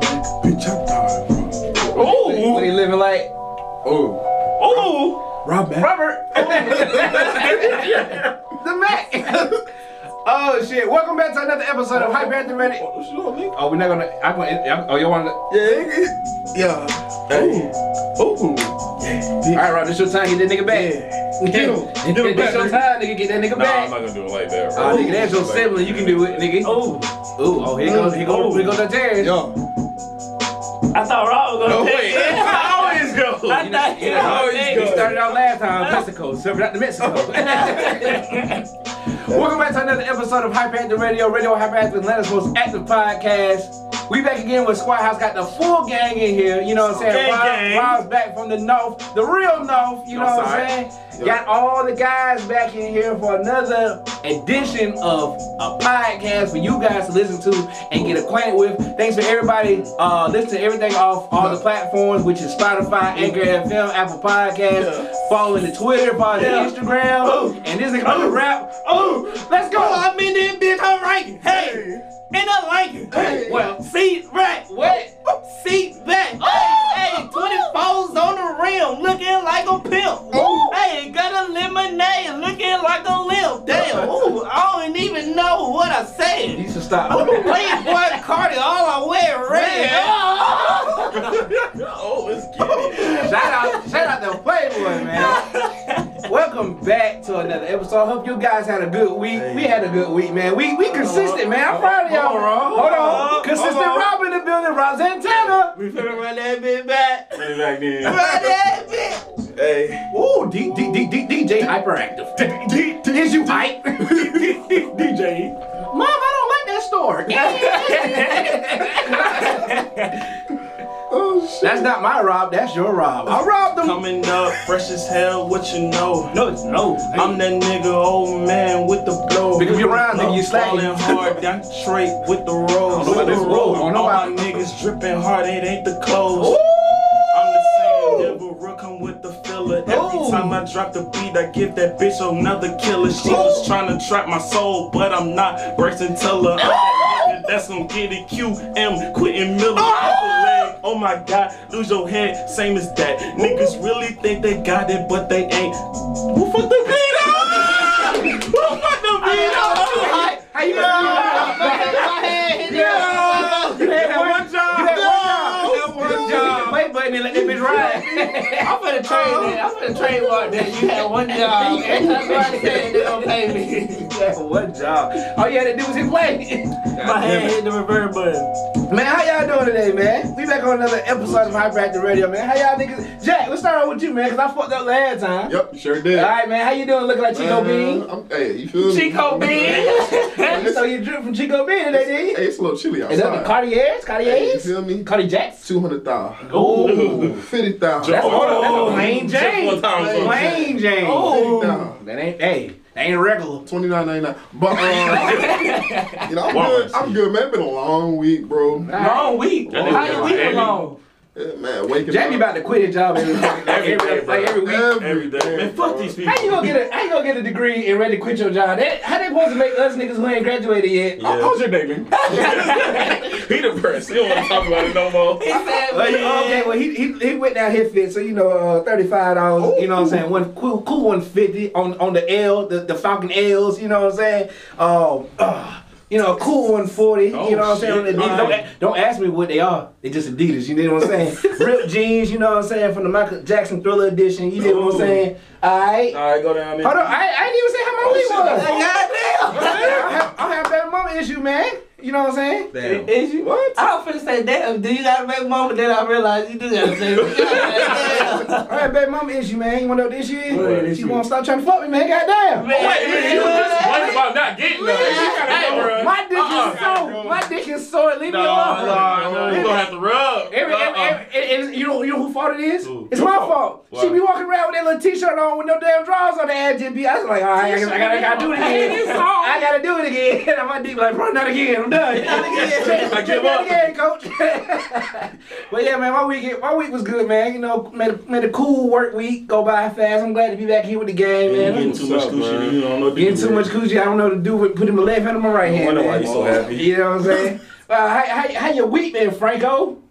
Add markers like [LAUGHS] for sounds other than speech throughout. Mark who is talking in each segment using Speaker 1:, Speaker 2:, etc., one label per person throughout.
Speaker 1: Bitch, I'm dying, bro.
Speaker 2: What
Speaker 3: Ooh,
Speaker 2: he living like?
Speaker 1: Oh,
Speaker 3: ooh,
Speaker 1: Rob Mack.
Speaker 3: Robert.
Speaker 2: The Mac. oh shit! Welcome back to another episode of Hype After Minute. Oh, we're not gonna. I'm gonna. I'm, oh, you want to? All
Speaker 1: Yeah, it, it, yeah. Hey.
Speaker 3: Ooh.
Speaker 2: right, Rob. This your time. Get that nigga back.
Speaker 1: Yeah.
Speaker 2: Get [LAUGHS]
Speaker 1: Get him
Speaker 2: This your
Speaker 1: back.
Speaker 2: time, nigga. Get that nigga
Speaker 4: Nah,
Speaker 2: back.
Speaker 4: I'm not gonna do it like that, bro.
Speaker 2: Oh, nigga, that's your sibling. You can do it, nigga. Ooh,
Speaker 3: Ooh.
Speaker 2: oh, here goes, here goes, here goes the Terrence.
Speaker 1: Yo,
Speaker 3: I thought Rob was
Speaker 4: No,
Speaker 3: gonna
Speaker 4: wait.
Speaker 3: take
Speaker 4: That's
Speaker 3: it.
Speaker 4: how [LAUGHS]
Speaker 3: [LAUGHS]
Speaker 4: I always go.
Speaker 3: I thought he
Speaker 2: You know how it is.
Speaker 3: was gonna
Speaker 2: We
Speaker 3: take it.
Speaker 2: started out last time, Mexico, serving out to Mexico.
Speaker 4: Oh.
Speaker 2: Welcome back to another episode of Hyper Active Radio, Radio Hyper Active Atlanta's most active podcast. We back again with Squad House, got the full gang in here, you know what I'm saying?
Speaker 3: Gang, gang.
Speaker 2: Rob, Rob's back from the north, the real north, you know what I'm
Speaker 4: Northside.
Speaker 2: saying? Got all the guys back in here for another edition of a podcast for you guys to listen to and get acquainted with. Thanks for everybody uh, listening to everything off all the platforms, which is Spotify, Anchor FM, Apple Podcasts, following the Twitter, following
Speaker 3: Yeah.
Speaker 2: the Instagram, and this nigga gonna rap.
Speaker 3: Ooh,
Speaker 2: Let's go!
Speaker 3: I'm in this bitch. I'm right. Hey, ain't nothing like it.
Speaker 1: Hey.
Speaker 3: Well, seat right. What? Seat back.
Speaker 2: Oh!
Speaker 3: Hey, hey, 24s on the rim, looking like a pimp.
Speaker 1: Ooh.
Speaker 3: Hey, got a lemonade, looking like a
Speaker 2: [LAUGHS]
Speaker 3: limp. Damn. Ooh, I don't even know what I said.
Speaker 2: You should stop.
Speaker 3: Playboy Cardi, all I wear red.
Speaker 4: oh, it's
Speaker 1: [LAUGHS]
Speaker 4: getting
Speaker 2: Shout out, shout out to Playboy, man. Welcome back to another episode. Hope you guys had a good week. We had a good week, man. We we consistent, man. I'm proud of y'all.
Speaker 4: Hold on,
Speaker 2: Hold on.
Speaker 3: hold on.
Speaker 2: Consistent
Speaker 4: Hold on.
Speaker 2: Rob in the building, Rob Santana.
Speaker 3: We finna run that bitch back. Run
Speaker 4: back then.
Speaker 3: that bitch.
Speaker 4: Hey.
Speaker 2: Ooh, D, D, D, D, DJ Hyperactive. D, D, is you hype? Mom,
Speaker 4: DJ.
Speaker 2: I don't like that store.
Speaker 1: oh shit.
Speaker 2: That's not my Rob, that's your Rob. I robbed him.
Speaker 5: Coming up fresh as hell, what you know?
Speaker 3: No, it's no.
Speaker 5: I'm that nigga old man with the blow.
Speaker 2: Pick up your rhymes, nigga, you slacking.
Speaker 5: Ballin' hard down the straight with the rolls.
Speaker 2: know about
Speaker 5: With the
Speaker 2: this roll, I
Speaker 5: roll.
Speaker 2: don't know
Speaker 5: All
Speaker 2: about-
Speaker 5: my niggas dripping hard, it ain't the clothes. I'm the same devil rook, I'm with the filler. Every
Speaker 2: Ooh.
Speaker 5: time I drop the beat, I give that bitch another killer. She was trying to trap my soul, but I'm not. Braxton Tiller. I'm that nigga That's gonna get it. QM, Quentin Miller. Upper leg. Oh my god, lose your head, same as that. Niggas really think they got it, but they ain't. Who fucked the beat up? Who fucked Oh, the beat up?
Speaker 2: How you You had one job. You had one job. You had one job. Play button and let that bitch ride.
Speaker 3: I'm finna trade that. I'm finna trademark that. You had one job. And that's why they said they don't pay me.
Speaker 2: You had one job. All you had to do was hit play.
Speaker 3: My hand hit the reverse button.
Speaker 2: Man, how y'all doing today, man? We back on another episode of Hyperactive Radio, man. How y'all niggas? Jack, let's start out with you, man, because I fucked up last time.
Speaker 1: Yep, you sure did.
Speaker 2: All right, man. How you doing? Looking like Chico
Speaker 1: Man,
Speaker 2: Bean?
Speaker 1: I'm, hey, you feel me?
Speaker 3: Chico Bean.
Speaker 2: so you drip from Chico Bean today, did you?
Speaker 1: Hey, it's a little chilly outside.
Speaker 2: Is that the Cartiers?
Speaker 1: Hey, you
Speaker 2: Cartiers?
Speaker 1: feel me?
Speaker 2: Cartier Jacks?
Speaker 1: Two hundred thousand.
Speaker 2: Ooh.
Speaker 1: Fifty thousand.
Speaker 2: That's,
Speaker 4: Oh,
Speaker 2: that's a plain
Speaker 4: just
Speaker 2: Jane.
Speaker 4: one time, so-
Speaker 2: Plain Jane.
Speaker 3: Oh.
Speaker 2: That ain't, hey, that ain't regular.
Speaker 1: Twenty nine ninety nine. But um,
Speaker 2: [LAUGHS]
Speaker 1: you know, I'm good. I'm good, man. Been a long week, bro.
Speaker 3: Long week.
Speaker 4: That nigga
Speaker 3: How you
Speaker 4: got
Speaker 3: week
Speaker 4: heavy.
Speaker 3: alone?
Speaker 1: Yeah, man, waking
Speaker 2: Jamie
Speaker 1: up
Speaker 2: about to quit his job every like, every,
Speaker 4: [LAUGHS] Every day, bro.
Speaker 2: like, every week.
Speaker 1: every day.
Speaker 4: Man, fuck these people.
Speaker 2: How you gonna get a how you gonna get a degree and ready to quit your job? That, how they supposed to make us niggas who ain't graduated yet?
Speaker 4: How- How's your
Speaker 5: [LAUGHS]
Speaker 4: day, man? he depressed. He don't want to talk about it no [LAUGHS] more.
Speaker 3: He said,
Speaker 2: Well, you- uh, okay, well he, he he went down his fit, so you know uh, thirty five dollars. You know what I'm saying? One cool, cool one fifty on on the L, the, the Falcon L's. You know what I'm saying? Um, uh, you know, a cool one forty.
Speaker 4: Oh,
Speaker 2: you know what I'm
Speaker 4: shit.
Speaker 2: saying? Adidas.
Speaker 4: Alright.
Speaker 2: Don't, a- don't ask me what they are. They just Adidas. You know what I'm
Speaker 4: [LAUGHS]
Speaker 2: saying? Ripped jeans. You know what I'm saying? From the Michael Jackson Thriller edition. You know what I'm saying? All right.
Speaker 4: All right, go down Oh,
Speaker 2: Hold on, I, I didn't even say how my week was.
Speaker 4: [LAUGHS]
Speaker 3: Goddamn.
Speaker 2: I have, I have baby mama issue, man. You know what I'm saying?
Speaker 1: Damn.
Speaker 3: Is you what? I was finna say, damn, do you gotta make a moment that I realize you do that? Damn.
Speaker 2: I have baby mama issue, man. You wanna know what the issue is?
Speaker 4: What
Speaker 2: she
Speaker 4: issue?
Speaker 2: won't stop trying to fuck me, man. Goddamn.
Speaker 3: Man.
Speaker 4: Wait a minute, you was just whining about not getting none. You gotta
Speaker 3: Hey,
Speaker 4: go, bro.
Speaker 2: My dick is
Speaker 4: Uh-uh.
Speaker 2: sore. My dick is sore. Leave
Speaker 4: No,
Speaker 2: me alone.
Speaker 4: no, no. You gonna have to rub.
Speaker 2: Every, every,
Speaker 4: Uh-uh.
Speaker 2: every, it- it's- you know, you know who fault it is?
Speaker 4: Who?
Speaker 2: It's
Speaker 4: Your
Speaker 2: my
Speaker 4: fault.
Speaker 2: fault. She
Speaker 4: Why?
Speaker 2: be walking around with that little t-shirt on with no damn drawers on the ad. Just be, I was like, all right, I gotta, I gotta, I gotta do it again. I gotta do it again. [LAUGHS] And my dick like, bro, not again. I'm done. Not [LAUGHS] again.
Speaker 4: I give
Speaker 2: Not
Speaker 4: up.
Speaker 2: again, coach. [LAUGHS] but yeah, man, my week, my week was good, man. You know, made a, made a cool work week go by fast. I'm glad to be back here with the game,
Speaker 5: You
Speaker 2: man.
Speaker 5: getting
Speaker 4: What's
Speaker 5: too much
Speaker 4: up, man?
Speaker 5: cushion, you don't know what to
Speaker 2: Getting
Speaker 5: do.
Speaker 2: too much coochie, I don't know what to do with putting my left hand on my right hand.
Speaker 4: wonder why
Speaker 2: man.
Speaker 4: you so happy.
Speaker 2: You know what I'm saying? [LAUGHS] Uh, how, how, how you weak, man, Franco?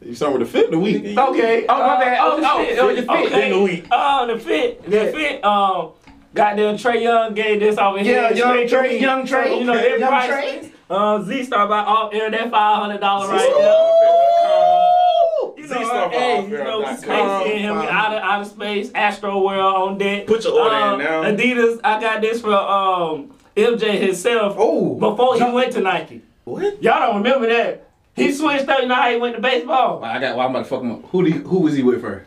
Speaker 1: You starting with the fifth of the week.
Speaker 2: Okay. Oh, my bad. Oh, oh,
Speaker 3: shit.
Speaker 2: oh, the
Speaker 3: Oh,
Speaker 2: fit.
Speaker 3: hey.
Speaker 5: the week.
Speaker 3: Oh, the fit. The
Speaker 2: Yeah.
Speaker 3: fit. Um, goddamn Trey Young gave this over here.
Speaker 2: Yeah, Young
Speaker 3: Straight
Speaker 2: Trey,
Speaker 3: weed.
Speaker 2: Young Trey,
Speaker 3: You know,
Speaker 2: okay,
Speaker 3: they're
Speaker 2: Young
Speaker 3: priceless. Um, Z Star by off air, that five hundred dollar right now. You know,
Speaker 4: Z-Star by
Speaker 3: hey,
Speaker 4: off
Speaker 3: you
Speaker 4: air
Speaker 3: know,
Speaker 4: dot
Speaker 3: space
Speaker 4: com.
Speaker 3: in him, out of out of space, Astro World on deck. Um,
Speaker 4: Put your order in now.
Speaker 3: Adidas, I got this for um MJ himself.
Speaker 2: Oh.
Speaker 3: before he went to Nike.
Speaker 2: What?
Speaker 3: Y'all don't remember that? He switched up. You know how he went to baseball.
Speaker 2: I got. Well, I'm about to fuck him up. Who do you, who was he with first?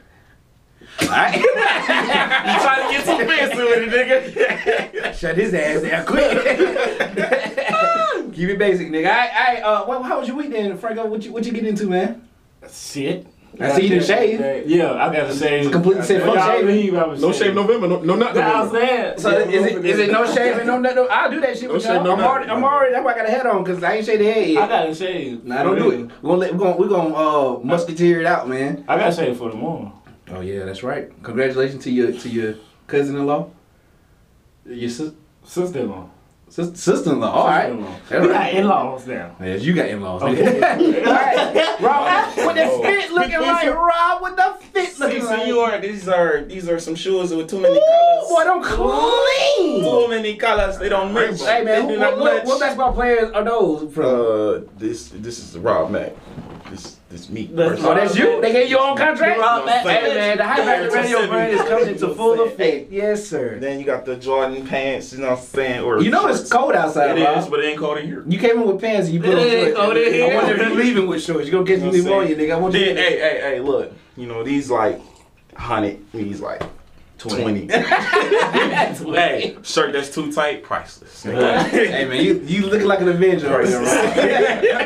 Speaker 3: He tried to get some
Speaker 4: Fancy with it, nigga.
Speaker 2: [LAUGHS] Shut his ass down quick. Keep it basic, nigga. I, I, uh, well, how was your week then, Franco? What you, what you get into, man?
Speaker 3: shit.
Speaker 2: I see you didn't shave.
Speaker 3: Yeah, I got to say.
Speaker 2: Completely said fuck
Speaker 3: Y'all
Speaker 2: shaving.
Speaker 3: leave, I was
Speaker 1: No
Speaker 3: saying.
Speaker 1: shave November. No, no not
Speaker 3: That's what I'm
Speaker 1: November.
Speaker 3: saying.
Speaker 2: So is it is it no shaving? No, no, no. I'll do that shit
Speaker 1: No
Speaker 2: with
Speaker 1: shave,
Speaker 2: y'all.
Speaker 1: no
Speaker 2: I'm already,
Speaker 1: nothing.
Speaker 2: I'm already. That's why I got a head on because I ain't shaved the head
Speaker 3: I
Speaker 2: yet.
Speaker 3: gotta shave.
Speaker 2: Nah, don't do it. We're gonna let, we're gonna we're gonna uh, musketeer it out, man.
Speaker 3: I gotta shave for tomorrow.
Speaker 2: Oh yeah, that's right. Congratulations to your to your cousin-in-law, your sis-
Speaker 3: Sister in law.
Speaker 2: sis- sister-in-law. All right.
Speaker 3: Sister-in-law.
Speaker 2: That's
Speaker 3: We
Speaker 2: right.
Speaker 3: got in laws now.
Speaker 2: Yes, you got in-laws. [LAUGHS] Alright, Rob, what the fit looking like, Rob? What the fit
Speaker 4: See,
Speaker 2: looking
Speaker 4: so
Speaker 2: like?
Speaker 4: you are. These are these are some shoes with too many colors.
Speaker 2: Boy, them clean.
Speaker 4: Too many colors. They don't match.
Speaker 2: Hey man,
Speaker 4: they
Speaker 2: who, what,
Speaker 4: do not
Speaker 2: what, what
Speaker 4: match.
Speaker 2: basketball players are those from?
Speaker 1: Uh, this this is Rob Mack. This this me.
Speaker 3: That's
Speaker 1: personally.
Speaker 2: oh, that's you. They gave you your own contract.
Speaker 3: Rob Mack.
Speaker 2: Hey man, the high value radio brand is coming into full effect. Yes, sir.
Speaker 4: Then you got the Jordan pants. You know what I'm saying? Or
Speaker 2: You know it's cold outside,
Speaker 5: It is,
Speaker 2: Rob.
Speaker 5: but it ain't cold in here.
Speaker 2: You came in with pants and you put on
Speaker 3: It is
Speaker 2: shorts.
Speaker 3: cold in
Speaker 2: I
Speaker 3: here.
Speaker 2: wonder if you leaving with shorts. You gonna catch
Speaker 4: You know
Speaker 2: me
Speaker 4: what I'm
Speaker 2: pneumonia, nigga. I want you.
Speaker 4: Then hey hey hey look. You know these like hundred. These like
Speaker 2: [LAUGHS]
Speaker 4: twenty.
Speaker 5: Hey, shirt that's too tight, priceless.
Speaker 2: Hey man, you you looking like an Avenger right now,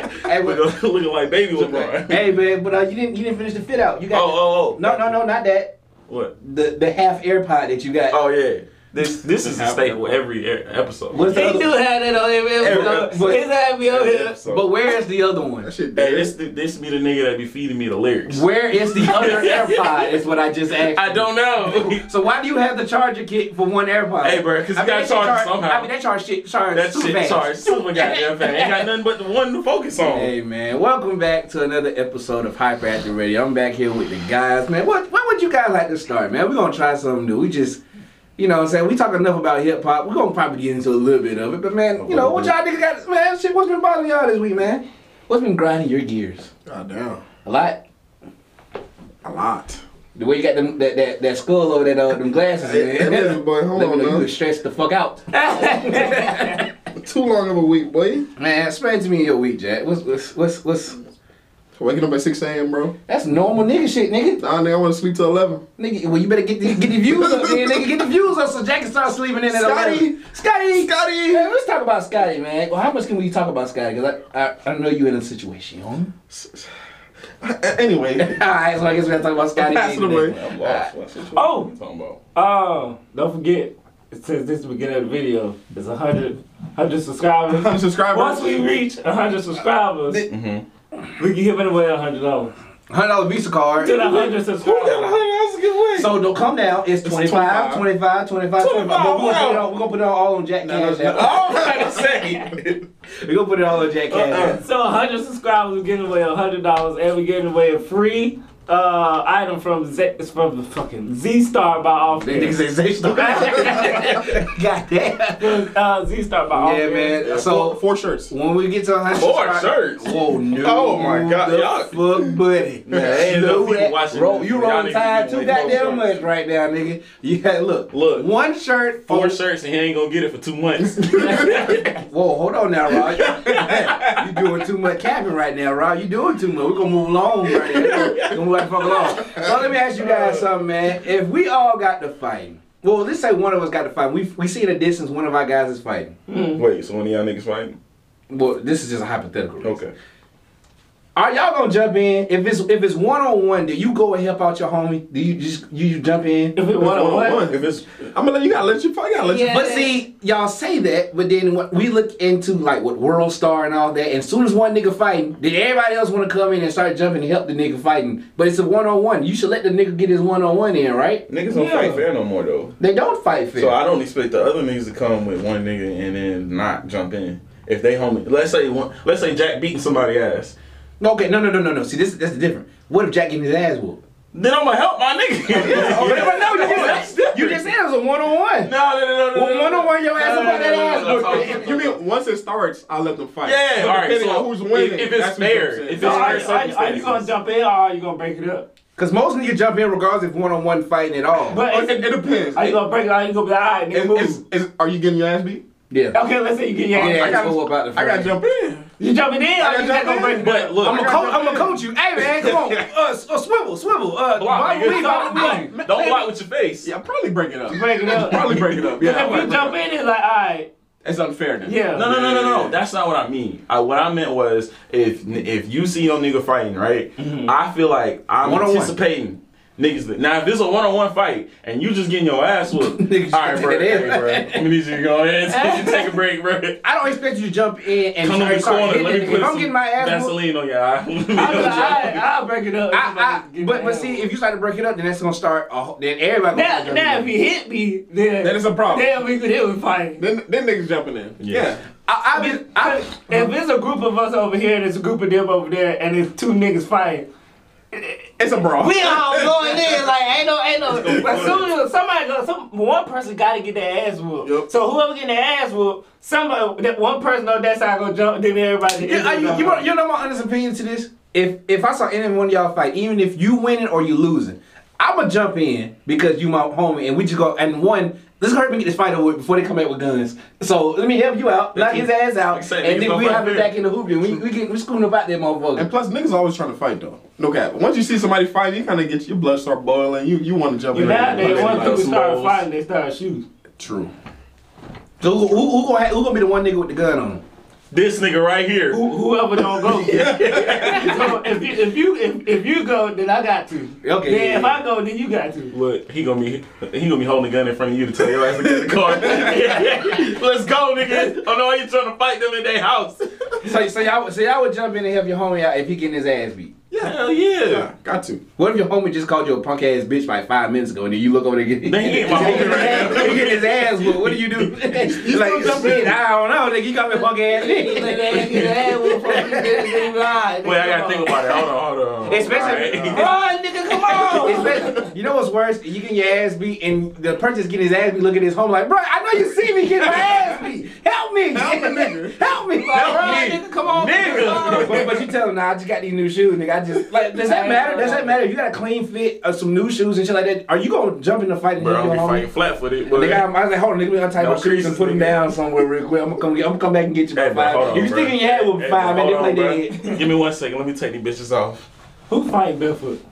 Speaker 5: [LAUGHS]
Speaker 4: [LAUGHS]
Speaker 2: Rob. Hey, but-
Speaker 5: Looking looking like baby
Speaker 2: [LAUGHS]
Speaker 5: LeBron.
Speaker 2: Hey man, but uh, you didn't you didn't finish the fit out. You
Speaker 5: Oh,
Speaker 2: got
Speaker 5: oh, oh.
Speaker 2: no no no not that
Speaker 5: What?
Speaker 2: the the half AirPod that you got.
Speaker 5: Oh yeah. This this is a
Speaker 4: Half
Speaker 5: staple every e- episode.
Speaker 2: What's
Speaker 3: They
Speaker 2: the
Speaker 3: do
Speaker 2: other?
Speaker 3: have that on every episode.
Speaker 2: but-
Speaker 3: It's had me over here.
Speaker 2: But where is the other one?
Speaker 1: that shit.
Speaker 5: Hey, this this be the nigga that be feeding me the lyrics.
Speaker 2: Where is the
Speaker 5: [LAUGHS]
Speaker 2: other AirPod? Is what I just asked.
Speaker 5: I don't know. [LAUGHS]
Speaker 2: So why do you have the charger kit for one AirPod?
Speaker 5: Hey, bro, 'cause you
Speaker 2: I
Speaker 5: gotta
Speaker 2: mean, that shit
Speaker 5: charge somehow.
Speaker 2: I mean, that charge shit charge
Speaker 5: that
Speaker 2: too
Speaker 5: shit
Speaker 2: fast.
Speaker 5: charged super goddamn fast. Ain't got nothing but the one to focus on.
Speaker 2: Hey man, welcome back to another episode of Hyper at the Radio. I'm back here with the guys, man. What what would you guys like to start, man? We're gonna try something new. We just you know what I'm saying, we talk enough about hip hop. We're gonna probably get into a little bit of it, but man, you know, what y'all niggas got man, shit, what's been bothering y'all this week, man? What's been grinding your gears?
Speaker 1: God damn.
Speaker 2: A lot?
Speaker 1: A lot.
Speaker 2: The way you got them that that, that skull over that uh, them glasses,
Speaker 1: Hey,
Speaker 2: man.
Speaker 1: that is, boy, hold
Speaker 2: Let me
Speaker 1: on,
Speaker 2: know you
Speaker 1: man.
Speaker 2: could stress the fuck out.
Speaker 1: [LAUGHS] Too long of a week, boy.
Speaker 2: man, spread to me your week, Jack. What's what's what's what's
Speaker 1: Waking up at 6 a.m., bro.
Speaker 2: that's normal nigga shit, nigga.
Speaker 1: Nah, nigga, I want to sleep till 11.
Speaker 2: Nigga, well, you better get the, get the views up, man.
Speaker 1: [LAUGHS]
Speaker 2: Nigga, get the views up so Jack can start sleeping in at
Speaker 1: Scotty.
Speaker 2: 11. Scotty,
Speaker 1: Scotty.
Speaker 2: Man, let's talk about Scotty, man. Well, how much can we talk about Scotty? Because I, I, I know you in a situation. All [LAUGHS]
Speaker 1: A- anyway,
Speaker 2: right, so I guess we gotta talk about Scotty.
Speaker 1: pass it
Speaker 2: Pippen.
Speaker 1: away.
Speaker 4: I'm lost. What's- what's- what
Speaker 3: Oh.
Speaker 4: you talking about?
Speaker 3: Oh, don't forget, since this is the beginning of the video, it's 100, 100 subscribers. [LAUGHS]
Speaker 1: 100 subscribers.
Speaker 3: Once we reach 100 subscribers, we can give it away $100.
Speaker 2: Hundred dollar Visa card.
Speaker 3: To the 100 subscribers.
Speaker 4: That's a good way.
Speaker 2: So don't come down. It's 25, 25, 25, 25. But We're,
Speaker 4: 25,
Speaker 2: gonna put it
Speaker 4: wow.
Speaker 2: on, we're gonna put it on all on Jack Cash. app.
Speaker 4: Oh, I was about to say.
Speaker 2: We're gonna put it all on Jack Cash.
Speaker 1: Uh-uh.
Speaker 2: app.
Speaker 3: So 100 subscribers, we're giving away $100, and we're giving away a free uh, item from Z, it's from the fucking Z Star by Off
Speaker 2: That nigga
Speaker 3: Air.
Speaker 2: said
Speaker 1: [LAUGHS]
Speaker 2: [LAUGHS] sensational. God damn.
Speaker 3: [LAUGHS] Uh, Z Star by Off
Speaker 2: Yeah,
Speaker 3: Air.
Speaker 2: man.
Speaker 1: So,
Speaker 2: So
Speaker 1: four, four shirts.
Speaker 2: when we get to 100
Speaker 4: Four
Speaker 2: subscribers-
Speaker 4: shirts.
Speaker 2: Whoa, no.
Speaker 4: Oh my God,
Speaker 2: The
Speaker 4: y'all-
Speaker 2: Fuck,
Speaker 5: [LAUGHS]
Speaker 2: buddy.
Speaker 5: ain't
Speaker 2: You
Speaker 5: enough
Speaker 2: know
Speaker 5: people
Speaker 2: that?
Speaker 5: watching
Speaker 2: Roll-
Speaker 5: this.
Speaker 2: you
Speaker 5: Y'all
Speaker 2: rolling
Speaker 5: niggas
Speaker 2: tide
Speaker 5: be
Speaker 2: too
Speaker 5: doing
Speaker 2: goddamn
Speaker 5: four
Speaker 2: much
Speaker 5: shirts.
Speaker 2: right now, nigga. You got look.
Speaker 5: Look.
Speaker 2: One shirt.
Speaker 5: Four
Speaker 2: oh,
Speaker 5: shirts and he ain't gonna get it for two months.
Speaker 2: Whoa, hold on now, Rob.
Speaker 5: [LAUGHS]
Speaker 2: you doing too much capping right now, Rob. You doing too much. We're gonna move along
Speaker 5: [LAUGHS]
Speaker 2: right now. We're gonna move like fuck along. So let me ask you
Speaker 5: Uh.
Speaker 2: guys something, man. If we all got to fighting, well, let's say one of us got to fight. We we see in a distance one of our guys is fighting.
Speaker 4: Wait, so one of y'all niggas fighting?
Speaker 2: Well, this is just a hypothetical. reason.
Speaker 4: Okay.
Speaker 2: Are y'all gonna jump in? If it's if it's one on one, do you go and help out your homie? Do you just you, you jump in?
Speaker 3: If it one on
Speaker 1: One-on-one.
Speaker 3: one,
Speaker 4: If it's
Speaker 1: I'm gonna let you gotta let you fight. Gotta let [LAUGHS] you.
Speaker 2: But see, y'all say that, but then what we look into like what World Star and all that, and as soon as one nigga fighting, then everybody else wanna come in and start jumping and help the nigga fighting. But it's a one on one. You should let the nigga get his one on one in, right?
Speaker 4: niggas don't
Speaker 3: Yeah.
Speaker 4: fight fair no more though.
Speaker 2: They don't fight fair.
Speaker 4: So I don't expect the other niggas to come with one nigga and then not jump in. if they homie. Let's say one, let's say Jack beating somebody ass.
Speaker 2: No, okay, no, no, no, no, no. See, this that's the different. What if Jack getting his ass
Speaker 4: [LAUGHS]
Speaker 2: whooped?
Speaker 4: Then I'm gonna help my nigga. [LAUGHS]
Speaker 2: Yeah, okay, but no, you,
Speaker 4: That's
Speaker 2: just,
Speaker 4: different.
Speaker 2: you just said it was a one on one.
Speaker 4: No, no, no, no, no.
Speaker 2: Well,
Speaker 4: no,
Speaker 2: one
Speaker 4: no.
Speaker 2: on one, your ass
Speaker 4: No,
Speaker 2: up
Speaker 4: no,
Speaker 2: on that
Speaker 4: no,
Speaker 2: ass.
Speaker 4: no, no,
Speaker 2: whooping.
Speaker 4: no, no.
Speaker 1: Oh, You mean once it starts, I let them fight.
Speaker 4: Yeah,
Speaker 1: So
Speaker 4: all right.
Speaker 1: Depending
Speaker 4: So
Speaker 1: on who's winning,
Speaker 4: if, if it's
Speaker 1: that's who's
Speaker 4: fair,
Speaker 1: upset.
Speaker 4: if it's
Speaker 3: So are,
Speaker 4: fair
Speaker 3: you- are, you- are you
Speaker 4: circumstances.
Speaker 3: gonna jump in or are you gonna break it up?
Speaker 2: Cause most niggas jump in regardless if one on one fighting at all.
Speaker 3: But
Speaker 1: Oh, it, it depends.
Speaker 3: are you gonna break it? Or are you gonna be like, all right, nigga,
Speaker 1: Is-
Speaker 3: move?
Speaker 1: is- is- are you getting your ass beat?
Speaker 2: yeah.
Speaker 3: okay, let's say you get your
Speaker 2: Yeah,
Speaker 3: ass.
Speaker 2: I gotta go up out the
Speaker 1: I gotta
Speaker 2: frame.
Speaker 1: jump in.
Speaker 3: You jumping in or
Speaker 1: gotta
Speaker 3: you just
Speaker 1: jump
Speaker 3: gonna
Speaker 1: in.
Speaker 3: break it
Speaker 4: But
Speaker 3: up?
Speaker 4: look,
Speaker 2: I'm gonna coach. I'm gonna coach you. Hey man, come
Speaker 4: [LAUGHS]
Speaker 2: on. Uh, s- uh swivel, swivel. Uh,
Speaker 4: Block,
Speaker 2: why
Speaker 4: nigga.
Speaker 2: you leave? Why you leave?
Speaker 4: don't block with your face.
Speaker 1: Yeah, I'll probably break it up.
Speaker 3: Break it up.
Speaker 1: Probably break it up. Yeah, I'll
Speaker 3: If
Speaker 1: probably
Speaker 3: you
Speaker 1: break
Speaker 3: jump
Speaker 1: it up.
Speaker 3: in, it's like, all right,
Speaker 1: It's unfair then.
Speaker 3: yeah.
Speaker 4: No, no, no, no, no. That's not what I mean. I, what I meant was if if you see your nigga fighting, right? I feel like I'm
Speaker 2: One-on-one.
Speaker 4: anticipating niggas. that- Now, if it's a one on one fight and you just getting your ass whooped, all
Speaker 2: Niggas
Speaker 4: right,
Speaker 2: just
Speaker 4: bro.
Speaker 2: take it
Speaker 4: Hey,
Speaker 2: in.
Speaker 4: bro. I'm gonna need you to go ahead and take a break, bro.
Speaker 2: I don't expect you to jump in and
Speaker 4: Come to
Speaker 2: start,
Speaker 4: the
Speaker 2: start
Speaker 4: corner.
Speaker 2: hitting.
Speaker 4: Let
Speaker 2: it.
Speaker 4: me put
Speaker 2: If I'm
Speaker 4: some
Speaker 2: getting my ass whooped,
Speaker 4: Vaseline on your eye. [LAUGHS]
Speaker 3: I'm like, all right, I'll break it up.
Speaker 2: I, I, but but see, if you start to break it up, then that's gonna start. A, whole- then everybody. gonna
Speaker 3: now,
Speaker 2: start
Speaker 3: now if
Speaker 2: jumping
Speaker 3: he
Speaker 2: in.
Speaker 3: hit me, then
Speaker 1: Then it's a problem.
Speaker 3: Then we could hit with fighting.
Speaker 1: Then, then niggas jumping in.
Speaker 4: Yeah.
Speaker 2: I, I be, I,
Speaker 3: If it's a group of us over here and it's a group of them over there and it's two niggas fighting,
Speaker 1: Yeah. It's a brawl.
Speaker 3: we all going in like ain't no ain't no. But soon as somebody go, some one person got to get their ass whooped.
Speaker 1: Yup.
Speaker 3: So whoever getting their ass whooped, somebody that one person on that side gonna jump, then everybody.
Speaker 2: Yeah, I, you, you, want, you know my honest opinion to this? If if I saw any one of y'all fight, even if you winning or you losing, I'ma jump in because you my homie, and we just go and one. Let's hurry up and get this fight over with before they come back with guns. So let me help you out, knock his ass out,
Speaker 4: Like I said,
Speaker 2: and
Speaker 4: niggas
Speaker 2: then we
Speaker 4: don't
Speaker 2: have it
Speaker 4: fight
Speaker 2: back in the hoop. Then we we get we screwing about that
Speaker 1: And
Speaker 2: motherfucker.
Speaker 1: plus, niggas always trying to fight though. No cap. Once you see somebody fight, you kind of get your blood start boiling. You you want to jump in.
Speaker 3: Now they
Speaker 1: Like,
Speaker 3: want
Speaker 1: like,
Speaker 3: people
Speaker 4: some
Speaker 3: start
Speaker 4: balls.
Speaker 3: fighting, they start shooting.
Speaker 1: True.
Speaker 2: So who, who, who, gonna ha- who gonna be the one nigga with the gun on him?
Speaker 4: This nigga right here.
Speaker 3: Who- Whoever don't go. so if you if you if, if you go, then I got to.
Speaker 2: Okay,
Speaker 3: Then
Speaker 2: yeah,
Speaker 3: if
Speaker 2: yeah.
Speaker 3: I go, then you got to.
Speaker 4: Look, he gonna be he gonna be holding a gun in front of you to tell your ass to get in the car. [LAUGHS] Let's go, nigga. Oh, I know you trying to fight them in their house.
Speaker 2: So so y'all so y'all would jump in and help your homie out if he getting his ass beat.
Speaker 4: Yeah, hell yeah.
Speaker 1: Yeah, got to.
Speaker 2: What if your homie just called you a punk ass bitch like five minutes ago, and then you look over there and get
Speaker 4: Then he ain't my homie right now.
Speaker 2: [LAUGHS] He get his ass whooped. What do you do?
Speaker 4: [LAUGHS]
Speaker 2: you like,
Speaker 1: jump
Speaker 2: shit, I don't know. Nigga, you got me punk ass nigga.
Speaker 4: [LAUGHS] Wait, I gotta think about it. Hold on, hold on. hold
Speaker 2: [LAUGHS]
Speaker 4: on.
Speaker 2: Especially-
Speaker 4: All
Speaker 3: Run, nigga, come
Speaker 2: [LAUGHS]
Speaker 3: on.
Speaker 2: It's bad. you know what's worse? You get your ass beat, and the person just getting his ass beat. Look at his home, like, bro, I know you see me get
Speaker 4: [LAUGHS]
Speaker 2: my ass beat. Help me,
Speaker 1: Help me, nigga.
Speaker 2: [LAUGHS] help me,
Speaker 4: Help me.
Speaker 3: nigga, come on,
Speaker 4: [LAUGHS] Nigga.
Speaker 2: but, but you tell him, nah, I just got these new shoes, nigga. I just like, does that matter? Does that matter? If you got a clean fit of some new shoes and shit like that, are you gonna jump in the fight and
Speaker 4: [LAUGHS] Bro,
Speaker 2: hit
Speaker 4: I'm
Speaker 2: your
Speaker 4: gonna be
Speaker 2: homie?
Speaker 4: fighting flat footed.
Speaker 2: Nigga, I'm, I was like, hold on, nigga, we gonna tie
Speaker 4: No
Speaker 2: my shoes and
Speaker 4: creases,
Speaker 2: put them
Speaker 4: nigga.
Speaker 2: down somewhere real quick. I'm gonna come get, I'm gonna come back and get you by five. If you stick in your head with five, man, they play dead.
Speaker 4: [LAUGHS] Give me one second. Let me take these bitches off.
Speaker 3: Who fighting barefoot?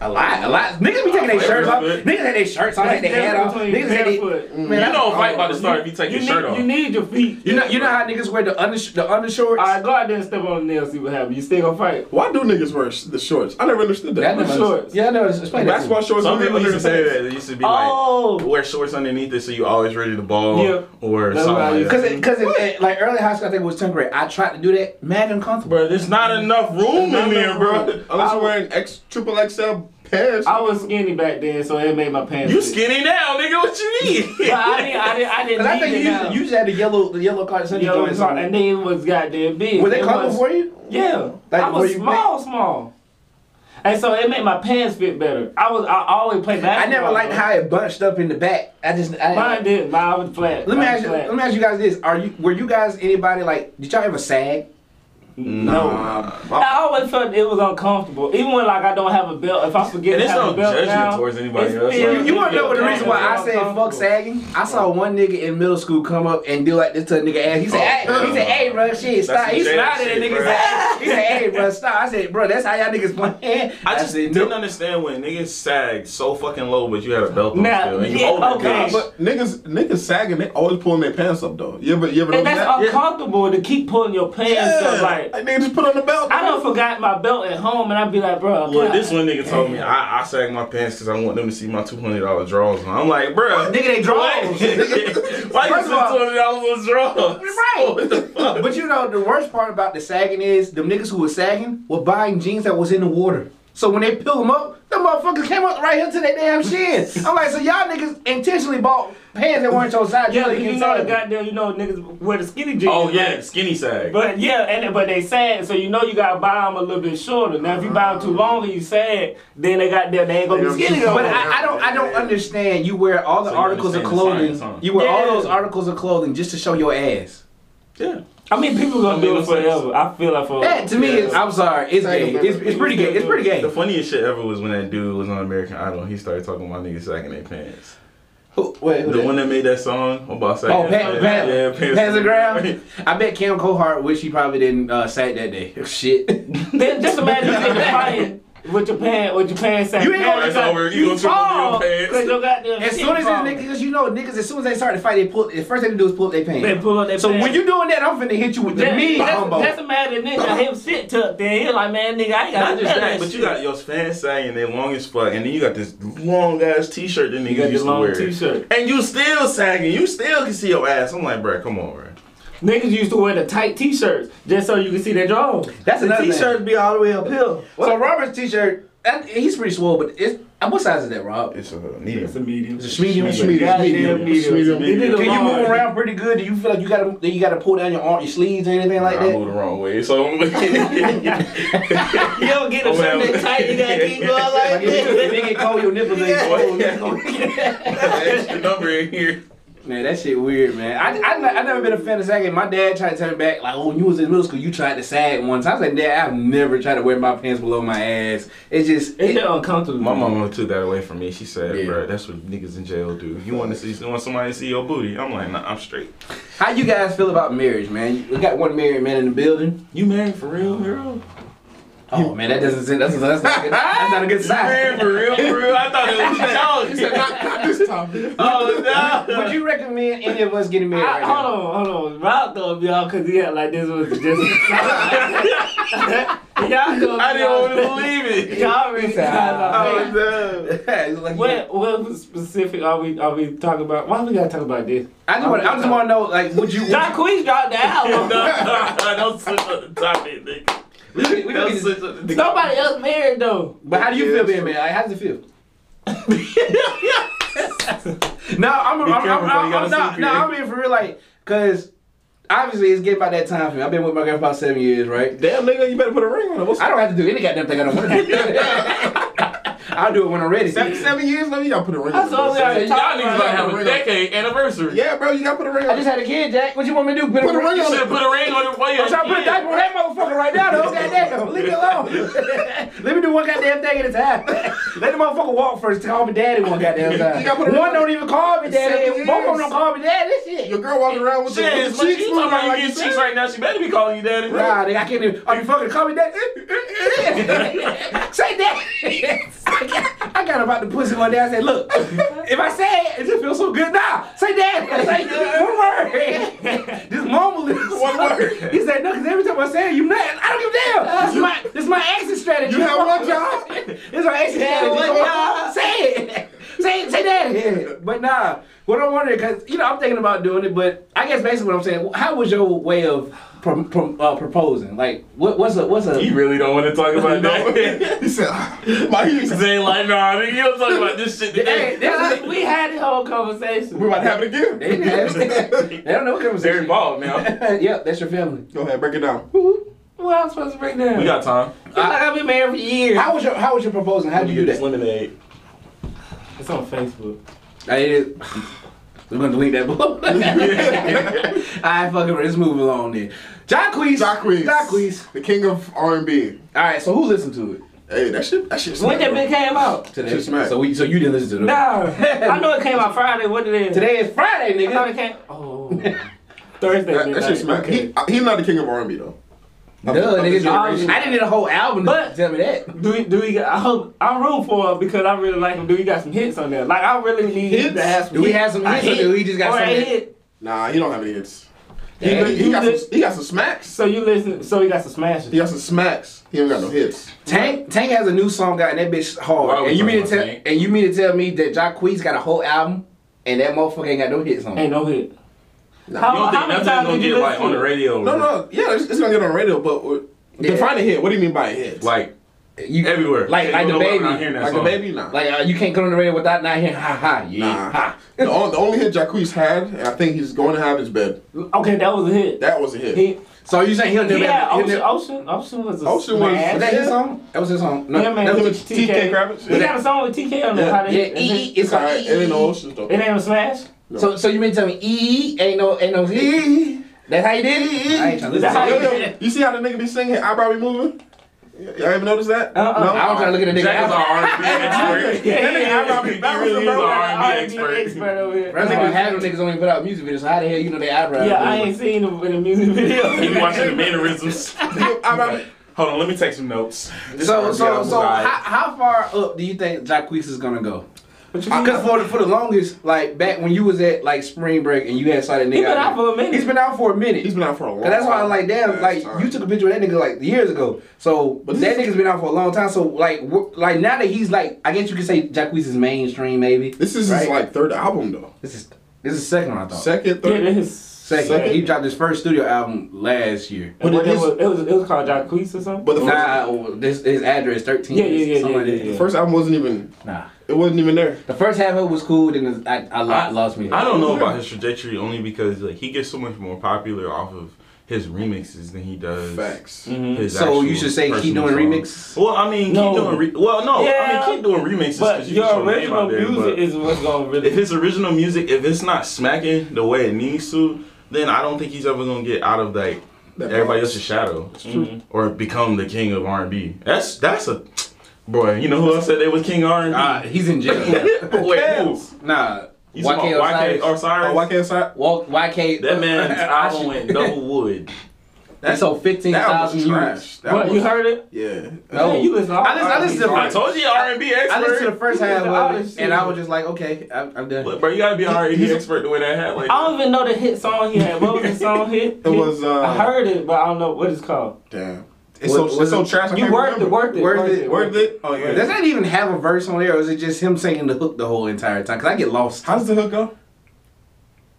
Speaker 2: A lot, a lot. Niggas be taking their shirts off. Niggas had their shirts off, had their hat off. Niggas had they,
Speaker 3: barefoot.
Speaker 2: man,
Speaker 4: you don't fight by
Speaker 2: about
Speaker 4: the start if you take
Speaker 3: Oh, You
Speaker 4: your shirt
Speaker 3: need,
Speaker 4: off.
Speaker 3: you need your feet.
Speaker 2: You know, you know how niggas wear the under the undershorts.
Speaker 3: All right, go out there and step on the nail, see what happens. You still gonna fight?
Speaker 1: Why do niggas wear sh- the shorts? I never understood that.
Speaker 2: That never-
Speaker 3: shorts.
Speaker 2: Yeah, I know. Explain that. to me.
Speaker 1: Basketball shorts.
Speaker 4: Some
Speaker 1: we
Speaker 4: people
Speaker 1: under
Speaker 4: used to
Speaker 1: the [LAUGHS]
Speaker 4: say
Speaker 1: pants.
Speaker 4: that. It used to be
Speaker 3: Oh.
Speaker 4: like wear shorts underneath it so you always ready to ball
Speaker 3: Yeah.
Speaker 4: or
Speaker 3: That's
Speaker 4: something
Speaker 3: what I
Speaker 4: like
Speaker 3: used
Speaker 4: that.
Speaker 2: Cause, it, cause, it, like early high school, I think it was tenth grade. I tried to do that, mad uncomfortable.
Speaker 4: Bro, there's not enough room in there, bro.
Speaker 1: Unless you're wearing X triple XL pants.
Speaker 3: I was skinny back then, so it made my pants.
Speaker 4: You
Speaker 3: fit.
Speaker 4: skinny now, nigga. What you need?
Speaker 3: But I didn't. I didn't. I didn't
Speaker 2: Cause I think
Speaker 3: need
Speaker 2: you
Speaker 3: it
Speaker 2: used,
Speaker 3: now.
Speaker 2: you used had the yellow the yellow card Sunday
Speaker 3: Yo,
Speaker 2: joints
Speaker 3: it's hard,
Speaker 2: on.
Speaker 3: and then it was goddamn big.
Speaker 2: Were they
Speaker 3: It
Speaker 2: comfortable
Speaker 3: was-
Speaker 2: for you?
Speaker 3: Yeah,
Speaker 2: Like,
Speaker 3: I
Speaker 2: were
Speaker 3: was
Speaker 2: you
Speaker 3: small, small, and so it made my pants fit better. I was I always played
Speaker 2: I
Speaker 3: basketball.
Speaker 2: never liked how it bunched up in the back. I just I,
Speaker 3: mine did. Mine was
Speaker 2: Let
Speaker 3: flat.
Speaker 2: me
Speaker 3: Mine
Speaker 2: ask you.
Speaker 3: flat.
Speaker 2: Let me ask you guys this: Are you were you guys anybody like? Did y'all ever sag?
Speaker 1: no.
Speaker 3: I always felt it was uncomfortable, even when like I don't have a belt. If I forget
Speaker 4: And
Speaker 3: to
Speaker 4: it's
Speaker 3: have
Speaker 4: no
Speaker 3: a belt
Speaker 4: judgment
Speaker 3: now,
Speaker 4: towards anybody
Speaker 3: it's
Speaker 4: else,
Speaker 3: still-
Speaker 4: like-
Speaker 2: You want to know what the
Speaker 4: Yeah.
Speaker 2: reason why I
Speaker 3: it's
Speaker 2: said fuck
Speaker 3: uncomfortable.
Speaker 2: sagging? I saw one nigga in middle school come up and do like this to a nigga ass. He said, hey, he said, hey, bro, shit, stop.
Speaker 4: Oh. some
Speaker 2: He
Speaker 4: jail
Speaker 2: smiled at the
Speaker 4: shit,
Speaker 2: nigga's
Speaker 4: bro.
Speaker 2: ass. He said, hey, bro, stop. I said, bro, that's how y'all niggas playing.
Speaker 4: I just
Speaker 2: said,
Speaker 4: didn't
Speaker 2: "Nope."
Speaker 4: understand when niggas sag so fucking low, but you had a belt on
Speaker 3: Nah,
Speaker 4: still, and you
Speaker 3: yeah,
Speaker 4: hold it
Speaker 3: okay.
Speaker 4: down.
Speaker 1: Nah, but niggas, niggas sagging, they always pulling their pants up though. You ever, you ever
Speaker 3: And
Speaker 1: notice that?
Speaker 3: that's uncomfortable to keep pulling your pants up. Like
Speaker 1: Like, nigga just put on the belt.
Speaker 3: I done forgot my belt at home, and I'd be like, bro,
Speaker 4: Well, this one nigga told me I, I sag my pants because I want them to see my two hundred dollar draws. On. I'm like, bruh,
Speaker 2: Nigga, they
Speaker 4: why,
Speaker 2: draws.
Speaker 4: why you
Speaker 2: First
Speaker 4: spend
Speaker 2: of
Speaker 4: two
Speaker 2: all-
Speaker 4: hundred dollars on draws?
Speaker 2: Right.
Speaker 4: [LAUGHS] What the fuck?
Speaker 2: But you know, the worst part about the sagging is them niggas who were sagging were buying jeans that was in the water. So when
Speaker 4: [LAUGHS]
Speaker 2: they peeled them up, them motherfuckers came up right here to their damn shins. I'm like, so y'all niggas intentionally bought pants that weren't your size.
Speaker 3: Yeah,
Speaker 2: really
Speaker 3: you
Speaker 2: can't
Speaker 3: know the
Speaker 2: tell.
Speaker 3: goddamn, you know niggas wear the skinny jeans.
Speaker 4: Oh
Speaker 3: right?
Speaker 4: yeah, skinny sag.
Speaker 3: But yeah, and but they sad, so you know you gotta buy them a little bit shorter. Now if you buy them
Speaker 2: Uh-huh.
Speaker 3: too long and you sad, then they got there, they ain't gonna be
Speaker 4: [LAUGHS]
Speaker 3: skinny no
Speaker 2: But
Speaker 3: more.
Speaker 2: I, I don't I don't understand. You wear all the
Speaker 4: So you
Speaker 2: articles of
Speaker 4: understand the
Speaker 2: clothing.
Speaker 4: science, huh?
Speaker 2: You wear all
Speaker 3: Yeah.
Speaker 2: those articles of clothing just to show your ass.
Speaker 4: yeah.
Speaker 3: I mean, people gonna
Speaker 4: I mean,
Speaker 3: do it
Speaker 4: it's like-
Speaker 3: forever. I feel like for
Speaker 2: That to me is I'm sorry, it's gay. It's, it's pretty gay. It's pretty gay.
Speaker 4: The funniest shit ever was when that dude was on American Idol and he started talking about niggas sagging their pants.
Speaker 2: Who, wait, who
Speaker 4: The
Speaker 2: that-
Speaker 4: one that made that song about sagging.
Speaker 2: Oh, Pat,
Speaker 4: pants.
Speaker 2: Pat,
Speaker 4: yeah, pants.
Speaker 2: Panzagram. I bet Cam Cohart wish he probably didn't uh, sack that
Speaker 4: [LAUGHS]
Speaker 2: day. Shit. you
Speaker 3: Then just imagine you in the fire with your pants, with your pants sack.
Speaker 2: You ain't gonna-
Speaker 4: That's over. You gonna trip
Speaker 3: fall
Speaker 4: on your
Speaker 3: Cause
Speaker 4: pants.
Speaker 3: your goddamn
Speaker 2: As
Speaker 3: shit
Speaker 2: soon as these
Speaker 3: fall.
Speaker 2: niggas, because you know niggas, as soon as they start to fight, they pull. The first thing they do is pull up their pants.
Speaker 3: They pull up their
Speaker 2: so
Speaker 3: pants.
Speaker 2: when you doing that, I'm finna hit you with the
Speaker 3: That-
Speaker 2: mean
Speaker 3: that's,
Speaker 2: combo.
Speaker 3: that's a matter nigga got him shit tucked in. He like, man, nigga, I ain't got
Speaker 4: Not just
Speaker 3: none of
Speaker 4: that, but
Speaker 3: shit.
Speaker 4: you got your fans sagging they long as fuck, and then you got this long ass t shirt that
Speaker 3: You got
Speaker 4: niggas
Speaker 3: this
Speaker 4: used to
Speaker 3: long
Speaker 4: wear.
Speaker 3: t-shirt.
Speaker 4: And you still sagging. You still can see your ass. I'm like, bruh, come on, bruh.
Speaker 3: Niggas used to wear the tight t-shirts just so you could see their drawers.
Speaker 2: That's
Speaker 3: the
Speaker 2: another thing.
Speaker 3: t-shirts be all the way uphill.
Speaker 2: so Robert's t-shirt, that, he's pretty swole, but it's uh, what size is that, Rob?
Speaker 4: It's a medium.
Speaker 3: It's a medium.
Speaker 2: It's a medium.
Speaker 4: It's
Speaker 1: a medium.
Speaker 3: Goddamn
Speaker 1: Medium.
Speaker 3: medium.
Speaker 1: Medium.
Speaker 3: They did a
Speaker 2: Can you
Speaker 3: long-
Speaker 2: move around pretty good? Do you feel like you gotta that you gotta pull down your arm, your sleeves, or anything like
Speaker 4: I moved
Speaker 2: that?
Speaker 4: the wrong way, so I'm looking.
Speaker 3: You don't get a
Speaker 4: Oh, man.
Speaker 3: shirt that tight, you
Speaker 4: [LAUGHS]
Speaker 3: gotta keep going
Speaker 2: Like
Speaker 3: like
Speaker 2: if
Speaker 3: this.
Speaker 2: if they get cold, your nipples ain't cold. That's gonna-
Speaker 4: extra number in here.
Speaker 2: Man, that shit weird, man. I, I, I never been a fan of sagging. My dad tried to tell me back, like, oh, when you was in middle school, you tried to sag once. I was like, Dad, I've never tried to wear my pants below my ass. It's just,
Speaker 3: [LAUGHS]
Speaker 2: [LAUGHS]
Speaker 3: It's
Speaker 2: it,
Speaker 3: just uncomfortable.
Speaker 4: My mama took that away from me. She said,
Speaker 2: Yeah.
Speaker 4: "Bruh, that's what niggas in jail do. You want to see, you want somebody to see your booty? I'm like, nah, I'm straight.
Speaker 2: how you guys feel about marriage, man? We got one married man in the building.
Speaker 4: You married for real, girl?
Speaker 2: Oh man, that doesn't sound. That's, that's not a good. That's not a good [LAUGHS] sign.
Speaker 4: You married for real, for real? I thought it was a joke. She said, nah.
Speaker 1: Not this topic.
Speaker 4: [LAUGHS] Oh no.
Speaker 2: Would you recommend any of us getting married?
Speaker 3: I,
Speaker 2: right now?
Speaker 3: hold on, hold on. Rob thought y'all because he had like this was just. [LAUGHS] y'all thought
Speaker 4: I didn't
Speaker 3: [LAUGHS]
Speaker 4: want to believe it.
Speaker 3: Y'all already
Speaker 4: Oh
Speaker 3: got
Speaker 4: no.
Speaker 2: It's [LAUGHS] like,
Speaker 3: What what specific are we are we talking about? Why we gotta talk about this?
Speaker 2: I just want. I just want to know, like, would you?
Speaker 3: John Queens dropped
Speaker 4: [LAUGHS]
Speaker 3: the
Speaker 4: No,
Speaker 3: album.
Speaker 4: don't switch up the topic, nigga.
Speaker 2: we can- we can
Speaker 4: Don't
Speaker 2: get
Speaker 4: switch
Speaker 2: this-
Speaker 4: up the topic.
Speaker 3: Nobody else married though.
Speaker 2: but how do you
Speaker 1: Yeah,
Speaker 2: feel being
Speaker 1: sure.
Speaker 2: married? Like, how does it
Speaker 4: [LAUGHS]
Speaker 2: feel? no, I'm. I'm,
Speaker 4: Be
Speaker 2: I'm,
Speaker 4: careful,
Speaker 2: I'm,
Speaker 4: bro, you
Speaker 2: I'm,
Speaker 4: gotta
Speaker 2: not.
Speaker 4: sleep
Speaker 2: No,
Speaker 4: here.
Speaker 2: I'm being for real, like, cause obviously it's getting about that time for me. I've been with my grandpa seven years, right?
Speaker 4: Damn, nigga, you better put a ring on it. What's
Speaker 2: I don't have to do any goddamn thing I don't want to
Speaker 4: [LAUGHS]
Speaker 2: do. [LAUGHS] I'll do it when I'm ready.
Speaker 1: Seven, [LAUGHS] seven years later, you gotta put a ring
Speaker 3: That's all
Speaker 1: on
Speaker 3: we are
Speaker 1: it.
Speaker 4: Y'all niggas about to have
Speaker 1: Ring on
Speaker 4: a
Speaker 1: it.
Speaker 4: decade anniversary.
Speaker 1: Yeah, bro, you gotta put a ring
Speaker 2: I
Speaker 1: on
Speaker 2: just
Speaker 1: it.
Speaker 2: had a kid, Jack. What you want me to do? Put,
Speaker 1: Put a ring
Speaker 4: You
Speaker 1: on
Speaker 4: should
Speaker 1: it.
Speaker 4: have put a ring on your way.
Speaker 2: I'm trying to put a diaper on that motherfucker right now,
Speaker 1: [LAUGHS]
Speaker 2: though. Goddamn. Leave me alone. [LAUGHS] Let me do one goddamn thing at a time. [LAUGHS] Let the motherfucker walk first. Call me daddy one goddamn
Speaker 1: You gotta put
Speaker 2: time.
Speaker 1: a-
Speaker 2: One don't even call me daddy.
Speaker 1: Seven
Speaker 2: and Both of them
Speaker 1: years.
Speaker 2: don't call me daddy. This
Speaker 1: Your
Speaker 2: shit.
Speaker 1: girl walking around with the,
Speaker 4: Shit,
Speaker 1: with
Speaker 4: as
Speaker 1: the
Speaker 4: much as
Speaker 1: cheeks
Speaker 4: you
Speaker 1: moving
Speaker 4: talking
Speaker 1: like
Speaker 4: about you
Speaker 1: you
Speaker 4: getting
Speaker 1: said.
Speaker 4: cheeks right now, she better be calling you daddy.
Speaker 2: Nah, nigga, I can't even. Are you fucking call me daddy? [LAUGHS] say daddy. I got, [LAUGHS] I got about the pussy one day. I said, look, if I say it, it just feels so good. Nah, say daddy. [LAUGHS] Say one word. [LAUGHS] This mumble is
Speaker 4: One word.
Speaker 2: He said, no, because every time I say it, you not. I don't give a damn. This is my, this is my exit strategy.
Speaker 1: You have
Speaker 2: [LAUGHS]
Speaker 1: one job?
Speaker 2: This is my exit strategy.
Speaker 1: what y'all?
Speaker 2: Say it. Say it. Say that. Yeah. But nah, what I'm wondering, because, you know, I'm thinking about doing it, but I guess basically what I'm saying, how was your way of prom- prom- uh, proposing? Like, what, what's a, what's a,
Speaker 4: You really don't want to talk about that.
Speaker 1: He said, "Ah, my ears.
Speaker 4: Cause they like, nah, nigga, you don't talk about this
Speaker 2: [LAUGHS]
Speaker 4: shit
Speaker 2: Hey,
Speaker 4: today.
Speaker 2: that's
Speaker 3: [LAUGHS] We had the whole conversation.
Speaker 1: We might have it again.
Speaker 2: [LAUGHS] They, they don't know what
Speaker 4: They're
Speaker 2: conversation.
Speaker 4: involved now.
Speaker 2: [LAUGHS] yep, that's your family.
Speaker 1: Go ahead, break it down.
Speaker 3: What I'm supposed to break down?
Speaker 4: We got time.
Speaker 3: It's like I've been married for years.
Speaker 2: How was your How was your proposing? How did you do that?
Speaker 4: lemonade.
Speaker 3: It's on Facebook.
Speaker 2: I did. We're gonna delete that
Speaker 3: [LAUGHS]
Speaker 2: book. [LAUGHS] I fucking let's move along then. Jacquees.
Speaker 1: Jacquees.
Speaker 2: Jacquees.
Speaker 1: The king of R&B.
Speaker 2: All right, so who listened to it
Speaker 1: Hey, that shit, that shit smack,
Speaker 3: When that
Speaker 1: bro.
Speaker 3: bitch
Speaker 4: [LAUGHS]
Speaker 3: came out?
Speaker 2: today?
Speaker 1: Just smack.
Speaker 2: So we, so you didn't listen to it.
Speaker 3: Nah. I know it came out Friday. What it is?
Speaker 2: Today is Friday,
Speaker 3: I thought
Speaker 2: nigga.
Speaker 3: it came. Oh. Thursday.
Speaker 1: That, that shit
Speaker 3: midnight.
Speaker 1: smack. He, uh, he's not the king of R&B, though.
Speaker 2: Duh, nigga.
Speaker 3: generation.
Speaker 2: I didn't need a whole album to
Speaker 3: But-
Speaker 2: tell me that.
Speaker 3: Do we, do we got, I hope, I'm room for him because I really like him. Do we got some hits on there? Like, I really need him to have some
Speaker 2: Do we
Speaker 3: hits.
Speaker 2: have some
Speaker 3: A
Speaker 2: hits or
Speaker 3: hit
Speaker 2: do we just got
Speaker 3: or a
Speaker 2: something-
Speaker 3: hit.
Speaker 1: Nah, he don't have any hits. He,
Speaker 2: Yeah,
Speaker 1: he,
Speaker 3: you
Speaker 1: got
Speaker 3: did-
Speaker 1: some, he got some smacks.
Speaker 3: So you listen, so we got some smashes.
Speaker 1: He got some smacks. He don't got no hits.
Speaker 2: Tank Tank has a new song out and that bitch
Speaker 4: Why
Speaker 2: hard.
Speaker 4: we
Speaker 2: And you mean to
Speaker 4: talking
Speaker 2: tell
Speaker 4: about Tank?
Speaker 2: and you mean to tell me that Jacquees got a whole album and that motherfucker ain't got no hits on it.
Speaker 3: Ain't no hit.
Speaker 4: You don't think nothing's gonna get like on the radio?
Speaker 1: No, no, yeah, it's, it's gonna get on the radio, but uh, define a hit. What do you mean by a hit?
Speaker 4: Like
Speaker 2: You,
Speaker 4: Everywhere.
Speaker 2: Like
Speaker 4: Can't
Speaker 2: like the
Speaker 4: go nowhere
Speaker 2: baby.
Speaker 4: without hearing that
Speaker 2: Like
Speaker 1: The
Speaker 4: song.
Speaker 1: baby, nah.
Speaker 2: Like uh, you can't come on the radio without not hearing ha ha yeah
Speaker 1: Nah.
Speaker 2: ha.
Speaker 1: the, only, the only hit Jacquees had, and I think he's going to have, is bed.
Speaker 3: Okay, that was a hit.
Speaker 1: That was a hit.
Speaker 3: He-
Speaker 2: So you saying he'll never?
Speaker 3: yeah,
Speaker 2: he'll
Speaker 3: Ocean,
Speaker 2: never-
Speaker 3: Ocean, Ocean was a
Speaker 1: Ocean was-
Speaker 3: smash.
Speaker 2: was that his song? That was his song. No,
Speaker 3: Yeah, man.
Speaker 2: that
Speaker 1: Him and
Speaker 2: was-
Speaker 3: TK.
Speaker 1: TK Kravitz.
Speaker 3: He got a song with TK on there.
Speaker 1: Yeah.
Speaker 3: How the
Speaker 2: yeah,
Speaker 3: hit-
Speaker 2: E E. It's
Speaker 1: All right,
Speaker 2: like
Speaker 1: it ain't no
Speaker 2: E.
Speaker 1: oceans though.
Speaker 3: It ain't a smash.
Speaker 2: So so you mean to tell me E E ain't no ain't no E? That's how you did it. I ain't trying to listen.
Speaker 3: That's how
Speaker 1: Yo,
Speaker 2: to
Speaker 3: you-
Speaker 2: that.
Speaker 1: yo, you see how the nigga be singing? Eyebrow be moving. Y'all ever notice that? [LAUGHS]
Speaker 3: Uh-uh.
Speaker 1: No.
Speaker 2: I was trying to look at the nigga.
Speaker 4: Jack is
Speaker 2: I-
Speaker 4: our R&B expert.
Speaker 3: Yeah,
Speaker 1: That nigga
Speaker 3: yeah,
Speaker 1: eyebrow
Speaker 4: He
Speaker 1: be
Speaker 4: really
Speaker 1: bouncing,
Speaker 4: is
Speaker 1: bro.
Speaker 4: our R&B
Speaker 3: R&B
Speaker 4: expert.
Speaker 3: expert over here.
Speaker 2: That's why half of them niggas only put out music videos. So how the hell you know they eyebrows?
Speaker 3: Yeah, I ain't seen him in a music video.
Speaker 4: He be watching the mannerisms.
Speaker 1: Eyebrow be-
Speaker 4: Hold on, let me take some notes. This
Speaker 2: So
Speaker 4: R&B
Speaker 2: so
Speaker 4: album's
Speaker 2: so
Speaker 4: alright.
Speaker 2: how, how far up do you think Jacquees is gonna go?
Speaker 3: [LAUGHS] What you mean?
Speaker 2: Because for the, for the longest, like back when you was at like spring break and you had saw that nigga,
Speaker 3: He been
Speaker 2: there,
Speaker 3: out for a minute.
Speaker 2: He's been out for a minute.
Speaker 1: He's been out for a long.
Speaker 2: Cause that's why, I'm like, damn,
Speaker 1: ass
Speaker 2: like
Speaker 1: time.
Speaker 2: you took a picture of that nigga like years ago. So
Speaker 1: But
Speaker 2: that
Speaker 1: this-
Speaker 2: nigga's been out for a long time. So like, wh- like now that he's like, I guess you could say Jacquees is mainstream, maybe.
Speaker 1: This is his
Speaker 2: Right. Oh.
Speaker 1: like third album though.
Speaker 2: This is this is second one I thought.
Speaker 1: Second,
Speaker 3: Yeah,
Speaker 1: third.
Speaker 3: that is
Speaker 2: second.
Speaker 1: second.
Speaker 2: He dropped his first studio album last year.
Speaker 3: And
Speaker 1: But
Speaker 3: what
Speaker 1: it
Speaker 3: it,
Speaker 1: is-
Speaker 3: was, it was it was called Jacquees or something.
Speaker 1: But the first,
Speaker 2: Nah, oh, this his address thirteen.
Speaker 3: Yeah, yeah, yeah,
Speaker 2: something like
Speaker 3: yeah,
Speaker 2: that.
Speaker 3: yeah,
Speaker 1: the first album wasn't even.
Speaker 2: Nah,
Speaker 1: It wasn't even there.
Speaker 2: the first half of it was cool. Then the- I, I, lo- lost me.
Speaker 4: I don't know about his trajectory only because like he gets so much more popular off of his remixes than he does
Speaker 1: Facts.
Speaker 2: Mm.
Speaker 4: his
Speaker 2: So you
Speaker 4: actual
Speaker 2: should say keep
Speaker 4: personal
Speaker 2: doing
Speaker 4: songs. Well, I mean,
Speaker 3: No.
Speaker 4: keep doing re- well, no,
Speaker 3: Yeah.
Speaker 4: I mean keep doing remixes.
Speaker 3: But
Speaker 4: 'cause you
Speaker 3: your
Speaker 4: can throw your name
Speaker 3: original
Speaker 4: out there,
Speaker 3: music
Speaker 4: but
Speaker 3: is what's gonna really.
Speaker 4: If his original music, if it's not smacking the way it needs to, then I don't think he's ever gonna get out of like
Speaker 1: That
Speaker 4: everybody
Speaker 1: box.
Speaker 4: else's shadow or become the king of R and B. That's that's a boy. You know who else said they was king of R and
Speaker 2: Ah,
Speaker 4: B?
Speaker 2: he's in jail.
Speaker 4: Wait, who?
Speaker 2: [LAUGHS] nah,
Speaker 4: You talking
Speaker 2: YK
Speaker 4: about
Speaker 2: Osiris.
Speaker 4: YK Osiris?
Speaker 1: Oh, why can't I?
Speaker 2: Walk YK. [LAUGHS]
Speaker 4: That man's
Speaker 2: I
Speaker 4: album
Speaker 2: should-
Speaker 4: went double wood.
Speaker 2: That's so fifteen
Speaker 1: That album
Speaker 2: thousand
Speaker 1: was
Speaker 2: units.
Speaker 1: trash. That
Speaker 3: What
Speaker 1: was,
Speaker 3: you heard it?
Speaker 1: Yeah.
Speaker 2: No.
Speaker 3: Man, you listen. to all
Speaker 2: I listen- I listen to
Speaker 3: R&B
Speaker 4: I
Speaker 2: Right.
Speaker 3: songs.
Speaker 4: told you R and B expert.
Speaker 2: I listened to the first
Speaker 3: He's
Speaker 2: half
Speaker 3: an
Speaker 2: of it,
Speaker 3: artist,
Speaker 2: and
Speaker 3: yeah.
Speaker 2: I was just like, okay, I'm, I'm done.
Speaker 4: But, bro, you gotta be an R and B expert the way that had like.
Speaker 3: I don't even know the hit song he had. What was the song hit?
Speaker 1: It was. Uh,
Speaker 3: I heard it, but I don't know what it's called.
Speaker 1: Damn. It's
Speaker 2: What-
Speaker 1: so it's so
Speaker 2: was it-
Speaker 1: trash. I
Speaker 3: You
Speaker 1: can't
Speaker 3: worth it,
Speaker 1: remember.
Speaker 3: worth it,
Speaker 2: Worth it,
Speaker 1: Worth it. Oh yeah.
Speaker 2: Does that even have a verse on there, or is it just him singing the hook the whole entire time? Cause I get lost.
Speaker 1: How does the hook go?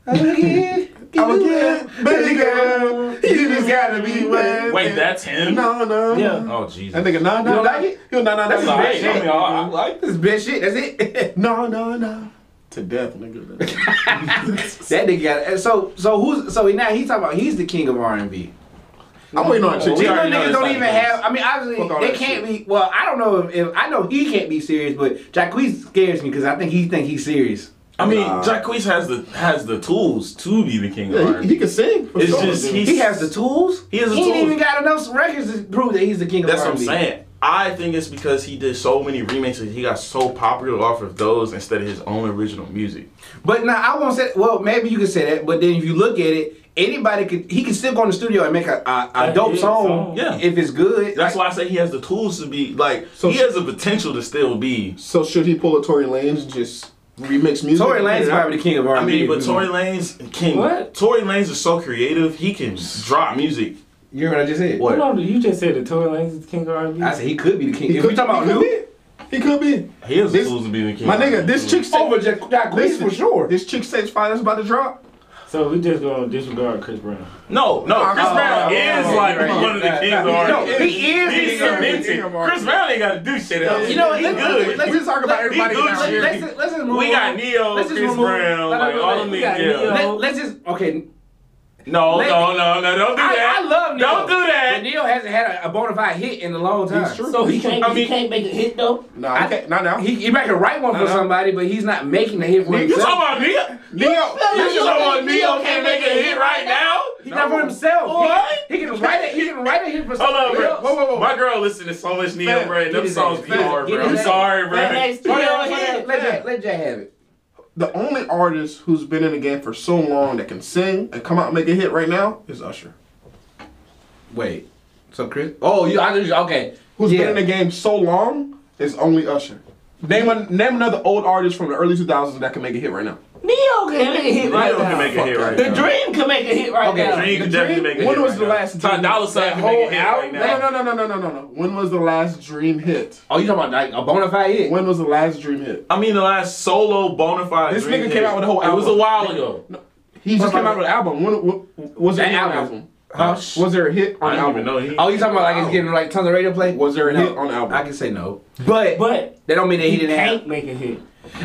Speaker 2: again,
Speaker 1: I'm again, baby girl. You just gotta be with
Speaker 4: Wait,
Speaker 1: it.
Speaker 4: that's him.
Speaker 1: No, no.
Speaker 3: Yeah.
Speaker 4: Oh
Speaker 1: That
Speaker 4: Jesus.
Speaker 1: nigga, nah, nah.
Speaker 2: You don't
Speaker 1: nah.
Speaker 2: like it?
Speaker 1: Yo, nah, nah,
Speaker 4: That's
Speaker 1: nah.
Speaker 4: all right.
Speaker 1: Shit.
Speaker 4: I mean, I- I like
Speaker 2: This bitch shit. That's it.
Speaker 1: No, no, no. To death, nigga.
Speaker 2: [LAUGHS] that nigga. Got, and so so who's so now he talking about he's the king of R and B.
Speaker 1: I'm waiting on Chick.
Speaker 2: You know
Speaker 4: already know
Speaker 2: niggas
Speaker 4: it's
Speaker 2: don't
Speaker 4: like
Speaker 2: even
Speaker 4: this.
Speaker 2: have. I mean, obviously
Speaker 1: Fuck all
Speaker 2: they
Speaker 1: that
Speaker 2: can't be. Well, I don't know if, if I know he can't be serious, but Jacquees scares me because I think he think he's serious.
Speaker 4: I mean,
Speaker 1: Nah.
Speaker 4: Jacquees has the has the tools to be the king of
Speaker 1: Yeah,
Speaker 4: R&B.
Speaker 1: he, he can sing. For
Speaker 4: It's
Speaker 1: sure,
Speaker 4: just
Speaker 1: dude.
Speaker 4: he-
Speaker 2: He has the tools.
Speaker 4: He has the
Speaker 2: he ain't
Speaker 4: tools.
Speaker 2: even got enough records to prove that he's the king of
Speaker 4: That's what I'm
Speaker 2: R&B.
Speaker 4: saying. I think it's because he did so many remixes. He got so popular off of those instead of his own original music.
Speaker 2: But now I won't say. Well, maybe you could say that. But then if you look at it, anybody could. He could still go in the studio and make a, a, a
Speaker 3: A
Speaker 2: dope
Speaker 3: hit
Speaker 2: song.
Speaker 3: song.
Speaker 4: Yeah.
Speaker 2: If it's good.
Speaker 4: That's why I say he has the tools to be like
Speaker 1: So-
Speaker 4: he has the potential to still be.
Speaker 1: So should he pull a Tory Lanez and just remix music?
Speaker 2: Tory Lanez is probably the king of R&B.
Speaker 4: I mean, but
Speaker 2: if you-
Speaker 4: Tory Lanez can.
Speaker 3: What?
Speaker 4: Tory Lanez is so creative. He can drop music.
Speaker 2: You hear what I just said?
Speaker 4: What?
Speaker 3: You know, you just said the Tory Lanez is king of R&B.
Speaker 2: I said he could be the king.
Speaker 1: He
Speaker 2: if
Speaker 1: could,
Speaker 2: we talking about
Speaker 4: [LAUGHS]
Speaker 1: he could
Speaker 2: new,
Speaker 1: be. He could be.
Speaker 4: He has
Speaker 1: This-
Speaker 4: the tools to be the king.
Speaker 1: My
Speaker 4: of
Speaker 1: nigga,
Speaker 4: R&B.
Speaker 1: this chick's
Speaker 2: over Jacquees for sure.
Speaker 1: This chick's stage five that's about to drop.
Speaker 3: So we just gonna disregard Chris Brown.
Speaker 4: No, no,
Speaker 1: Oh,
Speaker 4: Chris
Speaker 1: come
Speaker 4: Brown
Speaker 1: on,
Speaker 4: is
Speaker 1: come on,
Speaker 4: like
Speaker 1: come on.
Speaker 4: one of the
Speaker 2: Nah,
Speaker 4: kings
Speaker 2: nah,
Speaker 4: of
Speaker 2: he-
Speaker 4: R&B.
Speaker 2: no, he is the
Speaker 4: He's
Speaker 2: king of
Speaker 4: invented.
Speaker 1: R&B.
Speaker 4: Chris Brown ain't got to do shit else.
Speaker 2: You know what?
Speaker 4: He
Speaker 2: Let's,
Speaker 4: good.
Speaker 2: let's, let's just talk about
Speaker 1: Let-
Speaker 2: everybody
Speaker 4: he good.
Speaker 2: down here.
Speaker 4: Let-
Speaker 2: Let's, let's, let's just move
Speaker 4: we
Speaker 2: on.
Speaker 4: got Neo,
Speaker 2: Let's just
Speaker 4: Chris
Speaker 2: move on.
Speaker 4: Brown,
Speaker 2: No, no,
Speaker 4: like
Speaker 2: no,
Speaker 4: all
Speaker 2: no,
Speaker 4: them
Speaker 2: we got
Speaker 4: niggas.
Speaker 3: Neo.
Speaker 4: yeah.
Speaker 2: Let, let's just okay.
Speaker 4: No,
Speaker 2: Let-
Speaker 4: no, no, no, don't do
Speaker 2: I,
Speaker 4: that.
Speaker 2: I love Neil.
Speaker 4: Don't do that.
Speaker 2: But Neil hasn't had a, a bona fide hit in a long time.
Speaker 1: It's true.
Speaker 3: So he can't.
Speaker 4: I mean-
Speaker 3: he can't make a hit though.
Speaker 1: Nah, I,
Speaker 2: I-
Speaker 1: can't. Not now.
Speaker 2: He, he might can write one for
Speaker 1: no.
Speaker 2: somebody, but he's not making a hit for
Speaker 4: You talking
Speaker 2: himself.
Speaker 4: about Neo?
Speaker 1: Neo.
Speaker 4: You talking about Neo can't make a hit right now?
Speaker 2: He's not for himself.
Speaker 4: What?
Speaker 2: He, he can write it. He can write a hit for
Speaker 4: Hold on,
Speaker 2: somebody
Speaker 4: bro.
Speaker 2: else.
Speaker 1: whoa, whoa.
Speaker 4: My girl listened to so much Neo,
Speaker 1: Fam,
Speaker 4: bro. and Them
Speaker 2: get his
Speaker 4: songs
Speaker 2: ass,
Speaker 4: be
Speaker 2: fam,
Speaker 4: hard,
Speaker 2: get
Speaker 4: bro.
Speaker 2: his
Speaker 4: I'm
Speaker 2: ass.
Speaker 4: sorry, bro.
Speaker 3: Hold on, hold on.
Speaker 2: Let Jack, let Jack have it.
Speaker 1: The only artist who's been in the game for so long that can sing and come out and make a hit right now is Usher.
Speaker 2: Wait. So Chris? Oh, you? I, okay.
Speaker 1: Who's
Speaker 2: yeah.
Speaker 1: been in the game so long is only Usher. Name a, name another old artist from the early 2000s that can make a hit right now.
Speaker 3: Neo can make a hit right
Speaker 4: Neo can
Speaker 3: now.
Speaker 4: make a hit right
Speaker 3: the
Speaker 4: now.
Speaker 3: Dream can make a hit right
Speaker 2: Okay,
Speaker 3: now.
Speaker 4: Dream
Speaker 1: The
Speaker 4: can definitely
Speaker 1: Dream?
Speaker 4: make a hit.
Speaker 1: When was
Speaker 4: right
Speaker 1: the
Speaker 4: now.
Speaker 1: last
Speaker 4: Ty
Speaker 1: Dream-
Speaker 4: Dolla Sign
Speaker 2: that
Speaker 4: can make a
Speaker 2: whole
Speaker 4: hit right
Speaker 2: album?
Speaker 1: No,
Speaker 4: now?
Speaker 1: no, no, no, no, no, no, no. When was the last dream hit?
Speaker 2: Oh, you talking about like a bona fide hit?
Speaker 1: When was the last dream hit?
Speaker 4: I mean, the last solo bona fide.
Speaker 1: This
Speaker 4: Dream
Speaker 1: nigga
Speaker 4: hit.
Speaker 1: came out with a whole
Speaker 4: It was a
Speaker 1: album.
Speaker 4: while ago.
Speaker 1: He just came out with an album. When, when was it
Speaker 2: That
Speaker 1: an
Speaker 2: album.
Speaker 1: album?
Speaker 2: Huh?
Speaker 1: Was there a hit on
Speaker 4: I
Speaker 1: the
Speaker 4: don't
Speaker 1: album?
Speaker 4: even know. He,
Speaker 2: Oh, you talking about like it's getting like tons of radio play?
Speaker 1: Was there a
Speaker 2: no,
Speaker 1: hit on the album?
Speaker 2: I can say no, but
Speaker 3: But
Speaker 2: that don't mean that he,
Speaker 3: he
Speaker 2: didn't have.
Speaker 3: can't make a hit.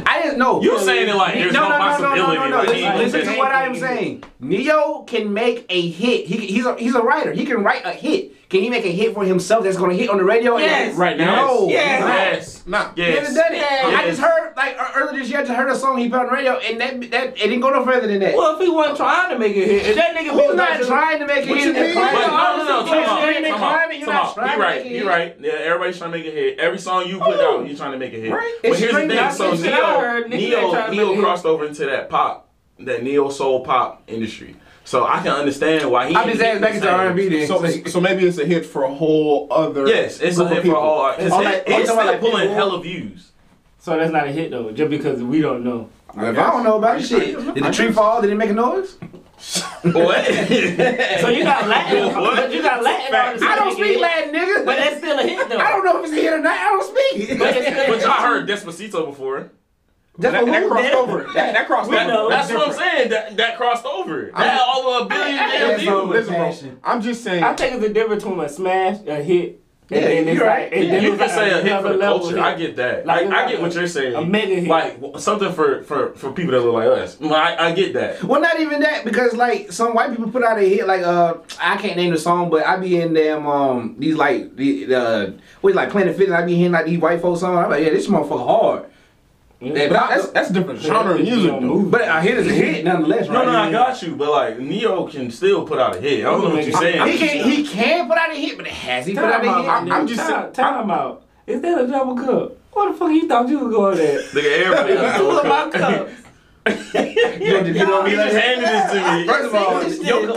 Speaker 2: I didn't know.
Speaker 4: You saying it like there's no, possibility.
Speaker 2: No, no, no,
Speaker 4: like,
Speaker 2: no.
Speaker 4: he
Speaker 2: Listen,
Speaker 4: ain't
Speaker 2: listen
Speaker 4: gonna
Speaker 2: to
Speaker 4: say-
Speaker 2: what I am saying. Neo can make a hit. He, he's a he's a writer. He can write a hit. Can he make a hit for himself that's gonna hit on the radio? and-
Speaker 6: Yes.
Speaker 1: Right now?
Speaker 2: No.
Speaker 6: Yes.
Speaker 4: Yes.
Speaker 1: Nah.
Speaker 2: He
Speaker 4: Yes.
Speaker 2: hasn't done it. I
Speaker 4: Yes.
Speaker 2: just heard like e- earlier this year. I just heard a song he put on the radio, and that that it didn't go no further than that.
Speaker 6: Well, if he wasn't trying to make it hit, if that nigga
Speaker 2: Who's
Speaker 6: been
Speaker 2: not
Speaker 6: to-
Speaker 2: trying to make a
Speaker 1: What
Speaker 2: hit?
Speaker 1: you mean?
Speaker 2: Like,
Speaker 4: But no, no, no,
Speaker 2: honestly,
Speaker 4: come
Speaker 2: you're
Speaker 4: on,
Speaker 2: in the
Speaker 4: come
Speaker 2: climate,
Speaker 4: on,
Speaker 2: you're
Speaker 4: come
Speaker 2: not
Speaker 4: on.
Speaker 2: trying
Speaker 4: You
Speaker 2: to
Speaker 4: right,
Speaker 2: make a
Speaker 4: you
Speaker 2: hit.
Speaker 4: right. Yeah, everybody's trying to make a hit. Every song you put out, you trying to make a hit.
Speaker 1: Right.
Speaker 4: But
Speaker 2: It's
Speaker 4: here's the
Speaker 2: straight
Speaker 4: thing.
Speaker 2: up,
Speaker 4: So
Speaker 6: it's straight
Speaker 4: Neo,
Speaker 6: up. Niggas ain't
Speaker 4: Neo,
Speaker 6: trying to make a
Speaker 4: Neo
Speaker 6: hit.
Speaker 4: crossed over into that pop, that neo soul pop industry. So I can understand why he.
Speaker 2: I'm just adding
Speaker 4: ain't
Speaker 2: back into
Speaker 4: the same.
Speaker 2: R&B then.
Speaker 1: So, so maybe it's a hit for a whole other.
Speaker 4: Yes, it's a
Speaker 1: group of
Speaker 4: hit for
Speaker 1: people.
Speaker 4: all. artists. It's,
Speaker 2: All that-
Speaker 4: it's
Speaker 2: I'm talking
Speaker 4: still
Speaker 2: about
Speaker 4: pulling
Speaker 2: people-
Speaker 4: hella views.
Speaker 3: So that's not a hit though, just because we don't know.
Speaker 2: If I don't know about this shit, did the tree fall? Did it make a noise?
Speaker 4: What?
Speaker 2: [LAUGHS]
Speaker 6: So you got Latin,
Speaker 4: What?
Speaker 6: but you got Latin artists.
Speaker 2: I
Speaker 6: that
Speaker 2: don't
Speaker 6: make
Speaker 2: speak
Speaker 6: it.
Speaker 2: Latin, nigga.
Speaker 6: But that's still a hit though.
Speaker 2: I don't know if it's a hit or not. I don't speak. [LAUGHS]
Speaker 6: But it's still a
Speaker 4: But
Speaker 6: hit.
Speaker 4: y'all heard Despacito before.
Speaker 2: That's
Speaker 1: That,
Speaker 2: what
Speaker 1: that
Speaker 2: who
Speaker 1: crossed
Speaker 2: did.
Speaker 1: over. That, that crossed
Speaker 6: We
Speaker 1: over.
Speaker 6: know.
Speaker 4: That's what I'm saying. That, that crossed over. That over a billion
Speaker 2: I- I-
Speaker 4: damn
Speaker 2: that's
Speaker 4: views.
Speaker 2: over.
Speaker 1: Listen, bro.
Speaker 2: Passion.
Speaker 1: I'm just saying.
Speaker 3: I think it's the difference between a smash, a hit, and
Speaker 2: Yeah,
Speaker 3: then it's
Speaker 2: you're
Speaker 3: like,
Speaker 2: right.
Speaker 3: and
Speaker 2: Yeah,
Speaker 3: then
Speaker 4: You
Speaker 3: it's
Speaker 4: can
Speaker 3: like
Speaker 4: say a hit for
Speaker 3: another
Speaker 4: the
Speaker 3: level
Speaker 4: culture.
Speaker 3: hit.
Speaker 4: I get that.
Speaker 3: Like,
Speaker 4: I, I
Speaker 3: like
Speaker 4: get what you're saying.
Speaker 3: a mega hit.
Speaker 4: Like w- something for for for people that look like us. Mm, I, I get that.
Speaker 2: Well, not even that because like some white people put out a hit like uh I can't name the song but I be in them um these like the uh what like Planet Fitness I be hearing like these white folks song I'm like yeah this motherfucker hard
Speaker 3: Yeah.
Speaker 2: but, I-
Speaker 1: that's
Speaker 2: that's,
Speaker 1: that's a different genre of
Speaker 3: It's
Speaker 1: music
Speaker 3: on
Speaker 1: though.
Speaker 3: movie.
Speaker 2: but a hit is a hit nonetheless
Speaker 4: No,
Speaker 2: right?
Speaker 4: no, I got you. But like Neo can still put out a hit. I don't know what you're
Speaker 2: he
Speaker 4: saying.
Speaker 2: can he can put out a hit but has he put out
Speaker 3: Time
Speaker 2: a
Speaker 3: out,
Speaker 2: hit?
Speaker 3: I'm,
Speaker 1: I'm just
Speaker 3: just
Speaker 1: saying-
Speaker 3: time, time out. Is that a double cup? What the fuck you thought you was going at?
Speaker 4: [LAUGHS] Nigga,
Speaker 3: [LAUGHS]
Speaker 4: everybody. else
Speaker 6: Two of my
Speaker 4: don't [LAUGHS] come.
Speaker 6: cups.
Speaker 2: You know, you know,
Speaker 4: He
Speaker 2: you know,
Speaker 4: just handed this to me.
Speaker 2: First of all,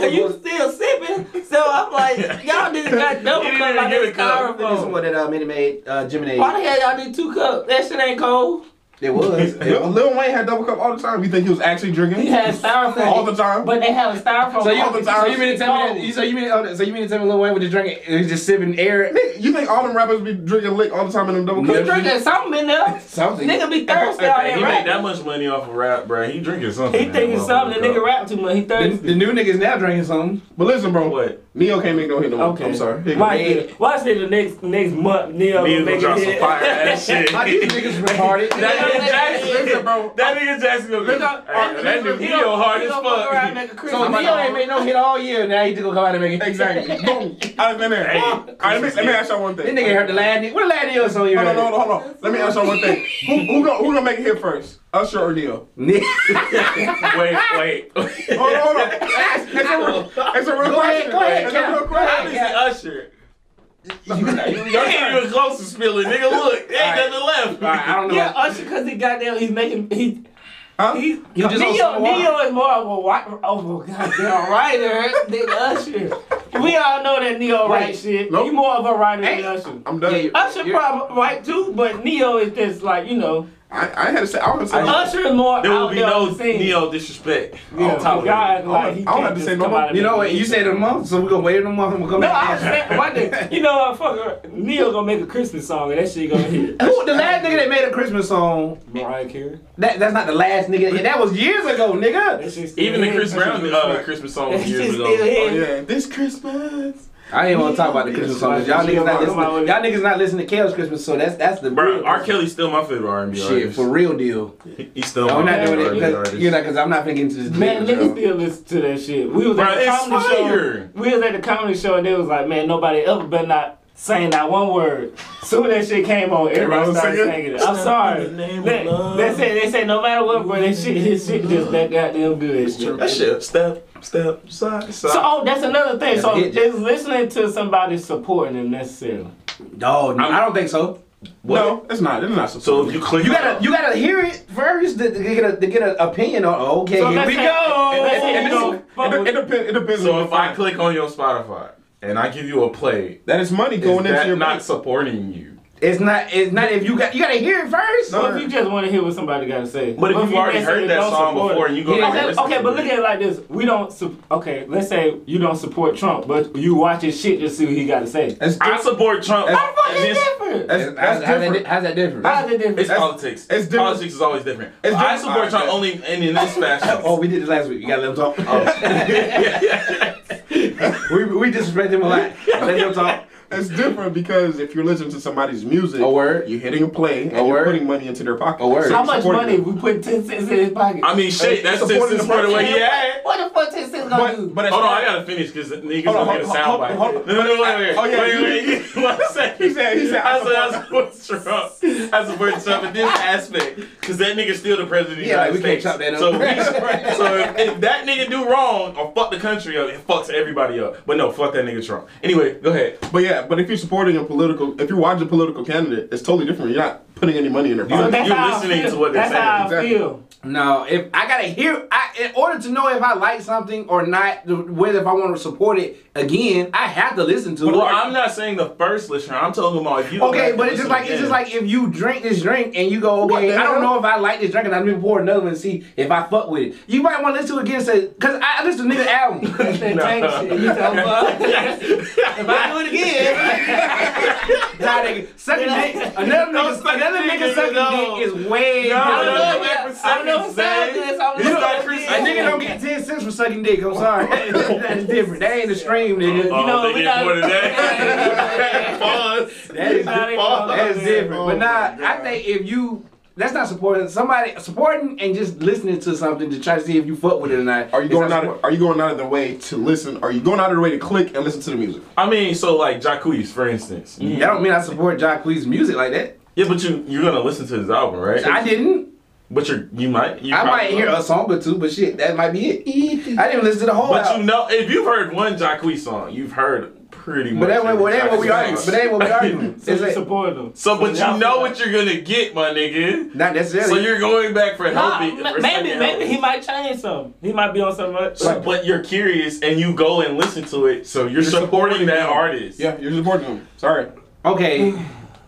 Speaker 6: Yo, you still sipping? So I'm like, y'all niggas got double
Speaker 4: [LAUGHS] You didn't
Speaker 6: cup
Speaker 4: even
Speaker 6: like
Speaker 4: get
Speaker 6: a
Speaker 4: a cup.
Speaker 2: this is
Speaker 6: styrofoam.
Speaker 2: one that uh, Minnie made uh, Jiminy.
Speaker 6: Why the hell y'all need two cups? That shit ain't cold.
Speaker 2: It was. It
Speaker 1: Lil
Speaker 2: was.
Speaker 1: Lil Wayne had double cup all the time. You think he was actually drinking?
Speaker 6: He had
Speaker 1: [LAUGHS]
Speaker 6: styrofoam.
Speaker 1: all the time.
Speaker 6: But they have a styrofoam.
Speaker 2: So
Speaker 1: All the
Speaker 2: you,
Speaker 1: time.
Speaker 2: so you mean to tell me that? you- So you mean oh, so you mean to tell me Lil Wayne was just drinking, he was just sipping air?
Speaker 1: Nigga, you think all them rappers be drinking lick all the time in them double
Speaker 6: you
Speaker 1: cups?
Speaker 6: drinking something in there.
Speaker 2: Something.
Speaker 6: Nigga be thirsty out
Speaker 4: Hey,
Speaker 6: there,
Speaker 4: he made
Speaker 6: right?
Speaker 4: that much money off of rap, bruh. He drinking something.
Speaker 6: He
Speaker 4: man.
Speaker 6: thinking
Speaker 4: Well,
Speaker 6: something. The
Speaker 4: well,
Speaker 6: nigga rap too much. He
Speaker 2: The,
Speaker 6: thirsty.
Speaker 2: the new niggas now drinking something.
Speaker 1: But listen, bro.
Speaker 4: What?
Speaker 1: Neo can't make no hit no more.
Speaker 3: Okay.
Speaker 1: I'm sorry. He-
Speaker 3: Watch it. Watch it the next next month. Neil
Speaker 4: Neo gonna
Speaker 3: gonna make a
Speaker 4: drop some
Speaker 3: hit.
Speaker 4: fire ass shit.
Speaker 2: How these niggas [LAUGHS] retarded?
Speaker 4: That nigga Jackson,
Speaker 1: Listen, bro.
Speaker 4: That nigga Jackson gonna
Speaker 6: He
Speaker 4: get
Speaker 6: gonna-
Speaker 4: Hey, That nigga
Speaker 6: he
Speaker 4: Neo
Speaker 6: gonna-
Speaker 4: hard
Speaker 6: he
Speaker 4: as
Speaker 6: gonna fuck around and
Speaker 4: fuck.
Speaker 6: make a Christmas
Speaker 2: so Neo
Speaker 6: song.
Speaker 2: ain't made no hit all year. Now he just gonna come out and make it.
Speaker 1: Exactly. Boom. Out of thin air. All right, let me, let me ask y'all one
Speaker 2: This
Speaker 1: thing.
Speaker 2: nigga heard the lad. What the lad Neo song you
Speaker 1: Hold on,
Speaker 2: heard?
Speaker 1: hold on, hold on. Let me ask y'all one thing. Who, who, gonna, who gonna make a hit first? Usher or Neo?
Speaker 4: [LAUGHS] Wait, wait.
Speaker 1: Hold on,
Speaker 2: [LAUGHS]
Speaker 1: hold on. That's, that's a real, that's a real
Speaker 2: Go
Speaker 1: question.
Speaker 2: ahead, go ahead,
Speaker 1: That's a
Speaker 2: Cap.
Speaker 1: real question.
Speaker 4: Obviously Usher. [LAUGHS]
Speaker 2: [LAUGHS]
Speaker 4: You ain't even close to spilling, nigga. Look, there ain't nothing left.
Speaker 2: I don't know.
Speaker 6: Yeah, Usher, cause he goddamn, he's making he.
Speaker 1: Huh?
Speaker 6: He's,
Speaker 2: You just on
Speaker 6: Neo,
Speaker 2: Snow White.
Speaker 6: Neo is more of a white, oh my goddamn [LAUGHS] writer than Usher. We all know that Neo
Speaker 2: Wait,
Speaker 6: writes shit.
Speaker 1: nope.
Speaker 6: He more of a writer than
Speaker 2: Hey.
Speaker 6: Usher.
Speaker 1: I'm done.
Speaker 2: Yeah, you-
Speaker 6: Usher probably right too, but Neo is just like you know.
Speaker 1: I, I had to say, I want to say.
Speaker 6: Usher is more
Speaker 4: There will
Speaker 6: out
Speaker 4: be
Speaker 6: there on
Speaker 4: no
Speaker 6: the scene.
Speaker 4: Neo disrespect.
Speaker 3: Yeah,
Speaker 4: on top
Speaker 3: y'all
Speaker 4: of that.
Speaker 3: act like he
Speaker 1: I don't have
Speaker 3: can't
Speaker 1: to
Speaker 3: just
Speaker 1: say
Speaker 3: come
Speaker 1: no more.
Speaker 3: out and
Speaker 2: You know
Speaker 3: make
Speaker 2: what?
Speaker 3: a
Speaker 2: You
Speaker 3: hit.
Speaker 2: said a month, so we gonna wait a month and we gonna come
Speaker 6: No, I
Speaker 2: back.
Speaker 6: was saying, why the- you know, uh, fuck, Neo gonna make a Christmas song and that shit gonna hit.
Speaker 2: Who the last nigga that made a Christmas song?
Speaker 3: Mariah Carey.
Speaker 2: That that's not the last nigga. And that was years ago, nigga.
Speaker 3: That shit still
Speaker 4: Even the
Speaker 3: hit.
Speaker 4: Chris Brown uh, Christmas song
Speaker 6: That
Speaker 4: was
Speaker 6: shit
Speaker 4: years
Speaker 6: still
Speaker 4: ago.
Speaker 1: Oh,
Speaker 6: hit.
Speaker 1: yeah. This Christmas.
Speaker 2: I ain't wanna talk about the Christmas song. 'cause Y'all niggas not listening. Y'all niggas not listening to Kale's Christmas, so that's that's the
Speaker 4: Bro,
Speaker 2: real
Speaker 4: R. Kelly's still my favorite R&B
Speaker 2: shit
Speaker 4: artist.
Speaker 2: for real deal.
Speaker 4: He's still
Speaker 2: No, we're
Speaker 4: my
Speaker 2: not doing
Speaker 4: favorite
Speaker 2: it
Speaker 4: R&B
Speaker 2: because
Speaker 4: artist.
Speaker 2: you know because I'm not finna get into this.
Speaker 3: Man,
Speaker 2: debate,
Speaker 3: niggas
Speaker 2: bro.
Speaker 3: still listen to that shit. We was
Speaker 4: Bro,
Speaker 3: at the
Speaker 4: it's
Speaker 3: comedy
Speaker 4: fire.
Speaker 3: show. We was at the comedy show and they was like, man, nobody ever better not saying that one word. Soon that shit came on, everybody
Speaker 1: was
Speaker 3: started
Speaker 1: singing?
Speaker 3: singing it. I'm sorry.
Speaker 5: In the name of
Speaker 3: They,
Speaker 5: love.
Speaker 3: they said they said no matter what, bro, that shit his shit just that goddamn good.
Speaker 4: That shit, step, step, side, side.
Speaker 3: So oh, that's another thing. So
Speaker 2: Hit.
Speaker 3: is listening to somebody supporting them necessarily.
Speaker 2: Dog, no, I don't think so.
Speaker 1: No, it's not. It's not.
Speaker 4: so if you click,
Speaker 2: You gotta you gotta hear it first to, to get a, to get an opinion on. oh, Okay,
Speaker 3: So
Speaker 2: here
Speaker 3: let's
Speaker 2: we
Speaker 3: say-
Speaker 2: go.
Speaker 3: let's say
Speaker 1: It,
Speaker 3: you don't fuck
Speaker 1: it,
Speaker 3: with-
Speaker 1: it, depends. It depends.
Speaker 4: So
Speaker 1: on
Speaker 4: if
Speaker 1: the
Speaker 4: I
Speaker 1: fact.
Speaker 4: click on your Spotify and I give you a play,
Speaker 1: that is money
Speaker 4: is
Speaker 1: going into
Speaker 4: that
Speaker 1: your
Speaker 4: not
Speaker 1: bank.
Speaker 4: supporting you?
Speaker 2: It's not it's not if you got you gotta hear it first.
Speaker 1: No.
Speaker 3: Well, if you just want to hear what somebody got to say.
Speaker 4: But if
Speaker 3: Well,
Speaker 4: you've
Speaker 3: you
Speaker 4: already
Speaker 3: necessarily
Speaker 4: heard that
Speaker 3: don't
Speaker 4: song
Speaker 3: support
Speaker 4: before
Speaker 3: it.
Speaker 4: and you go "Oh,
Speaker 2: Yeah,
Speaker 4: back and
Speaker 3: Okay,
Speaker 4: listen
Speaker 3: okay,
Speaker 4: to
Speaker 3: but look at it like this. We don't, su- okay, let's say you don't support Trump, but you watch his shit to see what he got to say.
Speaker 1: That's
Speaker 4: I support Trump.
Speaker 1: That's-
Speaker 6: How the fuck
Speaker 4: And
Speaker 6: is
Speaker 4: it's-
Speaker 6: different?
Speaker 1: That's,
Speaker 2: How's-
Speaker 1: that's
Speaker 2: how's,
Speaker 1: different.
Speaker 2: That, how's that different?
Speaker 6: How's it different?
Speaker 4: It's
Speaker 1: That's-
Speaker 4: politics.
Speaker 1: it's different.
Speaker 4: Politics is always different.
Speaker 1: It's
Speaker 4: I
Speaker 1: different.
Speaker 4: support
Speaker 1: Alright,
Speaker 4: Trump
Speaker 1: bet. [LAUGHS] Oh,
Speaker 4: only in, in this fashion.
Speaker 2: oh, we did this last week. You gotta let him talk.
Speaker 4: [LAUGHS] yeah, yeah.
Speaker 2: we we disrespect him a [LAUGHS] lot. Let him talk.
Speaker 1: It's different because if you're listening to somebody's music,
Speaker 2: A word.
Speaker 1: you're hitting a play, and you're
Speaker 2: word.
Speaker 1: putting money into their pocket.
Speaker 2: A word.
Speaker 1: you're
Speaker 6: How much
Speaker 1: supporting
Speaker 6: money
Speaker 1: them.
Speaker 6: we put ten cents in his pocket?
Speaker 4: I mean, shit, that's
Speaker 1: It's
Speaker 4: just
Speaker 1: supporting
Speaker 4: the
Speaker 1: the
Speaker 4: part of what he
Speaker 1: person.
Speaker 4: had.
Speaker 6: what the fuck ten cents gonna do?
Speaker 1: But, but it's
Speaker 4: Hold on,
Speaker 1: not-
Speaker 4: I gotta finish because niggas
Speaker 1: Hold on,
Speaker 4: gonna get a
Speaker 1: hold-
Speaker 4: sound
Speaker 1: hold-
Speaker 4: bite.
Speaker 1: hold-
Speaker 4: No, no, wait, wait,
Speaker 1: Oh, yeah,
Speaker 4: wait,
Speaker 1: you-
Speaker 4: wait. you- One second.
Speaker 1: He said- he said,
Speaker 4: I
Speaker 1: I
Speaker 4: said I support Trump. I support Trump in this aspect because that nigga's still the president of the
Speaker 2: Yeah, like,
Speaker 4: United
Speaker 2: we can't
Speaker 4: States.
Speaker 2: chop that
Speaker 1: [LAUGHS]
Speaker 2: up.
Speaker 4: So, we- so if, if that nigga do wrong or fuck the country up, it fucks everybody up. But no, fuck that nigga Trump. Anyway, go ahead.
Speaker 1: But yeah, but if you're supporting a political, if you're watching a political candidate, it's totally different. You're not putting any money in their
Speaker 4: You're
Speaker 1: pocket.
Speaker 6: that's how I
Speaker 4: listening
Speaker 6: feel.
Speaker 4: to what they're
Speaker 6: That's
Speaker 4: saying.
Speaker 6: how
Speaker 1: Exactly.
Speaker 6: I feel.
Speaker 2: No, if I gotta hear, I in order to know if I like something or not, th- whether if I want to support it again, I have to listen to it.
Speaker 4: Well, I'm not saying the first listener. I'm talking about if you. go back
Speaker 2: Okay,
Speaker 4: and
Speaker 2: but it's
Speaker 4: listen
Speaker 2: just like it's
Speaker 4: again.
Speaker 2: just like if you drink this drink and you go, okay,
Speaker 1: the
Speaker 2: I don't
Speaker 1: hell?
Speaker 2: know if I like this drink, and I'm gonna pour another one and see if I fuck with it. You might want to listen to it again, and say, cause I I listen to nigga
Speaker 3: [LAUGHS]
Speaker 2: album.
Speaker 6: That tank shit. You
Speaker 4: [LAUGHS]
Speaker 6: talking about?
Speaker 2: If I do it again, [LAUGHS] nah, nigga, sucking dick. Another nigga,
Speaker 4: suck
Speaker 2: another
Speaker 4: dick,
Speaker 2: nigga
Speaker 4: no.
Speaker 2: sucking dick is way.
Speaker 4: I
Speaker 6: I
Speaker 4: don't
Speaker 2: better.
Speaker 6: don't
Speaker 4: know,
Speaker 6: know,
Speaker 4: man,
Speaker 6: man.
Speaker 4: for
Speaker 6: I don't know
Speaker 4: seconds,
Speaker 6: if
Speaker 4: man.
Speaker 6: sound good. So I'm
Speaker 4: You
Speaker 6: like,
Speaker 4: know,
Speaker 6: oh,
Speaker 4: Chris,
Speaker 6: yeah.
Speaker 2: A nigga don't get ten cents for sucking dick. I'm sorry, [LAUGHS] that is different. That ain't a stream, nigga.
Speaker 4: Oh,
Speaker 6: know,
Speaker 4: they
Speaker 6: we
Speaker 4: get
Speaker 6: got-
Speaker 4: more
Speaker 2: [LAUGHS]
Speaker 4: than that. Pause.
Speaker 2: That is
Speaker 6: Not even
Speaker 4: Pause.
Speaker 6: on
Speaker 2: That is different.
Speaker 1: Oh
Speaker 2: but nah,
Speaker 1: my
Speaker 2: I
Speaker 1: God.
Speaker 2: think if you that's not supporting somebody supporting and just listening to something to try to see if you fuck with it or not.
Speaker 1: Are you
Speaker 2: is
Speaker 1: going out? Of,
Speaker 2: not support.
Speaker 1: are you going out of the way to listen? Are you going out of the way to click and listen to the music?
Speaker 4: I mean, so like Jacquees, for instance.
Speaker 2: That don't mean I support Jacquees music like that.
Speaker 4: Yeah, but you you're gonna listen to his album, right?
Speaker 2: I didn't.
Speaker 4: but you you might. You
Speaker 2: I might
Speaker 4: probably
Speaker 2: hear
Speaker 4: will.
Speaker 2: a song or two, but shit, that might be it. I didn't listen to the whole.
Speaker 4: But
Speaker 2: album.
Speaker 4: you know, if you've heard one Jacquees song, you've heard pretty much.
Speaker 2: But that ain't
Speaker 4: every
Speaker 2: well, that ain't what we
Speaker 4: Jacquees
Speaker 2: arguing.
Speaker 4: song.
Speaker 2: But that ain't what
Speaker 4: [LAUGHS]
Speaker 2: we arguing.
Speaker 3: So
Speaker 2: It's
Speaker 3: you
Speaker 2: like,
Speaker 3: support him.
Speaker 4: So, but
Speaker 3: y'all
Speaker 4: you know
Speaker 3: feel
Speaker 4: what you're gonna get, my nigga.
Speaker 2: not necessarily.
Speaker 4: So you're going back for
Speaker 3: Ah,
Speaker 6: Nah,
Speaker 4: helping.
Speaker 6: ma- maybe maybe he might change something. He might be on something.
Speaker 3: uh,
Speaker 6: Like,
Speaker 4: But you're curious and you go and listen to it, so you're, supporting,
Speaker 1: supporting
Speaker 4: that
Speaker 1: him.
Speaker 4: artist.
Speaker 1: Yeah, you're supporting them. Sorry,
Speaker 2: okay.
Speaker 4: [LAUGHS]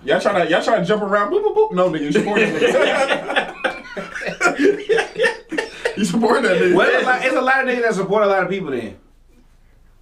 Speaker 1: y'all trying to y'all trying to jump around. Boop boop boop. No, nigga, you supporting them. [LAUGHS] you supporting that nigga.
Speaker 2: Well, it's, a lot, it's a lot of niggas that support a lot of people. Then,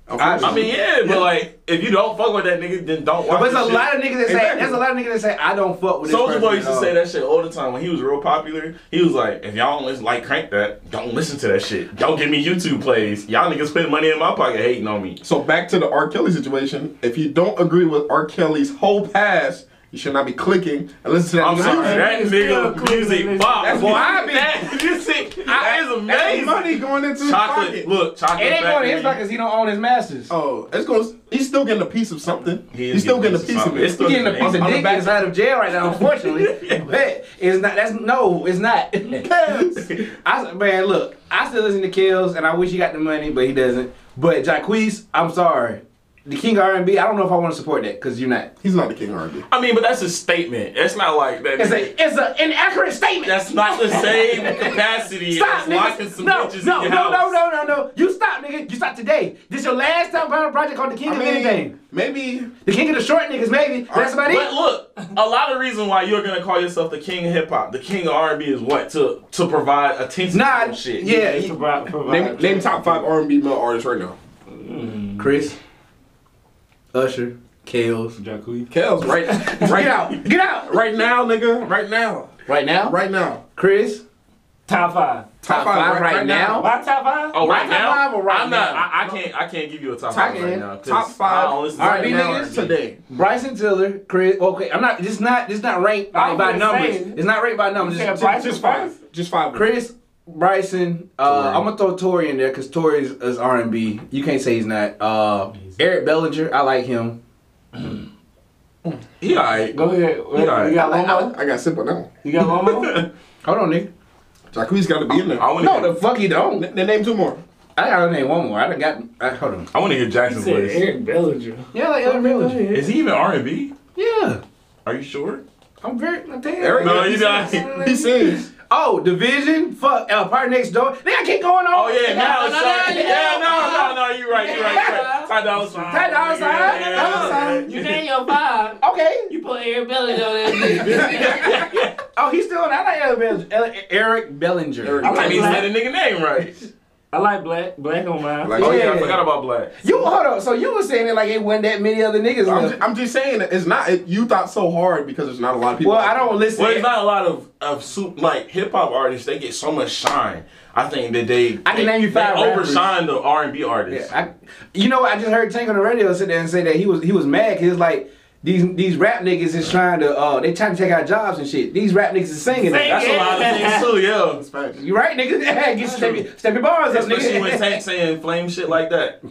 Speaker 1: Unfortunately.
Speaker 4: I mean, yeah, but like, if you don't fuck with that nigga, then don't watch.
Speaker 2: but it's
Speaker 4: his
Speaker 2: a
Speaker 4: shit.
Speaker 2: lot of niggas that say.
Speaker 4: Exactly.
Speaker 2: There's a lot of niggas that say I don't fuck with. this
Speaker 4: Soldier
Speaker 2: person
Speaker 4: Boy
Speaker 2: at
Speaker 4: used to
Speaker 2: all."
Speaker 4: say that shit all the time when he was real popular. He was like, if y'all don't listen, like crank that, don't listen to that shit. Don't give me YouTube plays. Y'all niggas put money in my pocket hating on me.
Speaker 1: So back to the R. Kelly situation. If you don't agree with R. Kelly's whole past, you should not be clicking and listen to that
Speaker 4: I'm
Speaker 1: music.
Speaker 4: sorry, that
Speaker 3: It's still
Speaker 4: nigga
Speaker 3: cool to
Speaker 4: music
Speaker 3: listen.
Speaker 4: pop.
Speaker 2: That's why I be-
Speaker 4: That, [LAUGHS] music, that
Speaker 2: That-
Speaker 4: is
Speaker 1: That's
Speaker 4: amazing.
Speaker 1: money going into his
Speaker 4: Chocolate,
Speaker 1: pocket.
Speaker 4: look, chocolate.
Speaker 2: It ain't going to his
Speaker 4: factory.
Speaker 2: because he don't own his masters.
Speaker 1: Oh, it's going. He's still getting a piece of something.
Speaker 4: He is
Speaker 1: he's still getting a piece of
Speaker 4: something.
Speaker 1: it.
Speaker 4: It's
Speaker 2: He's getting a piece
Speaker 4: amazing.
Speaker 2: of
Speaker 1: I'm
Speaker 2: dick
Speaker 1: back-
Speaker 2: inside of jail right now, unfortunately. [LAUGHS] but it's not. That's no. It's [LAUGHS] not. I man, look. I still listen to Kills, and I wish he got the money, but he doesn't. But Jacquees, I'm sorry. The King of R&B. I don't know if I want to support that because you're not.
Speaker 1: He's not the king of R&B.
Speaker 4: I mean, but that's a statement. It's not like that.
Speaker 2: It's
Speaker 4: nigga-
Speaker 2: a it's an inaccurate statement.
Speaker 4: that's not the same capacity
Speaker 2: Stop,
Speaker 4: as locking
Speaker 2: nigga.
Speaker 4: some
Speaker 2: No,
Speaker 4: bitches
Speaker 2: no,
Speaker 4: in your
Speaker 2: no,
Speaker 4: house.
Speaker 2: no, no, no, no. You stop, nigga. You stop today. This your last time on a project called The King
Speaker 1: I
Speaker 2: of
Speaker 1: mean,
Speaker 2: Anything.
Speaker 1: maybe
Speaker 2: The King of the Short Niggas, maybe. But That's about
Speaker 4: But
Speaker 2: it.
Speaker 4: look, a lot of reason why you're gonna call yourself the king of hip hop, the king of R&B is what to to provide attention
Speaker 2: Nah,
Speaker 4: to Oh, shit.
Speaker 2: yeah.
Speaker 3: It's about- for-
Speaker 1: name, name top five R&B male artists right now.
Speaker 2: Chris, Usher, Kales.
Speaker 3: Jacquees.
Speaker 1: Kells, [LAUGHS] right, right
Speaker 2: Get out. Get out.
Speaker 1: right now, nigga, right now,
Speaker 2: Right now?
Speaker 1: right now.
Speaker 2: Chris,
Speaker 3: Top five.
Speaker 2: top five right now?
Speaker 3: My top five?
Speaker 4: Oh, right
Speaker 2: My top
Speaker 4: now,
Speaker 2: five or right
Speaker 4: I'm not.
Speaker 2: now?
Speaker 4: I, I can't. I can't give you a top five right
Speaker 2: end.
Speaker 4: now. 'cause
Speaker 1: Top
Speaker 4: I don't
Speaker 1: five
Speaker 4: listen to
Speaker 1: R&B
Speaker 4: no
Speaker 1: niggas today.
Speaker 2: Bryson Tiller, Chris. Okay, I'm not. This not. This not ranked by,
Speaker 3: was
Speaker 2: by
Speaker 3: gonna
Speaker 2: numbers.
Speaker 3: say-
Speaker 2: It's not ranked by numbers.
Speaker 3: said
Speaker 2: Just,
Speaker 3: Bryson
Speaker 1: Just five. Just five.
Speaker 2: Chris, Bryson. Uh, I'm gonna throw Tory in there because Tory is, is R&B. You can't say he's not. Uh, Eric Bellinger, I like him.
Speaker 4: He alright.
Speaker 3: Go ahead.
Speaker 4: alright.
Speaker 3: You got one more?
Speaker 1: I got sip on that one.
Speaker 3: You got one more?
Speaker 2: Hold on, nigga.
Speaker 1: Jacquees got to be in there.
Speaker 4: I want to.
Speaker 2: No, the fuck he don't.
Speaker 1: N- then name two more.
Speaker 2: I gotta name one more. I done got. I, hold on.
Speaker 4: I want to hear
Speaker 3: He
Speaker 4: Jackson's
Speaker 3: said
Speaker 4: voice.
Speaker 3: Eric Bellinger.
Speaker 2: Yeah, I like Eric Bellinger.
Speaker 4: Is he even R&B?
Speaker 2: Yeah,
Speaker 4: Are you sure?
Speaker 2: I'm very. I'm damn.
Speaker 1: Eric-
Speaker 4: No,
Speaker 1: he
Speaker 4: you not.
Speaker 1: He sings.
Speaker 2: Oh, division. Fuck. Uh, part next door. Nigga, I keep going on.
Speaker 4: Oh yeah, now it's
Speaker 6: no, no,
Speaker 4: sorry.
Speaker 6: you
Speaker 4: Yeah,
Speaker 6: don't.
Speaker 4: no, no, no. You right. You right.
Speaker 2: [LAUGHS]
Speaker 4: You right. Ty Dolla Sign.
Speaker 2: Ty Dolla Sign,
Speaker 4: Yeah,
Speaker 2: Ty
Speaker 4: yeah,
Speaker 2: Dolla
Speaker 4: yeah.
Speaker 2: Sign.
Speaker 6: You name your five.
Speaker 2: Okay.
Speaker 6: You put Eric Bellinger on that bitch.
Speaker 2: Oh, he's still. I like Eric Bellinger. Eric Bellinger.
Speaker 1: Eric
Speaker 2: I
Speaker 4: I
Speaker 2: like-
Speaker 4: mean, he said the nigga name right.
Speaker 3: [LAUGHS] I like black. Black on mine.
Speaker 4: Like, oh yeah,
Speaker 2: Yeah.
Speaker 4: I forgot about black.
Speaker 2: You hold up. So you were saying it like it wasn't that many other niggas.
Speaker 1: I'm,
Speaker 2: left.
Speaker 1: just, I'm just saying that it's not. It, you thought so hard because there's not a lot of people.
Speaker 2: well, I don't listen.
Speaker 4: Well, it's not a lot of of suit like hip hop artists. They get so much shine. I think that they
Speaker 2: I can
Speaker 4: they,
Speaker 2: name you five
Speaker 4: they
Speaker 2: rappers.
Speaker 4: overshine the R and B artists.
Speaker 2: I, you know, I just heard Tank on the radio sit there and say that he was he was mad. 'cause He was like. These, these rap niggas is trying to uh they trying to take our jobs and shit. These rap niggas is singing.
Speaker 4: That's a lot of things too, yeah.
Speaker 1: don't.
Speaker 2: You right, nigga? [LAUGHS] Yeah, get step, your- step your bars up,
Speaker 4: Especially
Speaker 2: nigga.
Speaker 4: when Tank saying flame shit like that.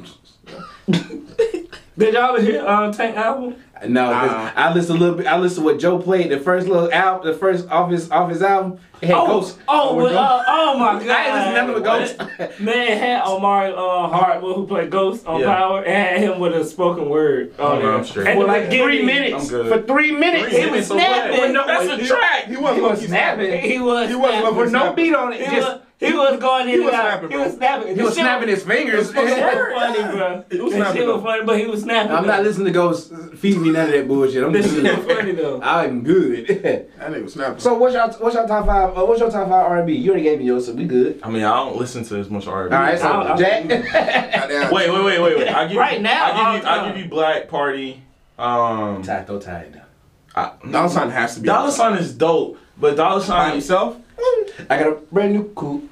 Speaker 3: Did y'all hear uh, Tank album?
Speaker 2: [LAUGHS] No, 'cause
Speaker 1: Nah.
Speaker 2: I listened a little bit. I listened to what Joe played the first little album, the first off his off his album. It had Ghost.
Speaker 3: oh, with, uh, oh my god!
Speaker 2: I ain't listened to nothing with Ghost.
Speaker 3: [LAUGHS] Man, it had Omar uh, Hartwell who played Ghost on
Speaker 4: Yeah.
Speaker 3: Power, and had him with a spoken word on
Speaker 4: no,
Speaker 3: there.
Speaker 4: I'm straight.
Speaker 3: And
Speaker 6: For
Speaker 3: it
Speaker 6: like
Speaker 3: was giving-
Speaker 6: three minutes.
Speaker 4: I'm good.
Speaker 6: For three minutes,
Speaker 4: Three
Speaker 6: he was
Speaker 4: minutes, so what?
Speaker 6: snapping.
Speaker 4: Well, no, that's a track.
Speaker 1: He wasn't
Speaker 2: was
Speaker 1: lucky
Speaker 2: snapping.
Speaker 6: He was.
Speaker 1: He wasn't
Speaker 6: snapping.
Speaker 1: looking
Speaker 2: With no beat on it.
Speaker 6: He
Speaker 2: just,
Speaker 6: was. He was going in.
Speaker 1: He was
Speaker 6: and out.
Speaker 1: snapping,
Speaker 6: He
Speaker 1: bro.
Speaker 6: was snapping.
Speaker 2: he was snapping his fingers. I'm
Speaker 3: funny, bro.
Speaker 1: was
Speaker 3: It was
Speaker 1: snapping, though.
Speaker 3: was funny, but he was snapping.
Speaker 2: not listening to Ghost feed me none of that bullshit. I'm
Speaker 3: This shit was
Speaker 6: [LAUGHS]
Speaker 2: good.
Speaker 3: funny though.
Speaker 2: I'm good. [LAUGHS]
Speaker 1: That nigga snapping.
Speaker 2: so what's your what's your top five? Uh, what's your top five R&B? You already gave me yours, so we good.
Speaker 4: I mean, I don't listen to as much R and B.
Speaker 2: All right, so
Speaker 3: I'll- I'll-
Speaker 2: Jack. [LAUGHS]
Speaker 1: Goddamn.
Speaker 4: [LAUGHS] Wait, wait, wait, wait, wait. I give
Speaker 6: Right
Speaker 4: you,
Speaker 6: now,
Speaker 4: I give you,
Speaker 6: all
Speaker 4: I give you Black Party. Um,
Speaker 2: Tato tied.
Speaker 4: I,
Speaker 1: Dollar sign has to be.
Speaker 4: Dollar Sign is dope, but Dollar
Speaker 1: by
Speaker 4: Sign.
Speaker 1: himself.
Speaker 2: I got a brand new coupe.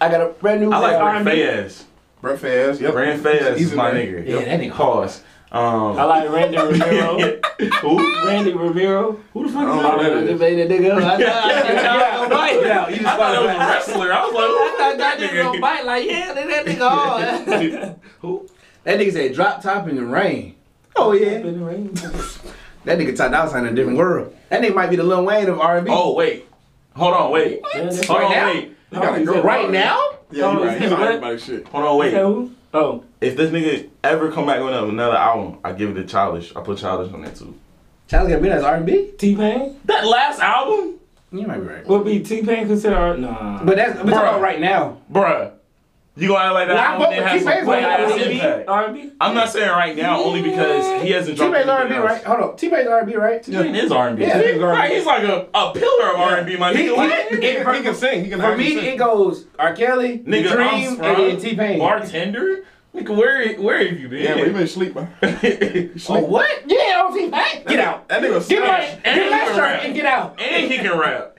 Speaker 2: I got a brand new.
Speaker 4: I like
Speaker 3: R&B.
Speaker 4: Brent Fayez.
Speaker 1: Brent Fayez. Yep.
Speaker 4: Brent Fayez
Speaker 1: He's
Speaker 4: is
Speaker 1: in
Speaker 4: my
Speaker 1: there.
Speaker 4: nigga.
Speaker 2: Yeah, that nigga
Speaker 4: Pause. Um,
Speaker 3: I like Randy Romero.
Speaker 4: who?
Speaker 3: Randy Romero.
Speaker 4: Who the fuck
Speaker 1: I don't
Speaker 4: is
Speaker 1: know
Speaker 4: that?
Speaker 1: who
Speaker 2: I
Speaker 1: that
Speaker 2: just
Speaker 1: is.
Speaker 2: made that
Speaker 6: [LAUGHS]
Speaker 2: nigga up. I thought- I thought y'all gonna bite.
Speaker 1: Yeah, you
Speaker 4: I
Speaker 1: just
Speaker 4: thought it
Speaker 1: follow
Speaker 4: was a
Speaker 1: that.
Speaker 4: wrestler. I was like, who
Speaker 6: I thought
Speaker 4: is that
Speaker 6: that nigga gonna
Speaker 4: nigga?
Speaker 6: bite like yeah, let that nigga on.
Speaker 2: That nigga said drop top in the rain. Oh yeah.
Speaker 3: Been around.
Speaker 2: That nigga Ty Dolla Sign in a different world. That nigga might be the Lil Wayne of R&B.
Speaker 4: Oh wait, hold on, wait,
Speaker 3: What?
Speaker 4: hold
Speaker 2: Right now?
Speaker 4: on, wait,
Speaker 1: You got a girl.
Speaker 2: right now?
Speaker 1: Yeah, you
Speaker 3: Oh,
Speaker 1: right.
Speaker 3: is
Speaker 1: He's
Speaker 3: it
Speaker 1: on
Speaker 3: what?
Speaker 1: everybody's shit.
Speaker 4: hold on,
Speaker 3: Is that
Speaker 4: wait.
Speaker 3: who? Oh,
Speaker 4: If this nigga ever come back with another album, I give it to Childish. I put Childish on that too.
Speaker 2: Child's gonna be that's R&B.
Speaker 3: T Pain.
Speaker 4: That last album,
Speaker 2: You might be right.
Speaker 3: Would be T Pain considered? R- Nah.
Speaker 2: But that's we talking about right now.
Speaker 4: bruh. You gonna act like that
Speaker 2: Nah, I
Speaker 4: album
Speaker 2: fuck
Speaker 4: didn't
Speaker 2: with
Speaker 4: have
Speaker 2: T-Pain's
Speaker 4: some
Speaker 2: on
Speaker 4: ass
Speaker 2: R&B.
Speaker 4: impact?
Speaker 3: R&B.
Speaker 4: I'm not saying right now, only because he hasn't dropped
Speaker 2: T-Pain's R&B,
Speaker 4: anything else.
Speaker 2: right? Hold on. T-Pain's R&B, right?
Speaker 4: T-Pain is R&B.
Speaker 2: Yeah,
Speaker 4: T-Pain's
Speaker 2: he's
Speaker 4: right,
Speaker 2: R&B.
Speaker 4: He's like a, a pillar of R&B, my
Speaker 2: He-
Speaker 4: nigga. What?
Speaker 2: he-
Speaker 1: He can, he can sing. He can
Speaker 2: For
Speaker 1: actually
Speaker 2: me,
Speaker 1: sing.
Speaker 2: it goes R. Kelly,
Speaker 4: Nigga,
Speaker 2: The Dream,
Speaker 4: I'm
Speaker 2: and
Speaker 4: sprung.
Speaker 2: then T-Pain.
Speaker 4: Bartender? Like, where, where have you been?
Speaker 1: yeah, but he been asleep, bro.
Speaker 2: oh, what? Yeah, on T-Pain. Get out.
Speaker 1: That nigga
Speaker 2: Get my,
Speaker 1: snapped.
Speaker 2: get my shirt and get out.
Speaker 4: and he can rap.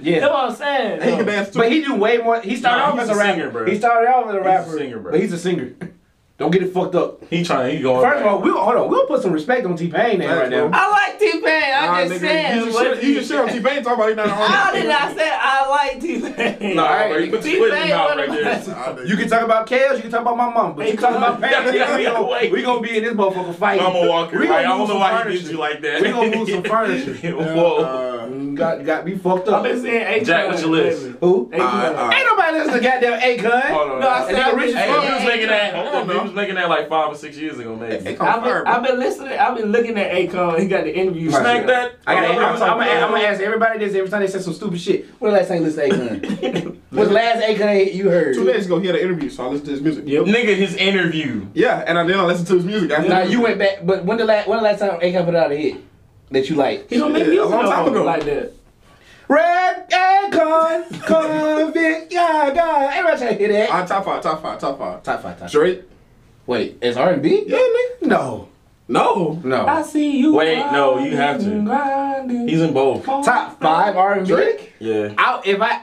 Speaker 3: That's
Speaker 2: Yeah.
Speaker 3: what I'm saying.
Speaker 1: He can dance too.
Speaker 2: But he do way more. He started
Speaker 4: Nah,
Speaker 2: off as
Speaker 4: he's
Speaker 2: a
Speaker 4: a
Speaker 2: rapper.
Speaker 4: singer, bro.
Speaker 2: He started off as a
Speaker 4: a
Speaker 2: rapper.
Speaker 4: singer, bro.
Speaker 2: But he's a singer. [LAUGHS] Don't get it fucked up.
Speaker 4: He trying, he going.
Speaker 2: First of all, we hold on. We'll put some respect on T Pain name
Speaker 1: Facts,
Speaker 2: right
Speaker 1: bro.
Speaker 2: now.
Speaker 6: I like T Pain. I
Speaker 1: Nah,
Speaker 6: just
Speaker 1: nigga,
Speaker 6: said.
Speaker 1: you
Speaker 6: what
Speaker 1: should- You
Speaker 6: he-
Speaker 1: should share on T-Pain. Talk about he not
Speaker 6: How did
Speaker 1: on
Speaker 6: I say I like T Pain?
Speaker 4: nah, bro, you put your foot in
Speaker 6: T-Pain,
Speaker 4: your mouth
Speaker 6: what
Speaker 4: right there.
Speaker 2: You can talk about Kels. You can talk about my mom. But you talk about Pain. we, gonna, we gonna be in this motherfucker fighting.
Speaker 4: Mama Walker,
Speaker 2: We
Speaker 4: right?
Speaker 2: gonna
Speaker 4: I don't
Speaker 2: move
Speaker 4: know
Speaker 2: some
Speaker 4: why he did
Speaker 2: furniture.
Speaker 4: you like that.
Speaker 2: We gonna move
Speaker 4: [LAUGHS]
Speaker 2: some furniture.
Speaker 1: Uh,
Speaker 4: Whoa.
Speaker 2: You got got me fucked
Speaker 3: I've
Speaker 2: up.
Speaker 3: been
Speaker 2: Ain't
Speaker 3: saying A.
Speaker 4: Jack, what's your list?
Speaker 2: Who?
Speaker 1: Uh,
Speaker 2: nobody listening to goddamn
Speaker 4: Hold
Speaker 2: Akon.
Speaker 4: on.
Speaker 6: No, I said
Speaker 2: That nigga rich as
Speaker 4: Hey,
Speaker 2: fuck.
Speaker 4: he was making that.
Speaker 1: Hold on,
Speaker 4: He
Speaker 1: now.
Speaker 4: was making that like five or six years ago, maybe.
Speaker 6: I've been, I've been listening. I've been looking at Akon. He got the interview.
Speaker 4: Smack that.
Speaker 2: I got.
Speaker 4: Oh,
Speaker 2: I'm,
Speaker 4: I'm talking about-
Speaker 2: gonna ask everybody this every time they said some stupid shit. When the last time you listened to Akon? What's the last Akon hit you heard?
Speaker 1: two days ago, he had an interview, so I listened to his music.
Speaker 3: Yep.
Speaker 4: Nigga, his interview.
Speaker 1: Yeah, and I then I listened to his music. after
Speaker 2: Now
Speaker 1: that.
Speaker 2: you went back, but when the last when the last time Akon put out a hit that you like?
Speaker 3: He don't make
Speaker 1: Yeah,
Speaker 3: music
Speaker 1: a long
Speaker 3: no
Speaker 1: time
Speaker 3: more
Speaker 1: ago.
Speaker 3: like that.
Speaker 2: Red Akon, convict, yeah, God, everybody trying to hear that.
Speaker 1: Uh, top five, top five, top five.
Speaker 2: Top five, top.
Speaker 1: Drake.
Speaker 2: Wait, it's R and B?
Speaker 1: Yeah, nigga.
Speaker 2: No,
Speaker 1: No.
Speaker 3: I
Speaker 2: no.
Speaker 3: see you.
Speaker 4: Wait, no, you have to.
Speaker 3: Grinding,
Speaker 4: He's in both.
Speaker 2: Top five R and B.
Speaker 1: Drake.
Speaker 4: Yeah.
Speaker 2: Out if I.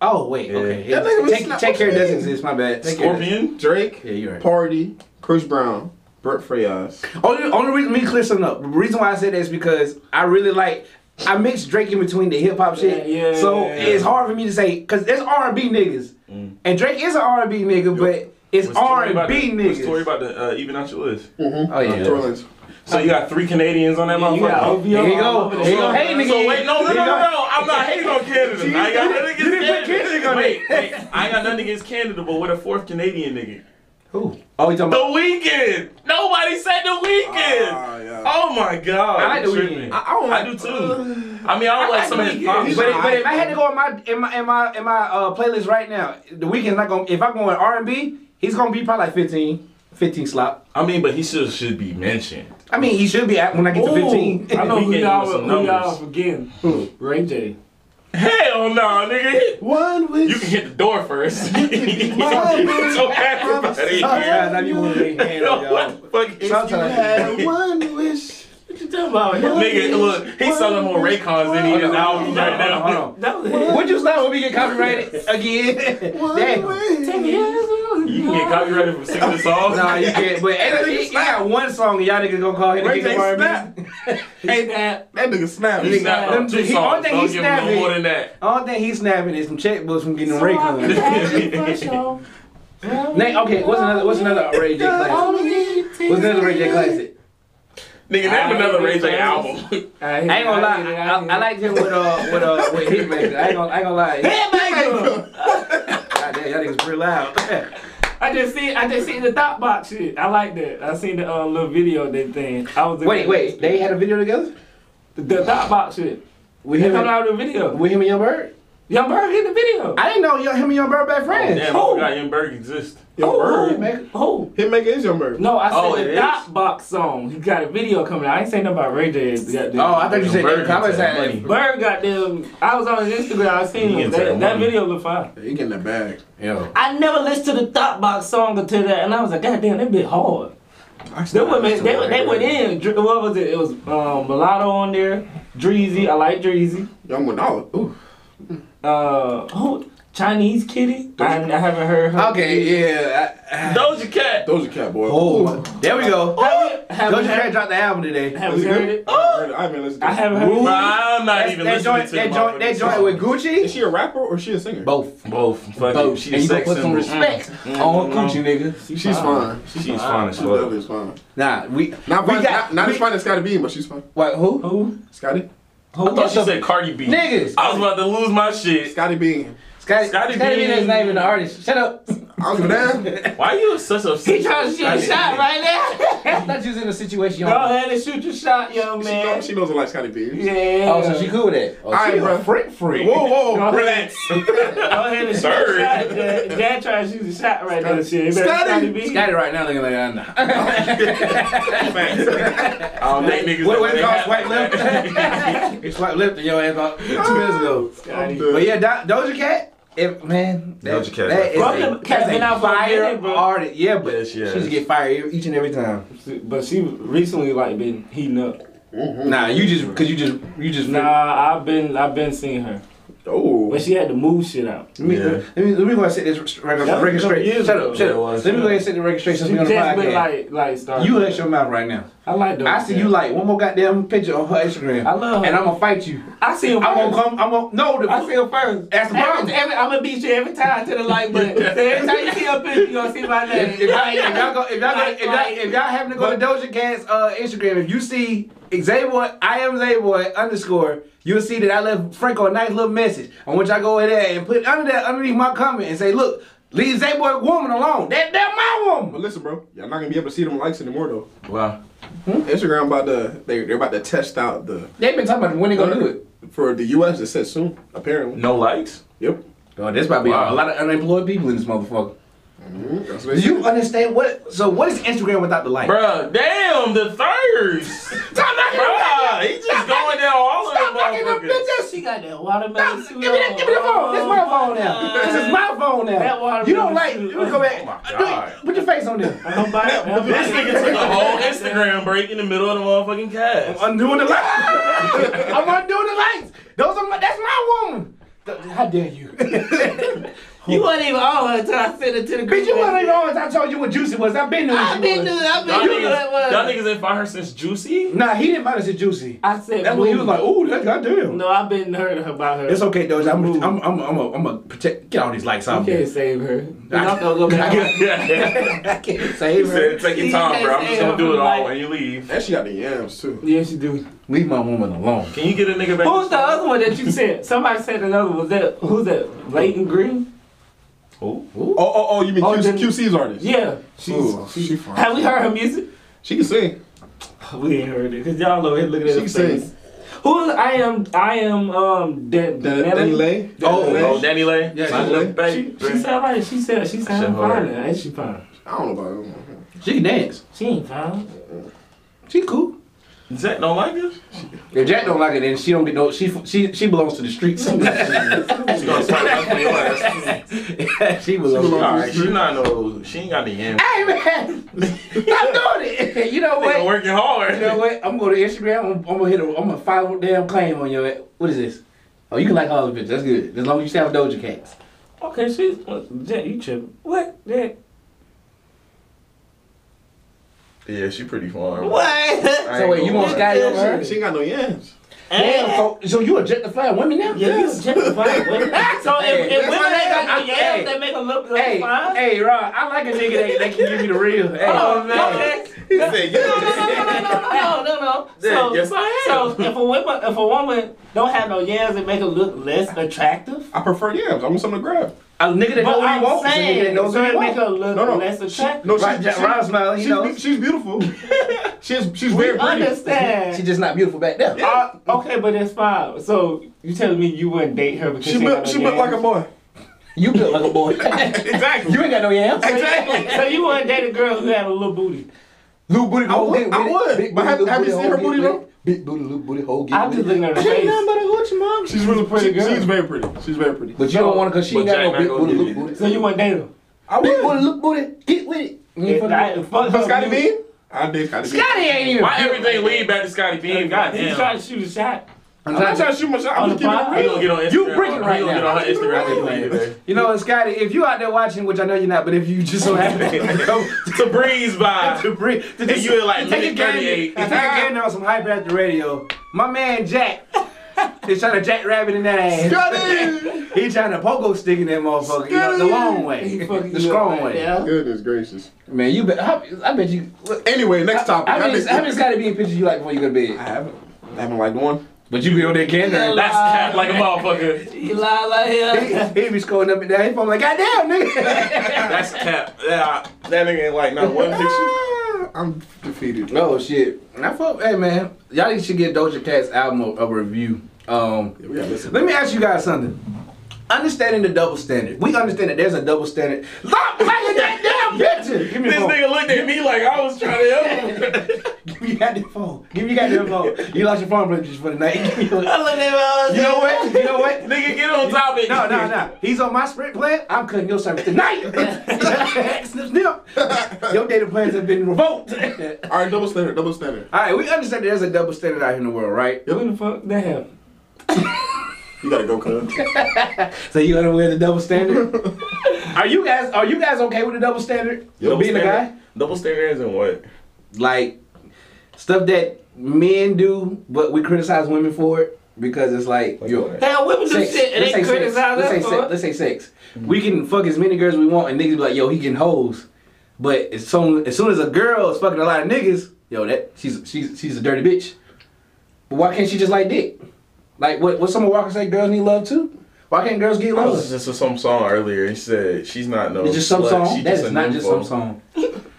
Speaker 2: Oh wait, okay.
Speaker 1: That nigga was
Speaker 2: Take,
Speaker 1: not-
Speaker 2: take care doesn't exist. My bad. Take Care doesn't-
Speaker 4: Scorpion.
Speaker 1: Drake.
Speaker 2: Yeah, you're right.
Speaker 1: Party. Chris Brown. Brent Freyaz.
Speaker 2: Only, only reason let me clear something up. The reason why I said that is because I really like I mix Drake in between the hip hop shit.
Speaker 3: Yeah, yeah,
Speaker 2: so
Speaker 3: yeah.
Speaker 2: it's hard for me to say because there's R and B niggas,
Speaker 1: Mm.
Speaker 2: and Drake is an R and B nigga, but it's R
Speaker 4: Tory
Speaker 2: and
Speaker 4: about
Speaker 2: B
Speaker 4: to- was Tory
Speaker 2: niggas.
Speaker 4: about to uh, even out your list.
Speaker 2: Oh yeah.
Speaker 1: New Orleans.
Speaker 4: So you got three Canadians on that
Speaker 3: You got
Speaker 4: motherfucker.
Speaker 3: OVO.
Speaker 2: Here you go.
Speaker 3: all over the
Speaker 2: Here you
Speaker 3: world.
Speaker 2: go. Hey, nigga.
Speaker 4: So wait, no, no, no,
Speaker 2: Here
Speaker 4: no,
Speaker 2: you go.
Speaker 4: no. I'm not hating on Canada. I ain't got nothing
Speaker 2: You didn't put
Speaker 4: against
Speaker 2: Canada
Speaker 4: Canada.
Speaker 2: on
Speaker 4: Wait,
Speaker 2: there.
Speaker 4: wait. I ain't got nothing against Canada, but with a fourth Canadian nigga.
Speaker 2: Who? Oh, you talking about?
Speaker 4: The weekend. Nobody said the weekend.
Speaker 1: Ah, yeah.
Speaker 4: Oh my god.
Speaker 2: I like The
Speaker 4: You
Speaker 2: Weeknd.
Speaker 4: tripping.
Speaker 1: I, I don't
Speaker 4: I
Speaker 1: like
Speaker 4: do too. I mean, I don't like, some of his pop.
Speaker 2: But,
Speaker 1: He's
Speaker 2: if-
Speaker 1: not-
Speaker 2: but if I had to go in my in my in my in my uh, playlist right now, the weekend's not gonna. If I go in R and B, he's gonna be probably like 15, 15 slop.
Speaker 4: I mean, but he still should be mentioned.
Speaker 2: I mean, he should be at when I get to [LAUGHS]
Speaker 3: Ooh,
Speaker 2: fifteen.
Speaker 3: I know
Speaker 4: He
Speaker 3: who
Speaker 4: gave
Speaker 3: y'all
Speaker 4: us some
Speaker 3: who y'all
Speaker 4: numbers.
Speaker 3: forgetting. Ray J.
Speaker 4: Hell no, nigga.
Speaker 1: One
Speaker 4: You
Speaker 1: wish.
Speaker 4: can hit the door
Speaker 2: [LAUGHS]
Speaker 4: first. [LAUGHS] so everybody
Speaker 2: Guys,
Speaker 4: [LAUGHS] here.
Speaker 2: I be wanting to get handled, [LAUGHS] y'all.
Speaker 4: What the fuck is
Speaker 1: You had
Speaker 4: you
Speaker 1: one wish.
Speaker 3: What you talking about?
Speaker 4: Nigga, look, he's selling more Raycons than he is albums right
Speaker 2: Hold on, hold
Speaker 4: now.
Speaker 2: on.
Speaker 3: That was it.
Speaker 2: Would you stop when we get copyrighted again? [LAUGHS] Damn.
Speaker 1: One wish.
Speaker 4: You can get copyrighted from singing this song.
Speaker 2: Nah, you can't. But hey, he, he got one song and y'all niggas gonna call him the
Speaker 1: Ray
Speaker 2: king of
Speaker 1: J
Speaker 2: R&B.
Speaker 1: snapped.
Speaker 2: [LAUGHS] Hey, that.
Speaker 1: That nigga snapped.
Speaker 4: He snapped
Speaker 2: Them-
Speaker 4: on two
Speaker 2: he-
Speaker 4: songs.
Speaker 2: only thing he
Speaker 4: Don't give him
Speaker 2: snapped
Speaker 4: no more
Speaker 2: is-
Speaker 4: than that.
Speaker 2: All thing he's snapping is some checkbooks from getting so
Speaker 4: can
Speaker 2: Raycon. [LAUGHS] Nate, okay, what's another? What's another Ray J classic? What's another Ray J classic?
Speaker 4: Nigga, name another Ray J album.
Speaker 3: I
Speaker 2: I ain't gonna lie, I, I, I liked him with uh with uh with Hitmaker. I ain't gonna I ain't gonna lie. Hitmaker. God damn, y'all niggas real loud. [LAUGHS]
Speaker 3: I just seen I just seen the thought box shit. I like that. I seen the uh, little video they thing. I was
Speaker 2: Wait, wait, they had a video together
Speaker 3: the thought box shit.
Speaker 2: with
Speaker 3: They
Speaker 2: him,
Speaker 3: coming
Speaker 2: and,
Speaker 3: out with a video.
Speaker 2: with him and Young Bird.
Speaker 3: Young Bird in the video.
Speaker 2: I didn't know yo- him and Young Bird back friends.
Speaker 4: Damn, I forgot Young Berg exists.
Speaker 3: Who?
Speaker 2: Bird.
Speaker 3: Who? Who?
Speaker 1: Hitmaker is your murder.
Speaker 3: No, I said
Speaker 4: Oh, it
Speaker 3: the
Speaker 4: is?
Speaker 3: dot box song. He got a video coming out. I ain't saying nothing about Ray J.
Speaker 2: oh, I thought you said
Speaker 4: Bird
Speaker 2: that. I was
Speaker 4: got that
Speaker 2: saying,
Speaker 4: money.
Speaker 3: Bird got them. I was on his Instagram. I seen
Speaker 4: He
Speaker 3: him.
Speaker 4: into
Speaker 3: That,
Speaker 4: that
Speaker 3: that
Speaker 4: money.
Speaker 3: video look fire.
Speaker 1: You getting that bag.
Speaker 4: Yo.
Speaker 3: I never listened to the Thought Box song until that, and I was like, God damn, that bit hard.
Speaker 1: I
Speaker 3: They
Speaker 1: still
Speaker 3: went,
Speaker 1: listen
Speaker 3: they,
Speaker 1: to
Speaker 3: went-
Speaker 1: Ray
Speaker 3: they
Speaker 1: J.
Speaker 3: went in. Dr- What was it? It was um, Mulatto on there. Dreezy. I like Dreezy.
Speaker 1: Young Manala. Ooh.
Speaker 3: Uh, who? Chinese Kitty. I, I haven't heard her.
Speaker 2: okay, yeah. I,
Speaker 4: Doja Cat.
Speaker 1: Doja Cat, boy.
Speaker 2: oh, there we go.
Speaker 3: Have, we- have,
Speaker 2: Doja
Speaker 3: we
Speaker 2: Cat
Speaker 3: heard,
Speaker 2: dropped the album today.
Speaker 3: have we heard it?
Speaker 1: I haven't heard it. I haven't listened to
Speaker 3: I
Speaker 1: it.
Speaker 3: haven't heard
Speaker 2: Ooh.
Speaker 3: it.
Speaker 4: Bro, I'm not even
Speaker 2: that
Speaker 4: listening
Speaker 2: joint,
Speaker 4: to the
Speaker 2: that joint, that
Speaker 4: motherfucking
Speaker 2: joint
Speaker 4: song.
Speaker 2: with Gucci.
Speaker 1: Is she a rapper or is she a singer?
Speaker 2: Both.
Speaker 4: Both. Fuck it.
Speaker 2: Both.
Speaker 4: She's
Speaker 2: and you gonna
Speaker 4: sex
Speaker 2: put some
Speaker 4: symbol.
Speaker 2: respect
Speaker 4: Mm,
Speaker 2: on
Speaker 4: mm,
Speaker 2: Gucci, nigga.
Speaker 1: She's fine.
Speaker 4: She's fine as
Speaker 1: She
Speaker 4: fuck.
Speaker 1: definitely is fine.
Speaker 2: Nah, we
Speaker 1: Not
Speaker 2: we
Speaker 1: fine.
Speaker 2: got
Speaker 1: Not, not
Speaker 2: we,
Speaker 1: as fine as Scotty Bean, but she's fine.
Speaker 2: What? Who?
Speaker 3: Who?
Speaker 1: Scotty.
Speaker 2: Who?
Speaker 4: I thought she said Cardi B.
Speaker 2: Niggas.
Speaker 4: I was about to lose my shit.
Speaker 1: Scotty Bean.
Speaker 2: Scotty, Scotty
Speaker 4: Scotty
Speaker 2: Bean
Speaker 4: Bean.
Speaker 2: is not even the artist. Shut up. [LAUGHS]
Speaker 1: I don't give a damn.
Speaker 4: [LAUGHS] Why you such a He
Speaker 2: trying to shoot a shot
Speaker 4: right
Speaker 2: I thought you was in a situation.
Speaker 3: Go ahead and shoot your shot, young
Speaker 1: She
Speaker 3: man.
Speaker 1: knows, she knows I like Scotty Bean.
Speaker 3: Yeah.
Speaker 2: Oh, so she cool with that? Oh,
Speaker 1: All right,
Speaker 2: she
Speaker 1: bro.
Speaker 2: a freak freak.
Speaker 1: Whoa, whoa, relax.
Speaker 3: Go ahead and shoot your
Speaker 4: Bird.
Speaker 3: shot. Dad, Dad trying to shoot a shot right now. Shit. Scotty. Scotty B.
Speaker 2: Scotty right now looking like I know. [LAUGHS]
Speaker 4: I don't think niggas.
Speaker 2: What
Speaker 4: know
Speaker 2: what
Speaker 4: they
Speaker 2: it called?
Speaker 4: have-
Speaker 2: Swipe left. He swiped left to your ass about two minutes ago.
Speaker 3: Scotty.
Speaker 1: I'm good.
Speaker 2: But yeah, Do- Doja Cat. If, man, that,
Speaker 4: Doja Cat.
Speaker 2: That is
Speaker 3: Bro,
Speaker 2: a,
Speaker 3: Doja Cat's
Speaker 2: that's
Speaker 3: been
Speaker 2: a
Speaker 3: out for a
Speaker 2: fire
Speaker 3: minute, bro.
Speaker 2: artist. Yeah, but
Speaker 4: Yes,
Speaker 2: she
Speaker 4: yes.
Speaker 2: used to get fired e-, each and every time.
Speaker 3: But she recently like been heating up.
Speaker 2: Nah, you just cause you just you just
Speaker 3: Nah, I've been I've been seeing her.
Speaker 1: Oh.
Speaker 3: When she had to move shit out.
Speaker 2: Let me,
Speaker 4: Yeah.
Speaker 2: let me let me go and set this record,
Speaker 3: That was
Speaker 2: record
Speaker 3: a couple
Speaker 2: straight.
Speaker 3: years
Speaker 2: Shut
Speaker 3: ago.
Speaker 2: up, shut
Speaker 4: Yeah, it
Speaker 2: up.
Speaker 4: was.
Speaker 2: Let me go ahead and set the record straight since
Speaker 3: She
Speaker 2: we on
Speaker 3: just
Speaker 2: the
Speaker 3: been
Speaker 2: podcast.
Speaker 3: like like starting.
Speaker 2: you hush your mouth right now.
Speaker 3: I like
Speaker 2: I see you like one more goddamn picture on her Instagram.
Speaker 3: I love her.
Speaker 2: And I'm gonna fight you.
Speaker 3: I see him.
Speaker 2: I'm gonna come. I'm gonna no. The,
Speaker 3: I see him first.
Speaker 2: That's the problem.
Speaker 3: Every, every, I'm gonna beat you every time to the
Speaker 2: [LAUGHS]
Speaker 3: like button. every time you see her picture, you gonna see my name.
Speaker 2: if, if y'all, if y'all go, if y'all, go, if y'all,
Speaker 3: Like,
Speaker 2: if y'all happen to go to Doja Cat's uh, Instagram, if you see Xayboy, I am Xayboy underscore, you'll see that I left Franco a nice little message. I want y'all to go over there and put under that underneath my comment and say, look, leave Xayboy woman alone. That that my
Speaker 1: But
Speaker 2: woman.
Speaker 1: listen, bro, y'all not gonna be able to see them likes anymore though.
Speaker 4: Wow.
Speaker 1: Instagram about to they they're about to test out the
Speaker 2: They've been talking about when they gonna do it.
Speaker 1: for the U.S. It says soon, apparently.
Speaker 4: No likes.
Speaker 1: Yep.
Speaker 2: Oh, there's about to be
Speaker 4: Wow.
Speaker 2: a lot of unemployed people in this motherfucker.
Speaker 1: That's what
Speaker 2: Do
Speaker 1: they
Speaker 2: you
Speaker 1: said.
Speaker 2: understand what? So what is Instagram without the like?
Speaker 4: Bruh, damn, the thirst. Bruh, he just going down all of them motherfuckers.
Speaker 3: She got that watermelon. Oh
Speaker 2: Give me that, give me the phone. That's my phone now. This is my phone
Speaker 3: That
Speaker 2: now.
Speaker 3: watermelon
Speaker 2: You don't like?
Speaker 3: suit.
Speaker 2: You go back.
Speaker 4: Oh my God.
Speaker 2: Put your face on there.
Speaker 3: Nobody, nobody.
Speaker 4: This nigga took a whole Instagram break in the middle of the motherfucking cast.
Speaker 2: [LAUGHS] undoing the lights. [LAUGHS] I'm undoing the lights. Those are my, that's my woman. Th- How dare you? [LAUGHS]
Speaker 6: You wasn't even on her until I sent it to the group.
Speaker 2: Bitch, you wasn't even on. I told you what juicy was. I've been doing.
Speaker 6: I've been doing I've
Speaker 4: Y'all
Speaker 6: been doing that
Speaker 4: niggas, y'all
Speaker 6: one.
Speaker 4: niggas ain't find her since Juicy.
Speaker 2: Nah, he didn't mind us as juicy.
Speaker 3: I said.
Speaker 2: That's when he was
Speaker 3: move.
Speaker 2: like, "Ooh, that goddamn."
Speaker 3: No, I've been heard about her.
Speaker 2: It's okay, Doja. I'm, I'm, I'm, I'm, I'm, a, I'm a protect. Get all these lights
Speaker 3: You
Speaker 2: out.
Speaker 3: can't
Speaker 2: here.
Speaker 3: save her. Y'all gonna go back.
Speaker 4: Yeah.
Speaker 2: I can't save
Speaker 4: He said,
Speaker 2: her.
Speaker 4: take your time, bro. I'm just gonna do it all when you leave.
Speaker 1: And she got the yams too.
Speaker 3: Yes, you do.
Speaker 2: Leave my woman alone.
Speaker 4: Can you get a nigga back?
Speaker 3: Who's the other one that you sent? Somebody sent another one. Was that who's that? Leighton Green?
Speaker 4: Who?
Speaker 1: Oh, oh, oh! You mean
Speaker 3: Oh,
Speaker 1: Q-
Speaker 3: then-
Speaker 1: QC's artist?
Speaker 3: Yeah, she's.
Speaker 1: Ooh,
Speaker 3: she,
Speaker 1: she fine.
Speaker 3: have we heard her music?
Speaker 1: She can sing.
Speaker 3: We ain't heard it because y'all over here looking at
Speaker 1: She
Speaker 3: her
Speaker 1: can
Speaker 3: face.
Speaker 1: sing.
Speaker 3: Who is I am? I am. Um, Dan.
Speaker 1: Danny Danny Lay.
Speaker 2: Oh,
Speaker 1: Danny
Speaker 4: Oh,
Speaker 1: Lay.
Speaker 4: Danny Lay.
Speaker 2: Yeah,
Speaker 4: My
Speaker 1: she-
Speaker 4: little
Speaker 3: She,
Speaker 4: baby.
Speaker 3: she sound like she said she sound
Speaker 4: She hard.
Speaker 3: fine. Now. Ain't she fine?
Speaker 1: I don't know about him.
Speaker 2: She can dance.
Speaker 3: She ain't fine.
Speaker 2: She cool.
Speaker 4: Zach don't like us?
Speaker 2: If Jack don't like it, then she don't get no. She she she belongs to the streets.
Speaker 4: She's gonna start up for your [LAUGHS]
Speaker 2: [LAUGHS]
Speaker 4: ass.
Speaker 2: she belongs.
Speaker 4: All right, she not no. She ain't got the yam.
Speaker 2: Hey man, stop doing it. [LAUGHS] You know
Speaker 4: Nigga
Speaker 2: what?
Speaker 4: working hard.
Speaker 2: You know what? I'm going to Instagram. I'm, I'm gonna hit. A, I'm gonna file a damn claim on your. What is this? Oh, you can like all the bitches. That's good. As long as you stay with Doja Cat.
Speaker 3: Okay, she's what, Jack, you tripping? What? Jack?
Speaker 4: Yeah, she pretty fine. bro.
Speaker 6: What?
Speaker 4: I
Speaker 2: So
Speaker 4: ain't
Speaker 2: wait, you
Speaker 4: gonna
Speaker 2: want
Speaker 4: lie.
Speaker 2: Sky over her?
Speaker 1: She ain't got no yams.
Speaker 2: Damn. So, so you objectifying women now?
Speaker 3: Yeah, you objectifying women.
Speaker 6: So if,
Speaker 2: Hey,
Speaker 6: if
Speaker 2: that's
Speaker 6: women
Speaker 2: why
Speaker 6: ain't
Speaker 2: they-
Speaker 6: got the
Speaker 2: hey.
Speaker 6: yams, they make a little bit
Speaker 2: Hey,
Speaker 6: of fine.
Speaker 2: hey, Ron, I like a nigga that, that can give you the real. Hey,
Speaker 6: Oh, man.
Speaker 4: He said, yeah.
Speaker 6: No, no, no, no, no, no, no, no. So,
Speaker 4: yes, I am.
Speaker 6: so if a woman, if a woman don't have no yams, it make her look less attractive.
Speaker 1: I prefer yams. I want something to grab.
Speaker 2: a nigga that
Speaker 6: But
Speaker 2: knows who
Speaker 6: I'm
Speaker 2: you want is a nigga
Speaker 6: saying,
Speaker 2: that knows
Speaker 6: so
Speaker 2: who you
Speaker 6: it make
Speaker 2: want.
Speaker 6: her look
Speaker 1: No, no.
Speaker 6: less attractive.
Speaker 1: No,
Speaker 2: Right,
Speaker 1: she,
Speaker 2: Jack Ron smile, he
Speaker 1: she's,
Speaker 2: knows.
Speaker 1: be- she's beautiful. [LAUGHS] she's she's
Speaker 6: We
Speaker 1: very pretty.
Speaker 6: understand.
Speaker 2: She just not beautiful back there.
Speaker 6: Uh, okay, but it's fine. So you telling me you wouldn't date her because
Speaker 1: She built she built like a boy.
Speaker 2: You built like a boy.
Speaker 6: [LAUGHS]
Speaker 1: Exactly.
Speaker 2: you ain't got no yams.
Speaker 6: a. So you wouldn't date a girl who had a little booty.
Speaker 2: Lou booty,
Speaker 1: I
Speaker 2: hoe,
Speaker 1: would-
Speaker 2: get with
Speaker 1: I
Speaker 2: it.
Speaker 1: would.
Speaker 2: Big
Speaker 1: But have-
Speaker 2: Lou
Speaker 1: have you
Speaker 2: hoe,
Speaker 1: seen her
Speaker 2: get
Speaker 1: booty,
Speaker 2: with it.
Speaker 1: though?
Speaker 2: Big booty, Lou booty, hoe, get
Speaker 6: I'm
Speaker 2: with
Speaker 6: just
Speaker 2: it.
Speaker 6: looking at her
Speaker 2: She ain't
Speaker 6: face.
Speaker 2: nothing but a hoochie mom.
Speaker 1: She's really pretty.
Speaker 6: girl.
Speaker 1: She's very pretty. She's very pretty.
Speaker 2: But you don't want to cause she
Speaker 4: But
Speaker 2: ain't got
Speaker 4: Jack
Speaker 2: no
Speaker 4: not
Speaker 2: big
Speaker 4: gonna
Speaker 2: booty,
Speaker 4: give
Speaker 2: Lou
Speaker 4: you
Speaker 2: booty.
Speaker 6: So you wouldn't date her.
Speaker 1: I
Speaker 2: Big booty,
Speaker 1: would.
Speaker 2: Lou booty, get with it. You ain't fucking
Speaker 6: I-
Speaker 2: with it.
Speaker 6: fuck her.
Speaker 1: But Scotty Bean? I did Scotty Bean.
Speaker 2: Scotty ain't even.
Speaker 4: Why everything lead back to Scotty Bean?
Speaker 6: He's
Speaker 4: Goddamn.
Speaker 6: trying to shoot a shot.
Speaker 2: I'm
Speaker 1: I'm not
Speaker 2: trying
Speaker 1: trying
Speaker 2: to.
Speaker 1: to shoot my shot.
Speaker 6: On
Speaker 1: I'm
Speaker 6: the
Speaker 1: just keeping
Speaker 6: pod?
Speaker 1: it
Speaker 4: He
Speaker 1: real.
Speaker 4: gonna get on Instagram.
Speaker 2: You breaking right
Speaker 4: he
Speaker 2: now.
Speaker 4: gonna get on her Instagram. and leave it
Speaker 2: You know, Scotty, if you out there watching, which I know you're not, but if you just so happen
Speaker 4: [LAUGHS]
Speaker 2: to come
Speaker 4: there. To breeze by.
Speaker 2: [LAUGHS] to breathe, to
Speaker 4: And you in, like,
Speaker 2: to take a
Speaker 4: minute
Speaker 2: game, to
Speaker 4: 38.
Speaker 2: take a game on some hype after radio. My man
Speaker 4: [LAUGHS]
Speaker 2: Jack is trying to jackrabbit in that ass.
Speaker 1: Scotty!
Speaker 2: He trying to pogo stick in that motherfucker, you know, the long way, the strong way.
Speaker 1: Goodness gracious.
Speaker 2: Man, you bet. I, I bet you.
Speaker 1: Anyway, next topic.
Speaker 2: I
Speaker 1: I
Speaker 2: mean,
Speaker 1: think-
Speaker 2: I mean, Scotty Bean picture you like before you go to
Speaker 1: I
Speaker 2: bed.
Speaker 1: haven't. I haven't liked one.
Speaker 2: But you be on that candor. [LAUGHS]
Speaker 4: That's cap like a motherfucker.
Speaker 6: You lie like him.
Speaker 2: He, he be scrolling up and down. He phone like, goddamn [LAUGHS] nigga.
Speaker 4: That's cap. That, that nigga ain't like not one picture.
Speaker 1: Ah, I'm defeated.
Speaker 2: oh shit. I fuck. Hey man, y'all need to get Doja Cat's album a, a review. Um,
Speaker 1: We gotta listen.
Speaker 2: Let me ask you guys something. Understanding the double standard. We understand that there's a double standard. Stop playing that damn picture! Give me
Speaker 4: This
Speaker 2: your phone.
Speaker 4: nigga looked at me like I was trying to help him.
Speaker 2: [LAUGHS] Give me your goddamn phone. Give me your goddamn phone. You lost your phone privileges for the night. [LAUGHS] Give me your-
Speaker 6: I look at him.
Speaker 2: you know what? You know what?
Speaker 4: nigga, get on topic.
Speaker 2: No, no, no. He's on my sprint plan. I'm cutting your service [LAUGHS] tonight. snip, snip. Your data plans have been revoked. [LAUGHS] All
Speaker 1: All right, double standard. Double standard.
Speaker 2: right, we understand that there's a double standard out here in the world, right?
Speaker 6: When the fuck that happened?
Speaker 1: You gotta go, cuz.
Speaker 2: So you unaware of the double standard? are you guys are you guys okay with the double standard?
Speaker 4: Double
Speaker 2: Being a guy?
Speaker 4: standard- Double standard isn't what?
Speaker 2: like stuff that men do, but we criticize women for it because it's like
Speaker 4: Like
Speaker 2: yo.
Speaker 4: what?
Speaker 6: Damn, women do
Speaker 2: Sex.
Speaker 6: shit and
Speaker 2: Let's
Speaker 6: they
Speaker 2: say
Speaker 6: criticize
Speaker 2: sex. Let's say
Speaker 6: us
Speaker 2: sex.
Speaker 6: for it.
Speaker 2: Let's say sex. We can fuck as many girls as we want, and niggas be like, "Yo, he getting hoes." But as soon as soon as a girl is fucking a lot of niggas, yo, that she's she's she's a dirty bitch. But why can't she just like dick? Like what? What someone Walker say? Girls need love too. Why can't girls get
Speaker 4: I was
Speaker 2: love?
Speaker 4: just with some song earlier. He said she's not no.
Speaker 2: It's just some
Speaker 4: slut,
Speaker 2: song.
Speaker 4: she
Speaker 2: That
Speaker 4: just
Speaker 2: is
Speaker 4: a
Speaker 2: not just
Speaker 4: nympho."
Speaker 2: some [LAUGHS] song.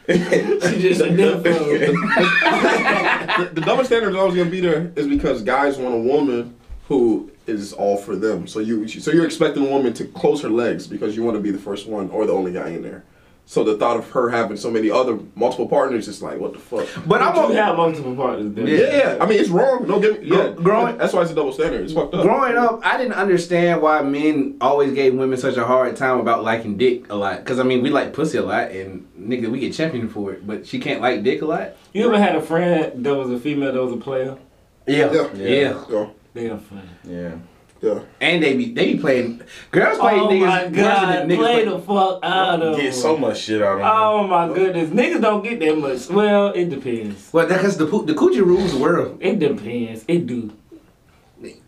Speaker 6: She just a nympho.
Speaker 1: the, the double standard is always gonna be there is because guys want a woman who is all for them. So you so you're expecting a woman to close her legs because you want to be the first one or the only guy in there. So the thought of her having so many other multiple partners is like what the fuck.
Speaker 2: [LAUGHS] But I'm
Speaker 6: You
Speaker 2: on.
Speaker 6: have multiple partners, dude.
Speaker 1: Yeah, yeah. I mean it's wrong. No, give me yeah.
Speaker 2: Gr- growing-
Speaker 1: That's why it's a double standard. It's fucked up.
Speaker 2: Growing up, I didn't understand why men always gave women such a hard time about liking dick a lot. Cause I mean, we like pussy a lot, and nigga, we get championed for it. But she can't like dick a lot.
Speaker 3: You ever had a friend that was a female that was a player?
Speaker 2: Yeah, yeah.
Speaker 1: Yeah. Yeah,
Speaker 3: They are funny.
Speaker 4: [LAUGHS] Yeah.
Speaker 1: yeah.
Speaker 2: And they be they be playing girls play
Speaker 6: Oh my
Speaker 2: niggas
Speaker 6: god,
Speaker 2: worse than niggas
Speaker 6: play
Speaker 2: play.
Speaker 6: the fuck out of
Speaker 4: Get
Speaker 6: them.
Speaker 4: so much shit out of him.
Speaker 3: Oh my goodness, niggas don't get that much. Well, it depends.
Speaker 2: Well, that's 'cause the poo- the coochie rules the world.
Speaker 3: It depends. It do.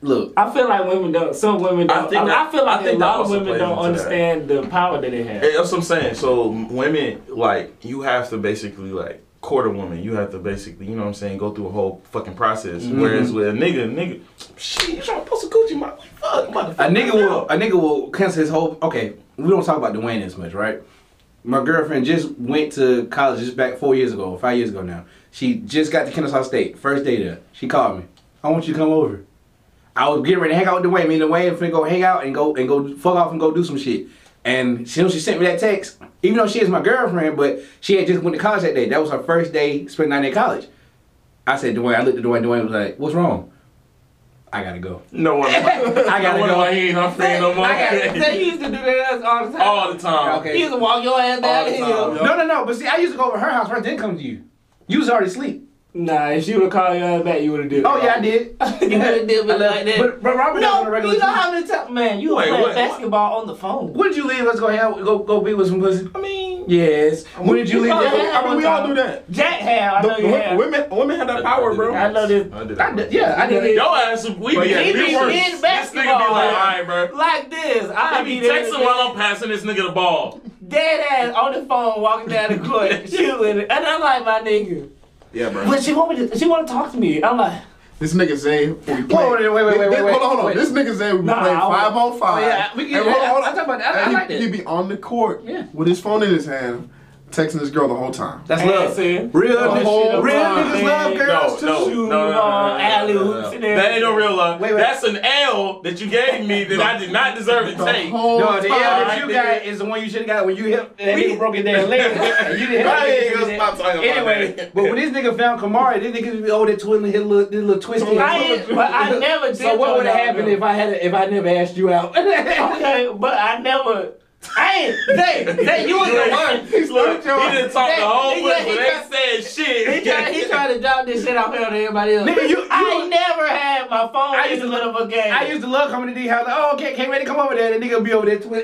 Speaker 2: Look,
Speaker 3: I feel like women don't. Some women
Speaker 4: I
Speaker 3: don't. I,
Speaker 4: think that-
Speaker 3: I feel
Speaker 4: I
Speaker 3: like
Speaker 4: think
Speaker 3: a
Speaker 4: that
Speaker 3: lot of
Speaker 4: also
Speaker 3: women
Speaker 4: plays
Speaker 3: don't
Speaker 4: into that.
Speaker 3: understand the power that they have.
Speaker 4: Hey, that's what I'm saying. So women, like, you have to basically like court a woman. You have to basically, you know what I'm saying, go through a whole fucking process. Whereas with a nigga, nigga, shit, you trying to post a coochie, my like, fuck, motherfucker.
Speaker 2: a nigga will a nigga will cancel his whole. Okay, we don't talk about Dwayne as much, right? My girlfriend just went to college just back four years ago, five years ago now. She just got to Kennesaw State, first day there. She called me. I want you to come over. I was getting ready to hang out with Dwayne. Me and Dwayne finna go hang out and go and go fuck off and go do some shit. And she, she sent me that text, even though she is my girlfriend, but she had just went to college that day. That was her first day spending night at college. I said, Dwayne, I looked at Dwayne. Dwayne was like, what's wrong? I gotta go.
Speaker 4: No one.
Speaker 2: I
Speaker 4: [LAUGHS] I
Speaker 2: gotta
Speaker 4: wonder why
Speaker 2: go.
Speaker 4: he ain't our
Speaker 3: They,
Speaker 4: friend no more.
Speaker 3: I got, they used to do that to us all the
Speaker 4: [LAUGHS]
Speaker 3: time.
Speaker 4: All the time.
Speaker 2: Okay.
Speaker 3: He used to walk your ass down the hill.
Speaker 2: No, no, no. But see, I used to go over her house right then come to you. You was already asleep.
Speaker 7: Nah, if she would have called your ass back, you would have did it.
Speaker 2: Oh, yeah, I did.
Speaker 3: You would have did
Speaker 2: I
Speaker 3: it
Speaker 2: love-
Speaker 3: like that.
Speaker 2: But, but Robert does on a
Speaker 3: no,
Speaker 2: regular
Speaker 3: you know
Speaker 2: TV.
Speaker 3: how many times, man, you
Speaker 8: Wait,
Speaker 3: were
Speaker 8: what?
Speaker 3: playing basketball on the phone.
Speaker 2: When did you leave? Let's go hang out. Go go be with some pussy.
Speaker 8: I mean,
Speaker 2: Yes. When did you leave?
Speaker 3: Oh, yeah.
Speaker 1: I mean, we all do that.
Speaker 3: Jack had, I know
Speaker 1: The-
Speaker 3: you had.
Speaker 1: women, women have that power, bro.
Speaker 3: I know this.
Speaker 8: I did
Speaker 2: I
Speaker 8: it.
Speaker 2: did, yeah, I did. it.
Speaker 4: Your ass, we
Speaker 8: But
Speaker 4: be
Speaker 8: yeah,
Speaker 4: at
Speaker 8: he
Speaker 4: this
Speaker 8: be
Speaker 4: work. This nigga be like,
Speaker 3: in basketball.
Speaker 4: all right, bro.
Speaker 3: Like this. I
Speaker 4: I be
Speaker 3: there
Speaker 4: texting while I'm passing this nigga the ball.
Speaker 3: dead ass on the phone walking down the court shooting. And I'm like, my nigga.
Speaker 1: Yeah, bro.
Speaker 3: But she want me to, she want to talk to me. I'm like,
Speaker 1: This nigga Zay, we playing.
Speaker 2: wait, wait, wait,
Speaker 1: This-
Speaker 2: wait, wait.
Speaker 1: Hold on, hold on.
Speaker 2: Wait.
Speaker 1: This nigga Zay, we
Speaker 3: Nah,
Speaker 1: playing
Speaker 3: I want-
Speaker 1: five on five.
Speaker 2: Oh, yeah, we can-
Speaker 1: And hold on, hold on.
Speaker 2: I talk about that. I
Speaker 1: And
Speaker 2: like
Speaker 1: he,
Speaker 2: that.
Speaker 1: he be on the court
Speaker 2: Yeah.
Speaker 1: with his phone in his hand, texting this girl the whole time.
Speaker 2: That's love. Real,
Speaker 7: Listen.
Speaker 1: The
Speaker 2: niggas,
Speaker 1: whole
Speaker 2: real
Speaker 1: time,
Speaker 2: niggas love girls too.
Speaker 4: No, no, no, no, no,
Speaker 3: uh, alley
Speaker 4: no, no, no,
Speaker 3: hoops
Speaker 4: no.
Speaker 3: and
Speaker 4: That ain't no real love.
Speaker 2: Wait, wait.
Speaker 4: That's an L that you gave me that I did not deserve to
Speaker 1: The
Speaker 4: take.
Speaker 1: whole
Speaker 2: No, the L
Speaker 1: time.
Speaker 2: that you got is the one you should have got when you hit that nigga broke it down leg. and You didn't
Speaker 4: Right,
Speaker 2: hit
Speaker 4: let's stop talking about
Speaker 2: Anyway,
Speaker 4: that.
Speaker 2: but when this nigga found Kamari, this nigga be oh that twin hit a little, did a little twist. in
Speaker 3: I
Speaker 2: his-
Speaker 3: ain't- but I never did
Speaker 2: So what
Speaker 3: know
Speaker 2: would have
Speaker 3: that,
Speaker 2: happened
Speaker 3: though.
Speaker 2: if I had if I never asked you
Speaker 3: [LAUGHS]
Speaker 2: out? okay.
Speaker 3: Okay, but I never. I ain't. They, they, you was the one.
Speaker 4: Look, he didn't talk the whole
Speaker 3: He-
Speaker 4: book,
Speaker 3: he-
Speaker 4: but they said
Speaker 3: He tried, he
Speaker 4: shit.
Speaker 3: tried to drop this shit off here on everybody else.
Speaker 2: Nigga, you-
Speaker 3: I
Speaker 2: you-
Speaker 3: never had my phone.
Speaker 2: I
Speaker 3: I
Speaker 2: used
Speaker 3: used
Speaker 2: to-
Speaker 3: a little of a game.
Speaker 2: I used to love coming to D house. Like, oh, okay, can't ready to come over there. The nigga be over there, twin, [LAUGHS]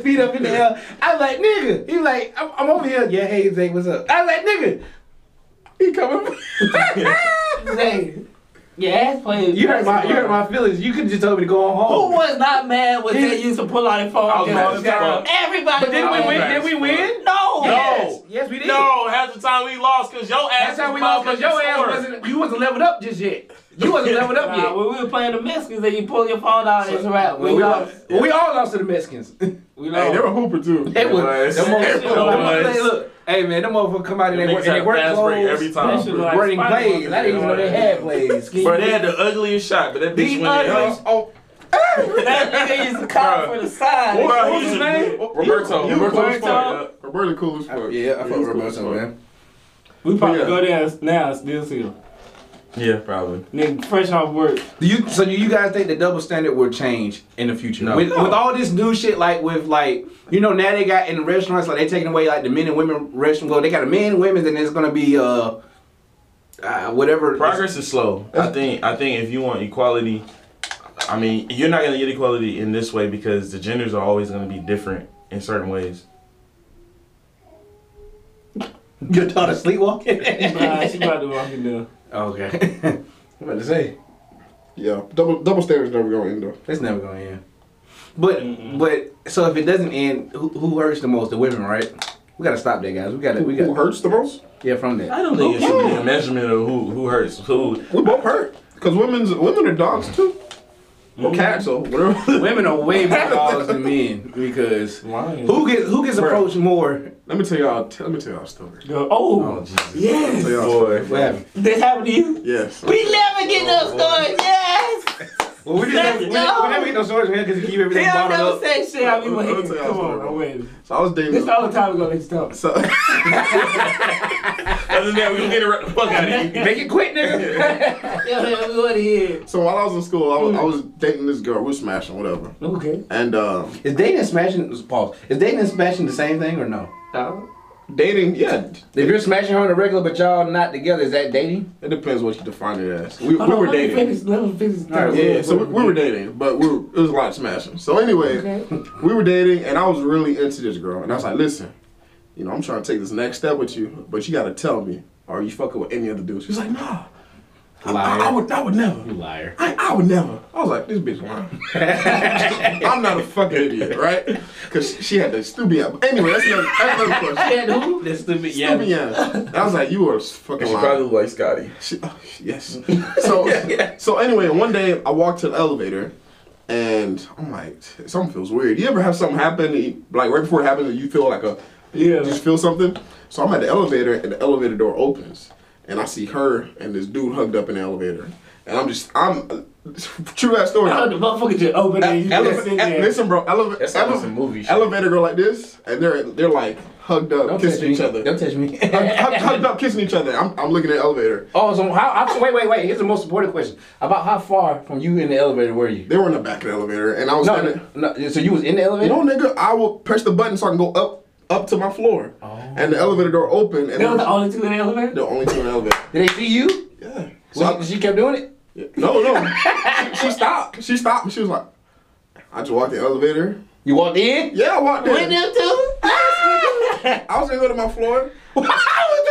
Speaker 2: feet up in the air. I was like, nigga. He was like, I'm, I'm over here. Yeah, hey Zay, what's up? I was like, nigga. He coming.
Speaker 3: to say, your ass
Speaker 2: [LAUGHS]
Speaker 3: playing.
Speaker 2: you hurt my you hurt my feelings. You could have just told me to go on home.
Speaker 3: Who was not mad when they used to pull out their phone?
Speaker 4: I was mad as
Speaker 3: Everybody.
Speaker 4: fuck.
Speaker 2: But didn't we
Speaker 3: was
Speaker 2: win?
Speaker 3: mad.
Speaker 2: Did we win?
Speaker 3: No.
Speaker 4: No.
Speaker 2: Yes, we did.
Speaker 4: No, half the time we lost because your ass
Speaker 2: That's how we
Speaker 4: was
Speaker 2: lost because your
Speaker 4: motherfucking
Speaker 2: ass
Speaker 4: scorer.
Speaker 2: wasn't. You wasn't leveled up just yet. You wasn't leveled up
Speaker 3: Nah,
Speaker 2: yet.
Speaker 3: when we were playing the Mexicans, and you pull your phone out and it's a wrap. We
Speaker 2: we,
Speaker 3: lost.
Speaker 2: lost- well, we all lost to the Mexicans. [LAUGHS]
Speaker 3: We
Speaker 1: Hey,
Speaker 3: lost.
Speaker 1: they were hooper too.
Speaker 2: They was.
Speaker 4: was.
Speaker 2: Them motherfuckers-
Speaker 4: It was.
Speaker 2: like, hey, look, hey man, them motherfuckers come out and they
Speaker 4: Niggas
Speaker 2: work and they
Speaker 4: had
Speaker 2: work
Speaker 4: fast break every
Speaker 2: clothes,
Speaker 4: time.
Speaker 7: That shit like
Speaker 2: running
Speaker 7: Spider-Man.
Speaker 2: plays. I didn't even know they had plays.
Speaker 4: Bro, they had the ugliest shot, but that
Speaker 2: The
Speaker 4: bitch went in.
Speaker 2: ugliest- oh,
Speaker 3: that nigga used to call
Speaker 4: Bruh.
Speaker 3: for the side.
Speaker 4: Bro,
Speaker 1: What's
Speaker 4: he's
Speaker 1: his
Speaker 4: a-
Speaker 1: name?
Speaker 4: Roberto.
Speaker 1: You-
Speaker 4: Roberto was
Speaker 3: Roberto?
Speaker 4: fucked up.
Speaker 1: Roberta cool as fuck.
Speaker 2: yeah, I
Speaker 1: He
Speaker 2: fuck
Speaker 1: was
Speaker 2: with
Speaker 1: cool as
Speaker 2: Roberto,
Speaker 1: fuck.
Speaker 2: man.
Speaker 7: We probably
Speaker 1: Yeah.
Speaker 7: go there now, still see her.
Speaker 8: Yeah, probably.
Speaker 7: Nigga, fresh off
Speaker 3: [LAUGHS]
Speaker 7: work.
Speaker 2: Do you so do you guys think the double standard will change in the future?
Speaker 8: No.
Speaker 2: With, with all this new shit, like with like you know now they got in the restaurants like they taking away like the men and women restroom. Well, they got a men and women, and it's gonna be uh, uh whatever.
Speaker 8: Progress is slow. I think. I think if you want equality, I mean, you're not gonna get equality in this way because the genders are always gonna be different in certain ways.
Speaker 2: [LAUGHS] Your daughter sleepwalking. [LAUGHS]
Speaker 7: Nah, she about to walk in there.
Speaker 2: okay. [LAUGHS] I'm about to say
Speaker 1: Yeah, double double standards never gonna end though.
Speaker 2: it's never gonna end. But but so if it doesn't end, who, who hurts the most? The women, right? We gotta stop that, guys. We gotta we
Speaker 1: Who
Speaker 2: got
Speaker 1: hurts the most?
Speaker 2: yeah from
Speaker 8: I
Speaker 2: that.
Speaker 8: don't think it should be a measurement of who who hurts who.
Speaker 1: We both hurt. Cause women's women are dogs too. Or cats or whatever. [LAUGHS]
Speaker 2: Women are way [LAUGHS] more dogs than men because
Speaker 7: Lying.
Speaker 2: who gets who gets approached more
Speaker 1: let me tell y'all. Let me tell y'all a story.
Speaker 7: Go, oh,
Speaker 8: Oh Jesus.
Speaker 1: Let me tell y'all.
Speaker 8: Boy.
Speaker 2: What happened?
Speaker 3: This happened to you?
Speaker 1: Yes.
Speaker 3: We never get those stories. Yes.
Speaker 2: Well, we just
Speaker 3: Let's
Speaker 2: never, we,
Speaker 3: go.
Speaker 2: we never get no stories, man, because you keep everything
Speaker 3: Hell
Speaker 2: bottled
Speaker 3: never
Speaker 2: up.
Speaker 3: say shit. I be
Speaker 1: Let me
Speaker 3: waiting.
Speaker 1: tell y'all
Speaker 7: come
Speaker 1: a
Speaker 7: on,
Speaker 1: story,
Speaker 7: I'm
Speaker 1: bro.
Speaker 7: waiting.
Speaker 1: So I was
Speaker 7: This
Speaker 1: dating.
Speaker 7: the only time we gonna let you talk.
Speaker 1: So [LAUGHS]
Speaker 4: Other than that, we gonna get it right the fuck out of here.
Speaker 2: Make it quick, nigga.
Speaker 3: Yeah, man, we want to hear.
Speaker 1: so while I was in school, I was,
Speaker 2: Mm.
Speaker 1: I was dating this girl. We were smashing whatever.
Speaker 7: Okay.
Speaker 1: And um,
Speaker 2: [LAUGHS] is dating and smashing pause? Is dating and smashing the same thing or no?
Speaker 1: dating, yeah,
Speaker 2: If you're smashing her on the regular but y'all not together, is that dating?
Speaker 1: it depends what you define it as. We, we
Speaker 3: Hold on,
Speaker 1: were
Speaker 3: let me
Speaker 1: dating.
Speaker 3: finish- Let me finish.
Speaker 2: All right,
Speaker 1: Yeah, so we, we were dating, but we were, it was a lot of smashing. So anyway, [LAUGHS] we were dating, and I was really into this girl, and I was like, listen, you know, I'm trying to take this next step with you, but you gotta tell me, are you fucking with any other dudes? She's like, nah, I, I, I would, I would never.
Speaker 2: Liar.
Speaker 1: I, I would never. I was like, this bitch lying. I'm not a fucking idiot, right? Because she had that stupid ass. But anyway, that's another, that's another question.
Speaker 3: And who?
Speaker 2: That's stupid.
Speaker 1: Stupid ass. And I was like, you are fucking lying.
Speaker 8: look like Scotty.
Speaker 1: She, oh,
Speaker 2: [LAUGHS]
Speaker 1: yes. So so anyway, one day I walked to the elevator, and I'm like, something feels weird. You ever have something happen, and you- like right before it happens, and you feel like a, you
Speaker 7: Yeah.
Speaker 1: just feel something. So I'm at the elevator, and the elevator door opens, and I see her and this dude hugged up in the elevator. And I'm just, I'm [LAUGHS] true ass story.
Speaker 6: The motherfucker just opened it. You
Speaker 1: Ele-
Speaker 6: just sit
Speaker 1: e-
Speaker 6: there.
Speaker 1: listen, bro. Ele-
Speaker 4: That sounds
Speaker 1: ele-
Speaker 4: like some movie shit.
Speaker 1: elevator go like this, and they're they're like hugged up,
Speaker 2: Don't touch
Speaker 1: kissing
Speaker 2: me.
Speaker 1: each other.
Speaker 2: Don't
Speaker 1: [LAUGHS]
Speaker 2: touch me.
Speaker 1: Hug- hugged up, kissing each other. I'm, I'm looking at the elevator.
Speaker 2: oh, so how, how? Wait, wait, wait. Here's the most important question. About how far from you in the elevator were you?
Speaker 1: They were in the back of the elevator, and I was
Speaker 2: No,
Speaker 1: standing.
Speaker 2: no, no. So you was in the elevator?
Speaker 1: No, nigga, I will press the button so I can go up up to my floor, and the elevator door open, and
Speaker 6: They were the
Speaker 1: the,
Speaker 6: only two in the elevator?
Speaker 1: the only two in the elevator.
Speaker 2: Did they see you?
Speaker 1: Yeah. So
Speaker 2: So
Speaker 1: I,
Speaker 2: she kept doing it.
Speaker 1: no, no. she, she stopped. She stopped. and She was like, I just walked the elevator.
Speaker 2: You walked in.
Speaker 1: Yeah, I walked
Speaker 2: Went
Speaker 1: in.
Speaker 2: there [LAUGHS] too.
Speaker 1: I was gonna go to my floor.
Speaker 2: I was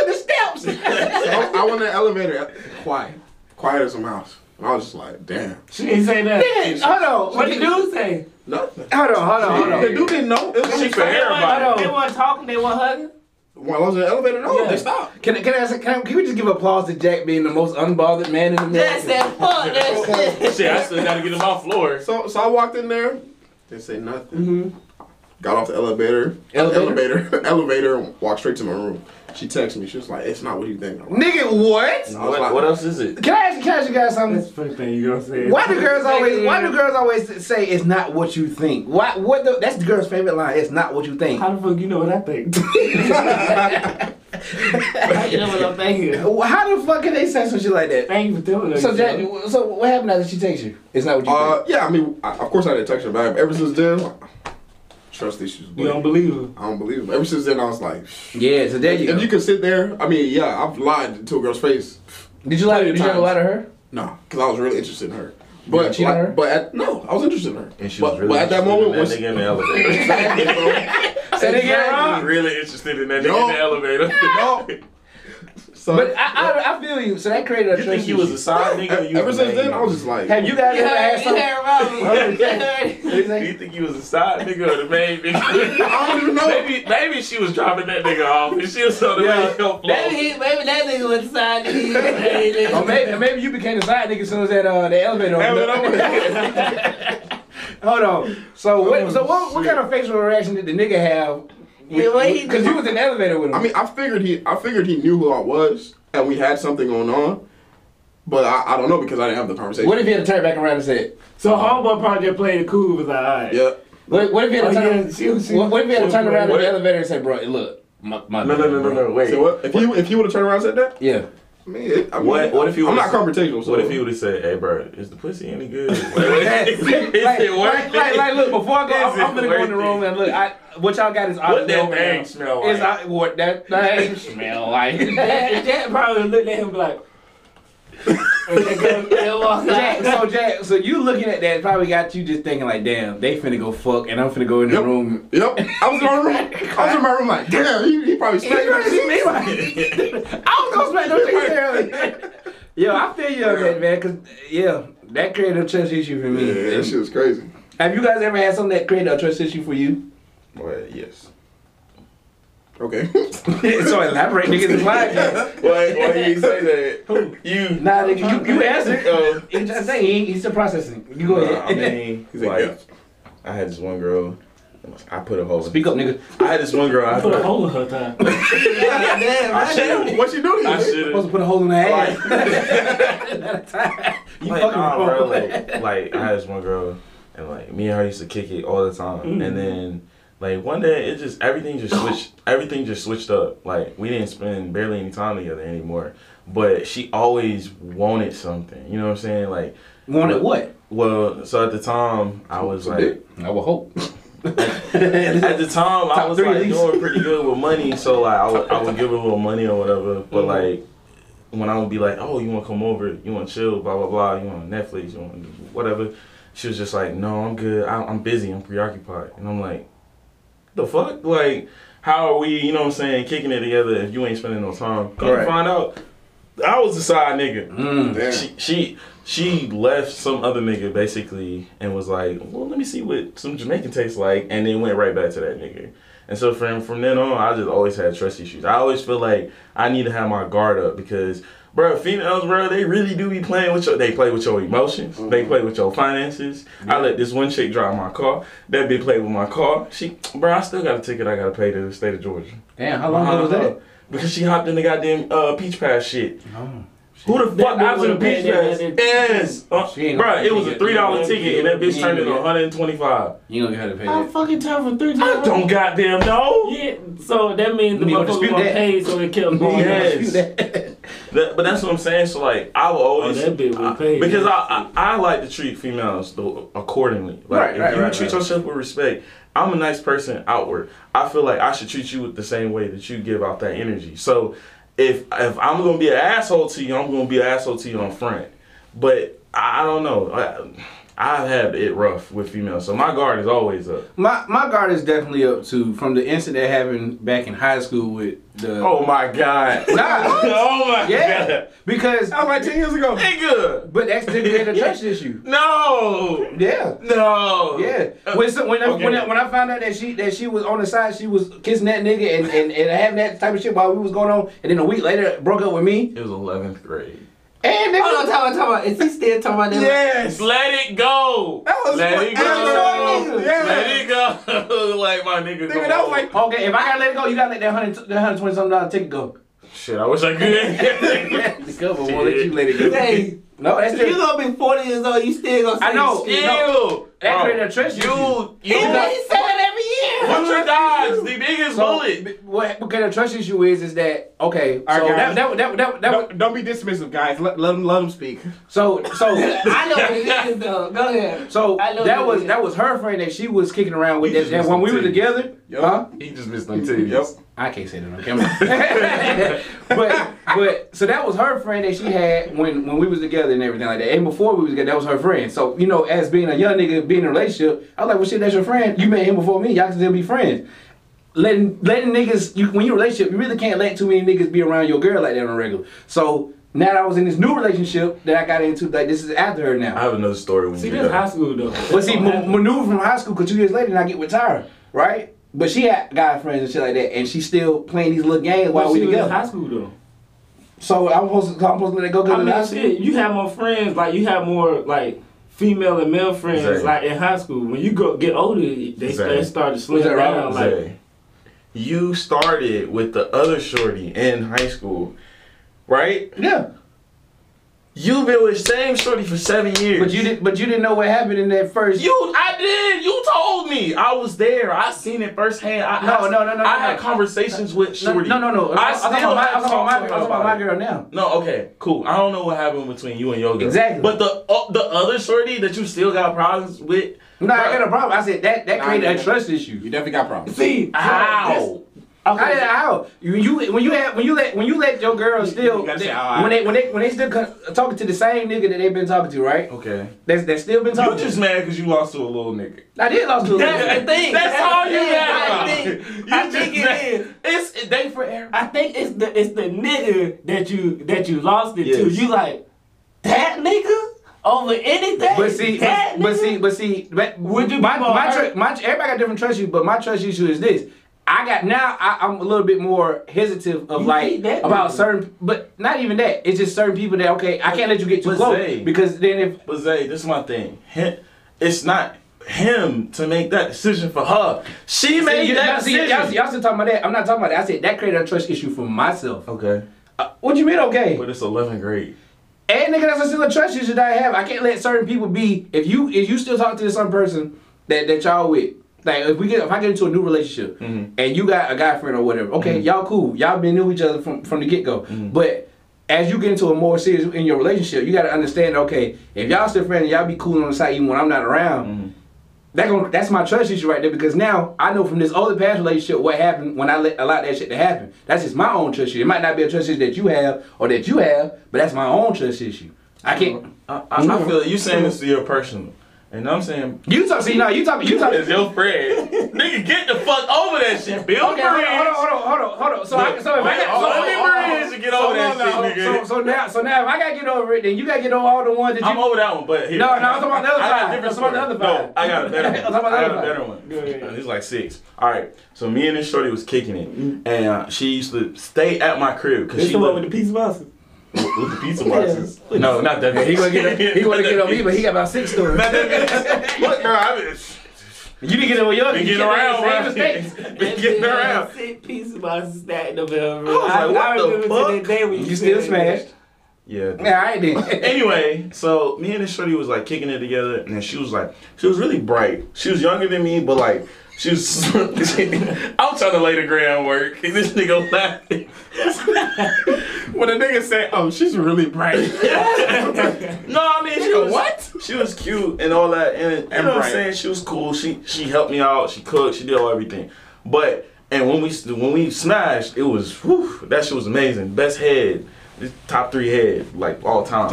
Speaker 1: [LAUGHS]
Speaker 2: to the steps.
Speaker 1: I, I went in the elevator. Quiet. Quiet as a mouse. And I was just like, damn.
Speaker 6: She didn't say that.
Speaker 2: hold on.
Speaker 6: What
Speaker 2: What
Speaker 6: the dude say?
Speaker 1: Nothing.
Speaker 2: Hold on. Hold on. Hold on.
Speaker 1: The dude didn't know. It was
Speaker 4: She for everybody.
Speaker 6: They weren't talking, they weren't hugging.
Speaker 1: While I was in the elevator, no,
Speaker 6: Yeah.
Speaker 1: they stopped.
Speaker 2: Can I- can I ask? Can, I, can we just give applause to Jack being the most unbothered man in the
Speaker 6: That's
Speaker 2: world?
Speaker 6: that
Speaker 3: [LAUGHS]
Speaker 6: fuck that shit.
Speaker 4: Shit, I still gotta get on my floor.
Speaker 1: So, so I walked in there. Didn't say nothing. Got off the elevator.
Speaker 2: Elevator?
Speaker 1: Elevator. [LAUGHS] elevator. and Walked straight to my room. She texted me. She was like, "It's not what you think." I'm like,
Speaker 2: Nigga, what?
Speaker 1: I was
Speaker 4: What,
Speaker 1: like,
Speaker 4: what else is it?
Speaker 2: Can I ask, can I ask you guys something?
Speaker 3: First thing you gonna say.
Speaker 2: Why do girls always Why do girls always say it's not what you think? Why? What? The, that's the girl's favorite line. It's not what you think.
Speaker 3: How the fuck you know what I
Speaker 6: [LAUGHS]
Speaker 3: think?
Speaker 6: You know what I'm thinking.
Speaker 2: How the fuck can they say some shit like that?
Speaker 3: Thank you for telling us.
Speaker 2: So Jack, so what happened after she takes you? It's not what you
Speaker 1: Uh, yeah. I mean, I, of course I didn't text her back. but Ever since then, like, trust issues.
Speaker 3: you don't
Speaker 1: But
Speaker 3: believe her.
Speaker 1: I don't believe him. Ever since then, I was like,
Speaker 2: think. Yeah. So there you
Speaker 1: if
Speaker 2: go.
Speaker 1: you could sit there, I mean, yeah, I've lied to a girl's face.
Speaker 2: did you lie? Did you
Speaker 1: times.
Speaker 2: ever lie to her?
Speaker 1: No, because I was really interested in her. But
Speaker 2: cheat on
Speaker 1: like-
Speaker 2: her?
Speaker 1: but at, no, I was interested in her.
Speaker 4: And she
Speaker 1: but,
Speaker 4: was really
Speaker 1: but at that moment,
Speaker 4: interested in
Speaker 1: when
Speaker 4: that
Speaker 1: she-
Speaker 4: nigga in the elevator.
Speaker 1: [LAUGHS]
Speaker 2: Say that again,
Speaker 1: Exactly.
Speaker 2: Ron.
Speaker 4: really interested in that nigga in
Speaker 1: Yo.
Speaker 4: the elevator.
Speaker 1: no. So
Speaker 2: But I, I, I feel you. So that created a
Speaker 4: You
Speaker 2: trust
Speaker 4: think you
Speaker 2: issue.
Speaker 4: was a side nigga? Or you
Speaker 1: ever
Speaker 4: was a
Speaker 1: since
Speaker 4: main
Speaker 1: then, I was
Speaker 4: nigga?
Speaker 1: just like,
Speaker 2: Have you guys
Speaker 6: You
Speaker 2: ever asked
Speaker 6: heard, you
Speaker 2: something?
Speaker 6: heard Robin. You heard.
Speaker 2: What you
Speaker 4: Do you
Speaker 2: say?
Speaker 4: think you was a side nigga or the main nigga?
Speaker 1: I don't even know.
Speaker 4: maybe maybe she was dropping that nigga off and she was on the way to help
Speaker 6: Maybe, he, maybe that nigga was decided to be a
Speaker 2: Or
Speaker 6: nigga.
Speaker 2: maybe, maybe you became the side nigga as soon as that uh, the elevator opened. up. [LAUGHS] Hold on. So
Speaker 4: Oh,
Speaker 2: what? So what, what kind of facial reaction did the nigga have?
Speaker 6: Yeah, what he
Speaker 2: Because you was in the elevator with him.
Speaker 1: I mean, I figured he, I figured he knew who I was, and we had something going on, but I, I don't know because I didn't have the conversation.
Speaker 2: what if he had to turn back around and said,
Speaker 3: [LAUGHS] So Homeboy Project played it cool. Was like, alright.
Speaker 1: yeah.
Speaker 2: what, what if he had to
Speaker 3: Oh,
Speaker 2: turn,
Speaker 3: yeah, she was- she
Speaker 2: what, what if he had to
Speaker 3: was-
Speaker 2: turn around in
Speaker 4: what-
Speaker 2: the elevator and say, bro, look, my, my
Speaker 4: No, no, no, no, no. Wait.
Speaker 1: So what? If you, if he would have turned around and said that,
Speaker 4: [LAUGHS]
Speaker 2: Yeah.
Speaker 1: I mean, it, I mean
Speaker 4: What- what if he
Speaker 1: I'm not
Speaker 4: would've-
Speaker 1: confrontational. So
Speaker 4: What if he would have said, "Hey, bro, is the pussy any good?" Like, is it
Speaker 2: like,
Speaker 4: worth
Speaker 2: like, like, like, look, before I go,
Speaker 4: Is
Speaker 2: I'm,
Speaker 4: it
Speaker 2: I'm gonna go in the
Speaker 4: worth
Speaker 2: room
Speaker 4: it?
Speaker 2: and look. I, what y'all got is out
Speaker 4: What
Speaker 2: of
Speaker 4: that
Speaker 2: nowhere
Speaker 4: thing
Speaker 2: now.
Speaker 4: smell
Speaker 2: It's
Speaker 4: like?
Speaker 2: out- what that
Speaker 4: [LAUGHS]
Speaker 2: thing smell like. [LAUGHS]
Speaker 6: Jack, Jack probably looked at him like. [LAUGHS] and that girl- that walk
Speaker 2: Jack,
Speaker 6: out.
Speaker 2: so Jack, so you looking at that probably got you just thinking like, damn, they finna go fuck, and I'm finna go in the
Speaker 1: Yep.
Speaker 2: room.
Speaker 1: Yep. I was in my room. I was in my room like, damn, he, he probably
Speaker 2: You
Speaker 1: smacked
Speaker 2: trying to see
Speaker 1: me.
Speaker 2: me like- [LAUGHS] I was gonna smack those cheeks early. Yo, I feel you on that, man, cause yeah, that created a trust issue for me.
Speaker 1: Yeah, that shit was crazy.
Speaker 2: Have you guys ever had something that created a trust issue for you?
Speaker 4: Well, yes. [LAUGHS]
Speaker 1: Okay.
Speaker 2: so elaborate, niggas. It's like,
Speaker 4: Why? Why you ain't say that? You.
Speaker 2: nah, nigga, you, you answered.
Speaker 4: Oh.
Speaker 2: He just saying, he, he's still processing. You go
Speaker 4: Nah, I [LAUGHS]
Speaker 2: ahead.
Speaker 4: mean,
Speaker 1: He's like,
Speaker 4: like, I had this one girl. I put a hole.
Speaker 2: [LAUGHS] Speak up, nigga.
Speaker 4: I had this one girl. I
Speaker 3: Put a
Speaker 4: put.
Speaker 3: hole in her time.
Speaker 6: Damn,
Speaker 4: I
Speaker 6: right?
Speaker 4: should.
Speaker 1: what you do to
Speaker 4: I
Speaker 1: you?
Speaker 4: should
Speaker 2: supposed
Speaker 4: have.
Speaker 2: to put a hole in the ass. you
Speaker 4: Like,
Speaker 2: fucking [LAUGHS]
Speaker 4: nah, bro,
Speaker 2: wrong.
Speaker 4: like, like, I had this one girl, and like me and her used to kick it all the time.
Speaker 2: Mm-hmm.
Speaker 4: And then like one day, it just everything just
Speaker 2: [COUGHS]
Speaker 4: switched. everything just switched up. Like we didn't spend barely any time together anymore. But she always wanted something. You know what I'm saying? Like,
Speaker 2: [LAUGHS] Wanted what?
Speaker 4: well, so at the time I was like,
Speaker 2: [LAUGHS] I would hope.
Speaker 4: at the time I
Speaker 2: Top
Speaker 4: was
Speaker 2: three at
Speaker 4: like
Speaker 2: least.
Speaker 4: doing pretty good with money, so like I would, I would give her a little money or whatever. But
Speaker 2: Mm-hmm.
Speaker 4: like when I would be like, oh, you want to come over? You want to chill? Blah blah blah. You want Netflix? You want whatever? She was just like, no, I'm good. I, I'm busy. I'm preoccupied. And I'm like, the fuck? Like, how are we? You know what I'm saying? Kicking it together if you ain't spending no time. Come
Speaker 2: Right.
Speaker 4: find out. I was the side nigga
Speaker 2: mm.
Speaker 1: Damn.
Speaker 4: she she she left some other nigga basically and was like, well, let me see what some Jamaican tastes like, and then went right back to that nigga. And so from from then on, I just always had trust issues. I always feel like I need to have my guard up because. Bro, females, bro, they really do be playing with your. They play with your emotions. They
Speaker 2: Mm-hmm.
Speaker 4: play with your finances. I let this one chick drive my car. That bitch played with my car. She, bro, I still got a ticket I gotta pay to the state of Georgia.
Speaker 2: Damn, how long ago was
Speaker 4: Uh-huh.
Speaker 2: that?
Speaker 4: Because she hopped in the goddamn uh, peach pass shit.
Speaker 5: Who the fuck
Speaker 3: bitch
Speaker 5: out to the
Speaker 3: would've
Speaker 5: beach
Speaker 3: paid that-
Speaker 5: pass?
Speaker 3: that-
Speaker 5: Yes, uh,
Speaker 2: She ain't
Speaker 5: bro.
Speaker 2: gonna-
Speaker 5: It was
Speaker 2: she
Speaker 5: a
Speaker 2: ain't
Speaker 5: three dollar
Speaker 3: gonna-
Speaker 5: ticket, and that bitch
Speaker 2: she
Speaker 5: turned
Speaker 2: ain't
Speaker 5: into
Speaker 2: gonna-
Speaker 5: one hundred and twenty five.
Speaker 2: You gonna get her to pay
Speaker 3: I
Speaker 2: that.
Speaker 3: fucking time for three
Speaker 5: I
Speaker 3: dollars.
Speaker 5: don't goddamn know.
Speaker 3: Yeah, so that means the
Speaker 2: We wanna
Speaker 3: motherfucker
Speaker 2: dispute
Speaker 3: gonna
Speaker 2: that.
Speaker 3: pay, so it [LAUGHS] kept going.
Speaker 5: Yes.
Speaker 2: Yes.
Speaker 4: That, but that's what I'm saying. So like, I will
Speaker 3: Oh,
Speaker 4: always
Speaker 3: that bitch
Speaker 4: I-
Speaker 3: was paid.
Speaker 4: because I, I I like to treat females though accordingly. Like
Speaker 2: Right,
Speaker 4: if
Speaker 2: right,
Speaker 4: you
Speaker 2: right,
Speaker 4: treat
Speaker 2: right.
Speaker 4: yourself with respect, I'm a nice person outward. I feel like I should treat you with the same way that you give out that energy. So if if I'm gonna be an asshole to you, I'm gonna be an asshole to you on front. But I, I don't know. I, I've had it rough with females, so my guard is always up.
Speaker 2: [LAUGHS] my my guard is definitely up to from the incident that happened back in high school with the
Speaker 4: Oh [LAUGHS] my god.
Speaker 2: nah,
Speaker 4: [LAUGHS] oh my
Speaker 2: yeah
Speaker 4: god.
Speaker 2: because
Speaker 1: That was like 10 years ago.
Speaker 2: [LAUGHS]
Speaker 4: Nigga.
Speaker 2: but that's the created trust issue
Speaker 4: No.
Speaker 2: yeah.
Speaker 4: No.
Speaker 2: Yeah, when some, when, I, when, I,
Speaker 4: Oh. okay.
Speaker 2: when I found out that she that she was on the side, she was kissing that nigga and, and, and having that type of shit while we was going on, and then a week later broke up with me.
Speaker 4: It was 11th grade.
Speaker 2: And then,
Speaker 6: Hold on, talk about, talk about. Is he still talking about that?
Speaker 1: Yes.
Speaker 4: Let it go.
Speaker 1: That was
Speaker 4: Let it go.
Speaker 1: forever ago. Yeah.
Speaker 4: Let it go. [LAUGHS] like my nigga.
Speaker 1: Nigga, that was like
Speaker 2: okay, if I gotta let it go, you gotta let that hundred that hundred twenty something dollar ticket go.
Speaker 4: shit. I wish I could.
Speaker 1: [LAUGHS]
Speaker 4: [LAUGHS]
Speaker 2: It's good, but won't let you let it go.
Speaker 6: Hey,
Speaker 2: [LAUGHS] No, that's
Speaker 6: you
Speaker 2: still.
Speaker 6: gonna be 40 years old, you still gonna say
Speaker 2: I know.
Speaker 6: shit.
Speaker 4: Ew.
Speaker 2: That
Speaker 4: Bro,
Speaker 2: created a trust issue.
Speaker 4: You. You.
Speaker 6: He
Speaker 2: got-
Speaker 6: said it every year.
Speaker 4: Put your dimes. The biggest bullet.
Speaker 2: b- what what kind of trust issue is is that okay?
Speaker 1: All
Speaker 2: so
Speaker 1: right,
Speaker 2: that
Speaker 1: guys.
Speaker 2: that that that, that
Speaker 1: don't, don't be dismissive, guys. Let, let him let him speak.
Speaker 2: so so
Speaker 3: [LAUGHS]
Speaker 6: I know what it is though. Go ahead.
Speaker 2: so
Speaker 6: I know
Speaker 2: that
Speaker 6: you
Speaker 2: was
Speaker 6: did.
Speaker 2: that was her friend that she was kicking around with
Speaker 4: You
Speaker 2: that,
Speaker 4: just
Speaker 2: that when we were
Speaker 4: listened to you.
Speaker 2: together. Huh?
Speaker 4: He just missed them titties.
Speaker 1: Yep.
Speaker 2: I can't say that on camera. [LAUGHS] but but so that was her friend that she had when when we was together and everything like that. And before we was together, that was her friend. So you know, as being a young nigga, being in a relationship, I was like, well, shit, that's your friend. You met him before me. Y'all can still be friends. Letting letting niggas you, when you in a relationship, you really can't let too many niggas be around your girl like that on a regular. So now that I was in this new relationship that I got into, like this is after her
Speaker 4: I
Speaker 2: now.
Speaker 4: have another story when
Speaker 3: See,
Speaker 4: you
Speaker 3: that's
Speaker 4: go.
Speaker 3: high school though.
Speaker 2: But see, m- maneuver from high school because two years later, and I get with Tyra, right? But she had guy friends and shit like that, and she still playing these little games while
Speaker 3: But
Speaker 2: we
Speaker 3: she was in
Speaker 2: together.
Speaker 3: high school though.
Speaker 2: So I'm supposed to, I'm supposed to let it go
Speaker 3: I
Speaker 2: because
Speaker 3: mean,
Speaker 2: high school.
Speaker 3: shit, you have more friends. Like you have more like female and male friends.
Speaker 4: Zay.
Speaker 3: Like in high school, when you go get older, they
Speaker 4: Zay.
Speaker 3: start, start to slim
Speaker 2: that right?
Speaker 3: down. Like
Speaker 4: Zay, you started with the other shorty in high school, right?
Speaker 2: Yeah,
Speaker 4: You've been with same shorty for seven years.
Speaker 2: but you didn't, but you didn't know what happened in that first.
Speaker 4: You, I did. You told me. I was there. I seen it firsthand. I,
Speaker 2: No,
Speaker 4: I,
Speaker 2: no, no, no,
Speaker 4: I
Speaker 2: no,
Speaker 4: had
Speaker 2: no.
Speaker 4: conversations with
Speaker 2: no,
Speaker 4: Shorty.
Speaker 2: no, no, no.
Speaker 4: I
Speaker 2: I'm
Speaker 4: still
Speaker 2: talking about my,
Speaker 4: have
Speaker 2: I'm talking about my
Speaker 4: talked to
Speaker 2: girl.
Speaker 4: her
Speaker 2: I'm talking about my
Speaker 4: about it.
Speaker 2: girl now.
Speaker 4: No, okay, cool. I don't know what happened between you and your girl.
Speaker 2: Exactly.
Speaker 4: But the uh, the other Shorty that you still got problems with.
Speaker 2: No, I
Speaker 4: bruh,
Speaker 2: got a problem. I said that that
Speaker 1: Nah,
Speaker 2: created a
Speaker 1: nigga.
Speaker 2: trust issue.
Speaker 1: You definitely got problems.
Speaker 3: see
Speaker 4: How?
Speaker 2: How did
Speaker 3: Okay.
Speaker 2: how you you when you had when you let when you let your girl still
Speaker 1: gotta
Speaker 2: they-
Speaker 1: say, "All right."
Speaker 4: "Ah."
Speaker 2: when they when they when they still con- talking to the same nigga that they've been talking to right
Speaker 4: Okay.
Speaker 2: that's that's still been
Speaker 4: You
Speaker 2: talking.
Speaker 4: just mad because you lost to a little nigga.
Speaker 2: I did lost to a
Speaker 6: That's
Speaker 2: little
Speaker 6: the thing.
Speaker 4: That's all you
Speaker 6: I
Speaker 4: mad
Speaker 6: think,
Speaker 4: about. You
Speaker 6: I
Speaker 4: just
Speaker 6: think
Speaker 4: mad.
Speaker 6: it is.
Speaker 4: It's it, they forever.
Speaker 3: I think it's the it's the nigga that you that you lost it to.
Speaker 4: Yes.
Speaker 3: You like that nigga over anything.
Speaker 2: But see,
Speaker 3: that
Speaker 2: but, but
Speaker 3: nigga?
Speaker 2: see, but see, but
Speaker 3: Would you
Speaker 2: my
Speaker 3: be more
Speaker 2: my,
Speaker 3: hurt?
Speaker 2: tr- my everybody got different trust issues, but my trust issue is this. I got now. I, I'm a little bit more hesitant of
Speaker 3: You
Speaker 2: like
Speaker 3: hate that
Speaker 2: about
Speaker 3: nigga.
Speaker 2: certain, but not even that. It's just certain people that okay, I can't let you get too
Speaker 4: But
Speaker 2: close
Speaker 4: Zay-
Speaker 2: because then if
Speaker 4: But Zay, this is my thing. Him, it's not him to make that decision for her. She made
Speaker 2: See, y'all,
Speaker 4: that
Speaker 2: see, y'all,
Speaker 4: decision.
Speaker 2: y'all still talking about that. I'm not talking about that. I said that created a trust issue for myself. Uh,
Speaker 4: Okay.
Speaker 2: What you mean okay?
Speaker 4: But it's 11th grade.
Speaker 2: And nigga, that's still a trust issue that I have. I can't let certain people be. If you if you still talk to this some person that that y'all with, like if we get if I get into a new relationship and you got a guy friend or whatever, okay, y'all cool, y'all been new each other from from the get go. But as you get into a more serious in your relationship, you got to understand, okay, if y'all still friends, y'all be cool on the side even when I'm not around. That gon' that's my trust issue right there because now I know from this other past relationship what happened when I let allowed that shit to happen. That's just my own trust issue. It might not be a trust issue that you have or that you have, but that's my own trust issue. I can't.
Speaker 4: I, I, I
Speaker 2: Mm-hmm.
Speaker 4: feel you saying this to your personal. And I'm saying,
Speaker 2: You talk. See, now you talk. You talk.
Speaker 4: it's your friend. [LAUGHS] Nigga, get the fuck over that shit. Build
Speaker 2: Okay,
Speaker 4: bridge.
Speaker 2: hold on, hold on, hold on, hold on, hold on. So, I, so if I got, so,
Speaker 4: Build
Speaker 2: so-
Speaker 4: bridge to get over that shit,
Speaker 2: so,
Speaker 4: nigga.
Speaker 2: so now, so now, if I gotta get over it, then you gotta get over all the ones that
Speaker 4: I'm
Speaker 2: you.
Speaker 4: over that one, but here.
Speaker 2: No, no, I'm talking about the other
Speaker 4: I got a
Speaker 2: side. I'm
Speaker 4: different
Speaker 2: talking about
Speaker 4: story.
Speaker 2: the other side.
Speaker 4: No, I got
Speaker 2: [LAUGHS]
Speaker 4: a better
Speaker 2: I'm
Speaker 4: one.
Speaker 2: talking about the
Speaker 4: I
Speaker 2: other
Speaker 4: got a
Speaker 2: side.
Speaker 4: better one. Uh, This is like six. All right. So me and this shorty was kicking it,
Speaker 2: Mm-hmm.
Speaker 4: and uh, she used to stay at my crib because
Speaker 3: it's
Speaker 4: she
Speaker 3: the one
Speaker 4: lived
Speaker 3: with the pizza boxes.
Speaker 2: [LAUGHS]
Speaker 4: with, with the pizza boxes. [LAUGHS] No, not that.
Speaker 2: He gonna get. He gonna get over me, but he got about six
Speaker 4: [LAUGHS]
Speaker 2: stories.
Speaker 4: Not that bitch. Look, bro, I've been,
Speaker 2: You didn't get over yours.
Speaker 4: been
Speaker 2: you
Speaker 4: getting
Speaker 2: kept making
Speaker 4: around,
Speaker 2: the same
Speaker 4: bro. [LAUGHS]
Speaker 2: mistakes.
Speaker 4: Been getting around.
Speaker 3: Six pizza boxes stacked up. I was
Speaker 4: like, what the
Speaker 3: remember to
Speaker 4: fuck?
Speaker 3: that day when
Speaker 2: You
Speaker 3: you
Speaker 2: still
Speaker 3: said that.
Speaker 2: smashed.
Speaker 4: Yeah.
Speaker 2: Nah, I
Speaker 4: [LAUGHS]
Speaker 2: ain't did.
Speaker 4: Anyway, so me and this shorty was like kicking it together, and then she was like, she was really bright. She was younger than me, but like, she was. [LAUGHS] I'm trying to lay the groundwork, [LAUGHS] and this nigga laughing. [LAUGHS] when a nigga said, "Oh, she's really bright," no, I mean she was what? She was cute and all that, and you know what I'm
Speaker 1: bright.
Speaker 4: saying. She was cool. She she helped me out. She cooked. She did all everything, but. And when we when we smashed, it was whew, that shit was amazing. Best head, top three head like all time.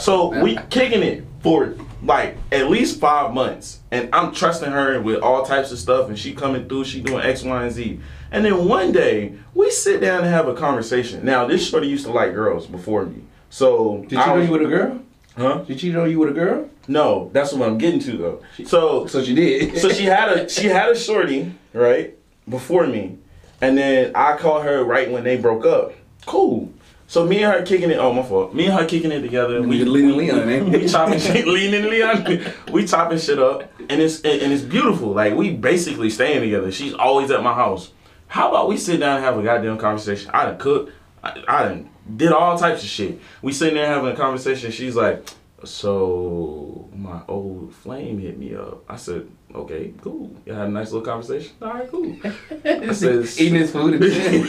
Speaker 4: So we kicking it for like at least five months, and I'm trusting her with all types of stuff, and she coming through, she doing X, Y, and Z. And then one day we sit down and have a conversation. Now this shorty used to like girls before me, so
Speaker 2: Did she know you with a girl?
Speaker 4: huh?
Speaker 2: Did she know you with a girl?
Speaker 4: No, that's what I'm getting to though. So
Speaker 2: So [LAUGHS] she did.
Speaker 4: so she had a she had a shorty right before me, and then I caught her right when they broke up. Cool. So me and her kicking it. Oh my fault. Me and her kicking it together.
Speaker 2: we just leaning Leon, man.
Speaker 4: We chopping shit, leaning Leon. We chopping shit up, and it's and, and it's beautiful. Like we basically staying together. She's always at my house. How about we sit down and have a goddamn conversation? I done cooked. I, I done did all types of shit. We sitting there having a conversation. She's like, "So my old flame hit me up." I said, "Okay, cool. You had a nice little conversation. All right, cool."
Speaker 2: [LAUGHS]
Speaker 4: I said,
Speaker 2: [LAUGHS] Eating his food [LAUGHS] and shit.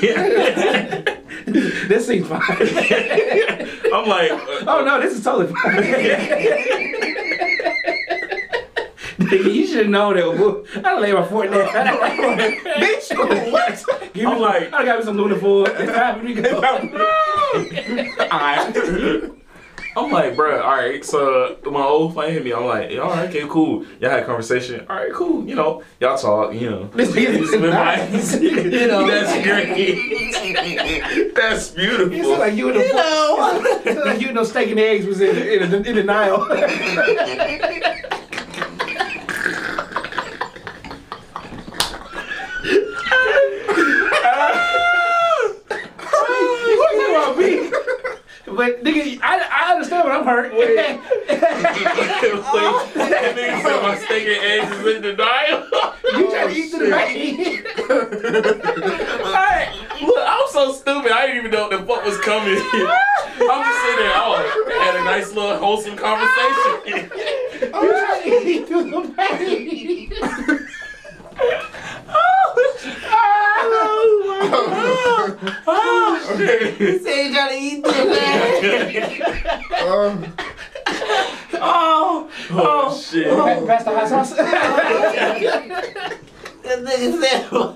Speaker 2: This ain't fine. [LAUGHS]
Speaker 4: [LAUGHS] I'm like, uh,
Speaker 2: Oh no, this is totally fine. [LAUGHS] Nigga, you should know that. boo. I done laid my fork down. [LAUGHS]
Speaker 4: [LAUGHS]
Speaker 2: Bitch, what? Give me
Speaker 4: I'm
Speaker 2: like, I
Speaker 4: like-
Speaker 2: done got me some Luna Ford. It's happening. We go.
Speaker 4: I'm like, bruh, all right. So my old flame hit me. I'm like, all right, okay, cool. Y'all had a conversation. All right, cool. You know, y'all talk. You know,
Speaker 2: [LAUGHS] [LAUGHS] This is
Speaker 4: With my-
Speaker 2: nice. [LAUGHS] You know,
Speaker 4: [LAUGHS] that's
Speaker 2: [LAUGHS]
Speaker 4: great. that's beautiful.
Speaker 2: It's like you and the you know. like [LAUGHS] you and those steak and eggs was in in, the- in the Nile. [LAUGHS] What you want me? But nigga, I, I understand what I'm hurt.
Speaker 4: [LAUGHS]
Speaker 2: oh.
Speaker 4: Like, that nigga said my steak and eggs is in denial.
Speaker 2: [LAUGHS]
Speaker 4: [LAUGHS]
Speaker 2: you trying to eat to the right.
Speaker 4: Alright, Look, I'm so stupid. I didn't even know what the fuck was coming. [LAUGHS] I'm just sitting there. Oh, we had a nice little wholesome conversation.
Speaker 2: [LAUGHS] [LAUGHS] You trying to eat to the [LAUGHS] right. Oh, [LAUGHS]
Speaker 6: Say trying to eat this
Speaker 1: Uh,
Speaker 6: Oh,
Speaker 4: oh shit.
Speaker 2: Pass the hot sauce. [LAUGHS]
Speaker 6: this nigga said.
Speaker 2: I'm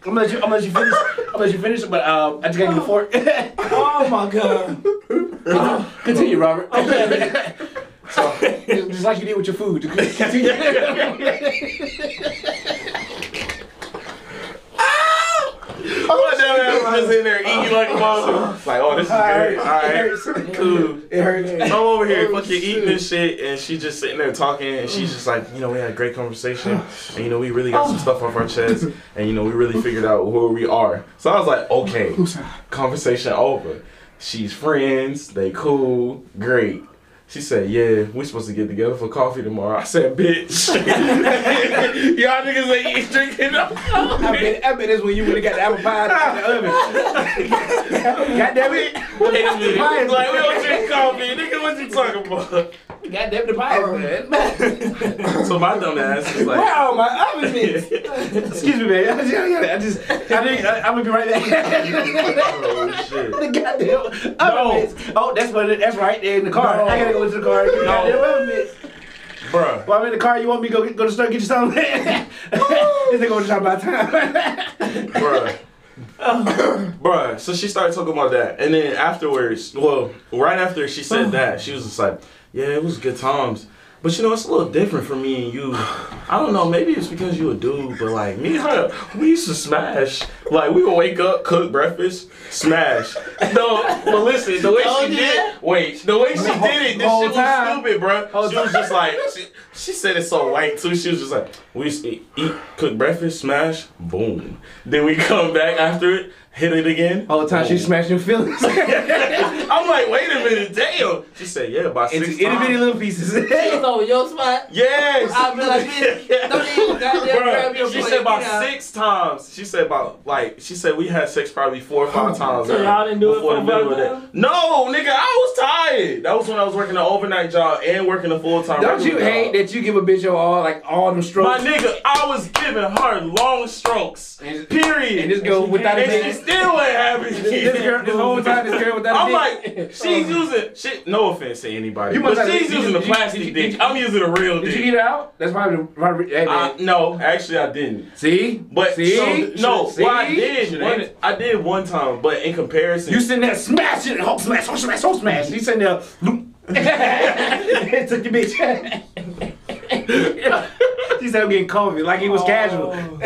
Speaker 2: gonna let you. I'm gonna let you finish. I'm gonna let you finish. But uh, I just gotta get the fork. [LAUGHS]
Speaker 6: Oh my god.
Speaker 2: Continue, Robert. [LAUGHS] So, just, just like you did with your food. Just continue. [LAUGHS]
Speaker 4: My damn [LAUGHS] ass was just in there eating like a monster. Like, oh, this is great. Alright, cool.
Speaker 2: it hurts.
Speaker 4: I'm over here fucking eating this shit, and she's just sitting there talking, and she's just like, you know, we had a great [SIGHS] conversation, and you know, we really got some stuff off our [LAUGHS] chest, and you know, we really figured out where we are. So I was like, okay, conversation over. She's friends, they cool, great. She said, yeah, we supposed to get together for coffee tomorrow. I said, bitch. [LAUGHS] Y'all niggas ain't eat- drinking no
Speaker 2: I bet, I bet that's when you would have got the apple pie out of the oven. God damn it.
Speaker 4: Wait a minute.
Speaker 2: Why is-
Speaker 4: Like, we don't drink coffee. Nigga, what you talking about?
Speaker 2: God damn the pie is good.
Speaker 4: So my dumb ass is
Speaker 2: Where
Speaker 4: like,
Speaker 2: are my oven mitts? [LAUGHS] Excuse me, man. I just, I just, I didn't, I, I'm gonna be right back.
Speaker 4: oh
Speaker 2: [LAUGHS]
Speaker 4: shit.
Speaker 2: the goddamn oven mitts. Oh, that's what. It, that's right there in the car. I gotta go into the car. and get the
Speaker 4: No.
Speaker 2: Goddamn oven mitts.
Speaker 4: Bruh.
Speaker 2: Well, I'm in the car. You want me to go get, go to the store and get you something? [LAUGHS] this nigga gonna talk about time.
Speaker 4: bruh. [COUGHS] bruh. So she started talking about that. And then afterwards, well, right after she
Speaker 6: [SIGHS]
Speaker 4: said that, she was just like, Yeah, it was good times. But you know, it's a little different for me and you. I don't know, maybe it's because you a dude, but like me and her, we used to smash. Like we would wake up, cook breakfast, smash. No, well listen, the way
Speaker 6: Told
Speaker 4: she
Speaker 6: you
Speaker 4: did
Speaker 6: that?
Speaker 4: wait, the way she did it, this
Speaker 2: whole
Speaker 4: shit was
Speaker 2: time.
Speaker 4: stupid, bruh. She was
Speaker 2: time.
Speaker 4: just like she, she said it so white too. She was just like, we used to eat, eat, cook breakfast, smash, boom. Then we come back after it, hit it again.
Speaker 2: [LAUGHS] All the time she smashing feelings [LAUGHS] into
Speaker 4: I'm like, wait a minute, damn. She said, yeah, by six
Speaker 2: itty bitty
Speaker 4: times.
Speaker 2: little pieces. [LAUGHS]
Speaker 6: It's over your spot.
Speaker 4: Yes. [LAUGHS]
Speaker 6: I'll be like, bitch, don't even goddamn grab your
Speaker 4: Bruh, she
Speaker 6: plate,
Speaker 4: said about
Speaker 6: get out.
Speaker 4: six times. She said about like like she said we had sex probably four or
Speaker 2: Oh,
Speaker 4: five times.
Speaker 3: So y'all didn't do it
Speaker 4: before
Speaker 3: for
Speaker 4: the middle of
Speaker 3: about
Speaker 4: that. No, nigga, I was tired. That was when I was working an overnight job and working a full time.
Speaker 2: Don't you hate that you give a bitch your all, like all them
Speaker 4: My
Speaker 2: strokes?
Speaker 4: nigga, I was giving her long strokes.
Speaker 2: And-
Speaker 4: Period.
Speaker 2: and this girl without a
Speaker 4: and
Speaker 2: dick.
Speaker 4: she still ain't happy.
Speaker 2: This girl, this whole time, this girl without
Speaker 4: I'm
Speaker 2: a dick.
Speaker 4: like, she's using shit. No offense to anybody,
Speaker 2: You must
Speaker 4: but
Speaker 2: have-
Speaker 4: she's
Speaker 2: did you-
Speaker 4: using a
Speaker 2: did you-
Speaker 4: plastic
Speaker 2: did you-
Speaker 4: dick.
Speaker 2: did you-
Speaker 4: I'm using a real
Speaker 2: did
Speaker 4: dick.
Speaker 2: you eat it out? That's probably the- probably. Hey man,
Speaker 4: I, no, actually, I didn't.
Speaker 2: see,
Speaker 4: But
Speaker 2: see,
Speaker 4: so- no,
Speaker 2: see?
Speaker 4: well, I did.
Speaker 2: Shit,
Speaker 4: One,
Speaker 2: ain't-
Speaker 4: I did one time, but in comparison,
Speaker 2: You sitting there smashing, it, hope smash, hope smash, hope smash. You sitting there, [LAUGHS] took your bitch. [LAUGHS] she said I'm getting COVID, like it
Speaker 4: Oh.
Speaker 2: was casual.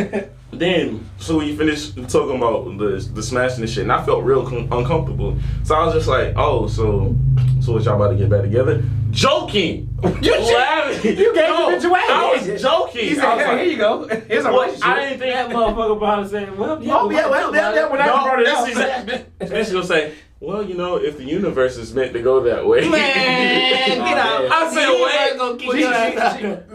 Speaker 4: Then, so when you finish talking about the the smashing and shit, and I felt real com- uncomfortable. So I was just like, oh, so so what y'all about to get back together? Joking, [LAUGHS] you laughing.
Speaker 2: you gave the bitch away.
Speaker 4: I was joking.
Speaker 2: He said,
Speaker 4: I was
Speaker 2: "Hey,
Speaker 4: like,
Speaker 2: here you go. Here's a
Speaker 4: well,
Speaker 2: relationship.
Speaker 4: I didn't
Speaker 3: That
Speaker 4: think.
Speaker 3: motherfucker probably said, well, yeah.
Speaker 2: Oh yeah, well, yeah, yeah, when I brought it
Speaker 4: No,
Speaker 2: up.
Speaker 4: that's exactly. [LAUGHS] That's gonna say. Well, you know, if the universe is meant to go that way. [LAUGHS]
Speaker 6: Man, get out.
Speaker 4: I said,
Speaker 6: You
Speaker 4: wait.
Speaker 6: ain't gonna keep
Speaker 4: Well,
Speaker 6: your
Speaker 4: you-
Speaker 6: ass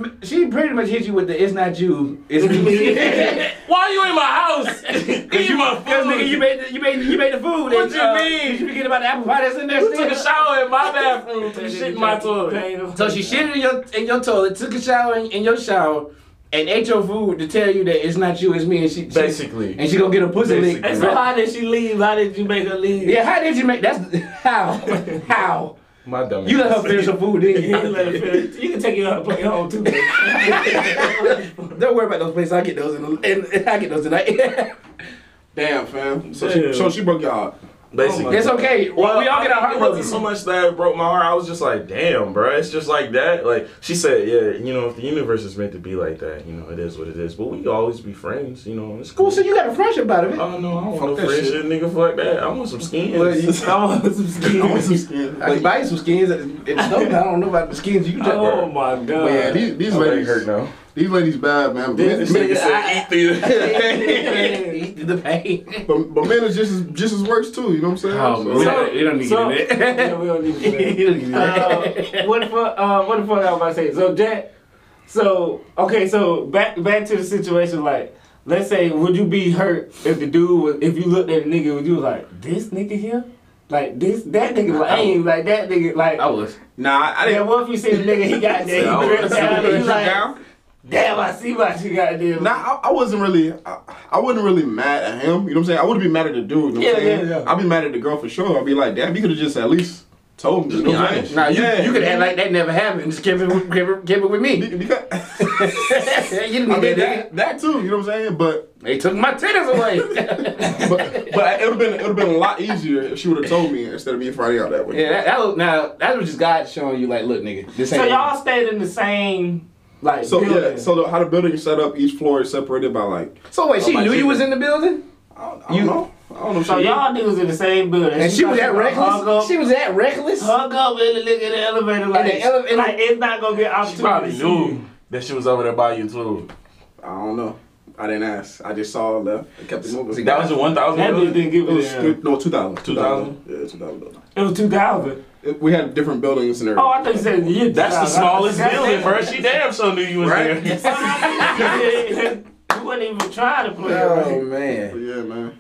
Speaker 6: out.
Speaker 2: She, she, she pretty much hit you with the "It's not you, it's
Speaker 4: [LAUGHS]
Speaker 2: me."
Speaker 4: Why are you in my house? [LAUGHS] Eat my food.
Speaker 2: Cause nigga, you made the, you made you made the food.
Speaker 4: What
Speaker 2: and,
Speaker 4: you
Speaker 2: uh,
Speaker 4: mean?
Speaker 2: Did you forget about the apple pie that's in there?
Speaker 4: You [LAUGHS] took a
Speaker 2: still?
Speaker 4: shower in my [LAUGHS] bathroom. Took a shit in my toilet.
Speaker 2: So she shitted in your in your toilet, took a shower in, in your shower, and ate your food to tell you that it's not you, it's me. And she she-
Speaker 4: Basically.
Speaker 2: and she gonna get a pussy lick.
Speaker 4: Basically.
Speaker 3: And so how did she leave? How did you make her leave?
Speaker 2: Yeah, how did you make? That's [LAUGHS] how how
Speaker 4: My dumb.
Speaker 2: you let her
Speaker 4: ass.
Speaker 2: finish her food, didn't
Speaker 3: You
Speaker 2: you?
Speaker 3: let her finish. You can take it out and play home too.
Speaker 2: [LAUGHS] Don't worry about those places. I get those in, in I get those tonight.
Speaker 1: Damn, fam. So she, so she broke y'all.
Speaker 2: [LAUGHS]
Speaker 4: Basically.
Speaker 2: it's okay. we all get our heart
Speaker 4: It wasn't so
Speaker 2: broken.
Speaker 4: much that it broke my heart. I was just like, damn, bruh, It's just like that. Like she said, yeah, you know, if the universe is meant to be like that, you know, it is what it is. But we always be friends, you know. It's cool.
Speaker 2: Well, so you got a friendship out of it.
Speaker 4: Oh no, I don't want
Speaker 1: that
Speaker 4: no friendship,
Speaker 1: shit.
Speaker 4: nigga. Fuck that. I want some skins.
Speaker 3: I want some
Speaker 1: I want
Speaker 3: skin.
Speaker 1: some skin.
Speaker 2: I can
Speaker 1: Like,
Speaker 2: buy you some skins. At, at the store, I don't know about the skins you just.
Speaker 3: Oh my god.
Speaker 1: but yeah, these, these
Speaker 4: My leg
Speaker 1: ladies
Speaker 4: hurt now.
Speaker 1: These ladies bad, man. But men,
Speaker 4: This nigga
Speaker 1: men,
Speaker 4: said, eat through the
Speaker 2: the pain.
Speaker 1: but, but men is just as, just as worse too. You know what I'm saying?
Speaker 2: we don't, we don't need
Speaker 3: So,
Speaker 2: to get in
Speaker 3: yeah,
Speaker 2: it.
Speaker 3: we don't need to do that.
Speaker 2: You don't need to get in it.
Speaker 3: Uh, what the fuck? Uh, what the fuck I was about to say? So Jack. So okay. So back back to the situation. Like, let's say, would you be hurt if the dude was if you looked at the nigga? Would you was like this nigga here? Like this that nigga lame? Like that nigga
Speaker 2: [LAUGHS]
Speaker 3: like.
Speaker 2: I was.
Speaker 1: Nah, I
Speaker 3: And what if you see the nigga he got there?
Speaker 4: I
Speaker 3: He
Speaker 4: was-
Speaker 3: dripped down. and You
Speaker 1: didn't.
Speaker 3: like, damn! I see what you got there.
Speaker 1: Nah, I, I wasn't really, I, I wasn't really mad at him. You know what I'm saying? I wouldn't be mad at the dude. You know what
Speaker 3: Yeah,
Speaker 1: I'm saying?
Speaker 3: yeah, yeah.
Speaker 1: I'd be mad at the girl for sure. I'd be like, damn, you could have just at least told me. You know
Speaker 4: be
Speaker 1: what I'm
Speaker 4: honest.
Speaker 1: saying?
Speaker 2: Nah, you,
Speaker 1: yeah.
Speaker 2: you could act like that never happened. Just keep it, with- keep it, keep it with me. [LAUGHS]
Speaker 1: Be-
Speaker 2: you
Speaker 1: [LAUGHS] because, [LAUGHS]
Speaker 2: didn't need
Speaker 1: I mean,
Speaker 2: that,
Speaker 1: that,
Speaker 2: nigga.
Speaker 1: that too. You know what I'm saying? But
Speaker 2: They took my titties away.
Speaker 1: but, but it would have been it would have been a lot easier if she would have told me instead of being Friday out that way.
Speaker 2: yeah, that, that was now that was just God showing you like, look, nigga, this ain't.
Speaker 3: [LAUGHS] So y'all stayed in the same like
Speaker 1: So
Speaker 3: building.
Speaker 1: yeah, so the, how the building is set up, each floor is separated by like
Speaker 2: So wait, she
Speaker 1: my
Speaker 2: knew you
Speaker 1: titties.
Speaker 2: was in the building,
Speaker 1: I don't, I don't
Speaker 2: You-
Speaker 1: know. I don't know. if
Speaker 3: So
Speaker 1: she-
Speaker 3: y'all niggas in the same building.
Speaker 2: and she
Speaker 3: thought
Speaker 2: was that
Speaker 3: gonna hug up.
Speaker 2: reckless. She was that reckless.
Speaker 3: hug up and the nigga in the elevator like,
Speaker 2: the ele- in the-
Speaker 3: like it's not gonna be an opportunity.
Speaker 4: She probably
Speaker 3: to see you.
Speaker 4: knew that she was over there by you too.
Speaker 1: I don't know. I didn't ask. I just saw left. I kept it moving.
Speaker 4: That was the one
Speaker 3: That bitch
Speaker 4: thousand.
Speaker 3: didn't give
Speaker 1: It was
Speaker 3: a damn.
Speaker 1: no 2000.
Speaker 4: 2000?
Speaker 1: Yeah, 2000. building.
Speaker 3: It was 2000.
Speaker 1: It- we had different buildings and everything.
Speaker 3: Oh, I thought you said the year [LAUGHS]
Speaker 4: That's the
Speaker 3: 2000.
Speaker 4: smallest
Speaker 3: God
Speaker 4: building,
Speaker 3: damn.
Speaker 4: bro. She damn sure knew you was
Speaker 1: Right?
Speaker 4: there.
Speaker 3: [LAUGHS] you wouldn't even try to play.
Speaker 2: Oh
Speaker 3: right?
Speaker 1: But
Speaker 2: man.
Speaker 1: yeah, man.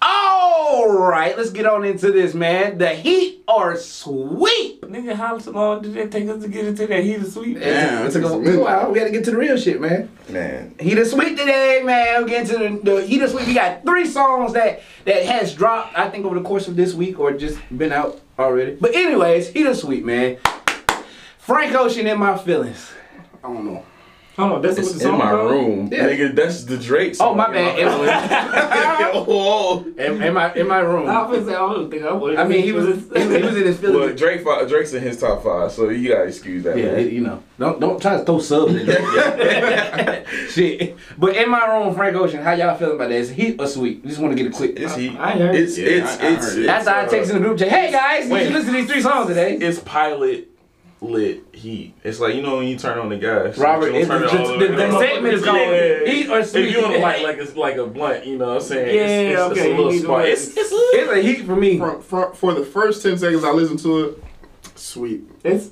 Speaker 2: All right, let's get on into this, man. The Heat are sweep.
Speaker 3: Nigga, how long did it take us to get into that heat of sweet?
Speaker 1: Damn,
Speaker 2: it took
Speaker 1: it's a
Speaker 2: a
Speaker 1: minute.
Speaker 2: while. We had to get to the real shit, man.
Speaker 4: Man,
Speaker 2: He the sweep today, man. We're getting to the, the he the sweep. We got three songs that that has dropped, I think, over the course of this week or just been out already. But anyways, he the sweep, man. Frank Ocean in my feelings.
Speaker 1: I don't know.
Speaker 3: Hold on, that's
Speaker 4: it's
Speaker 3: what the
Speaker 4: in
Speaker 3: song
Speaker 4: my
Speaker 3: called?
Speaker 4: room,
Speaker 2: Yeah.
Speaker 4: nigga. That's the Drake. Song
Speaker 2: Oh, my bad.
Speaker 4: [LAUGHS] Whoa.
Speaker 2: In, in my in my
Speaker 3: I
Speaker 2: room.
Speaker 3: was saying, I don't think I would.
Speaker 2: I mean, he was he was in his
Speaker 4: Well,
Speaker 2: feelings.
Speaker 4: Drake, fi- Drake's in his top five, so you gotta excuse that.
Speaker 2: Yeah,
Speaker 4: man.
Speaker 2: you know, don't don't try to throw subs in there. [LAUGHS] Shit, but in my room, Frank Ocean. How y'all feeling about that? Is he a sweep? Just want to get a quick.
Speaker 4: it's he.
Speaker 3: I heard
Speaker 4: It's
Speaker 1: it.
Speaker 4: it's
Speaker 1: Yeah, I- I
Speaker 4: it's.
Speaker 1: heard it.
Speaker 2: That's
Speaker 4: it's,
Speaker 2: how I
Speaker 4: uh,
Speaker 2: text in the group chat. Hey guys, you
Speaker 4: Wait.
Speaker 2: should listen to these three songs today.
Speaker 4: It's pilot lit heat. It's like you know when you turn on the gas.
Speaker 2: Robert,
Speaker 4: you don't turn
Speaker 2: it's-
Speaker 4: it all
Speaker 2: the-
Speaker 4: way
Speaker 2: the
Speaker 4: up.
Speaker 2: segment is called Heat or Sweet.
Speaker 4: If you want to light like it's like a blunt, you know what I'm saying?
Speaker 3: Yeah,
Speaker 4: it's, it's, It's
Speaker 3: okay,
Speaker 4: a
Speaker 3: you
Speaker 4: little
Speaker 3: need to
Speaker 4: spark.
Speaker 3: wait.
Speaker 4: It's it's lit.
Speaker 2: It's a heat for me.
Speaker 1: For, for, for the first 10 seconds I listened to it, sweet.
Speaker 3: It's.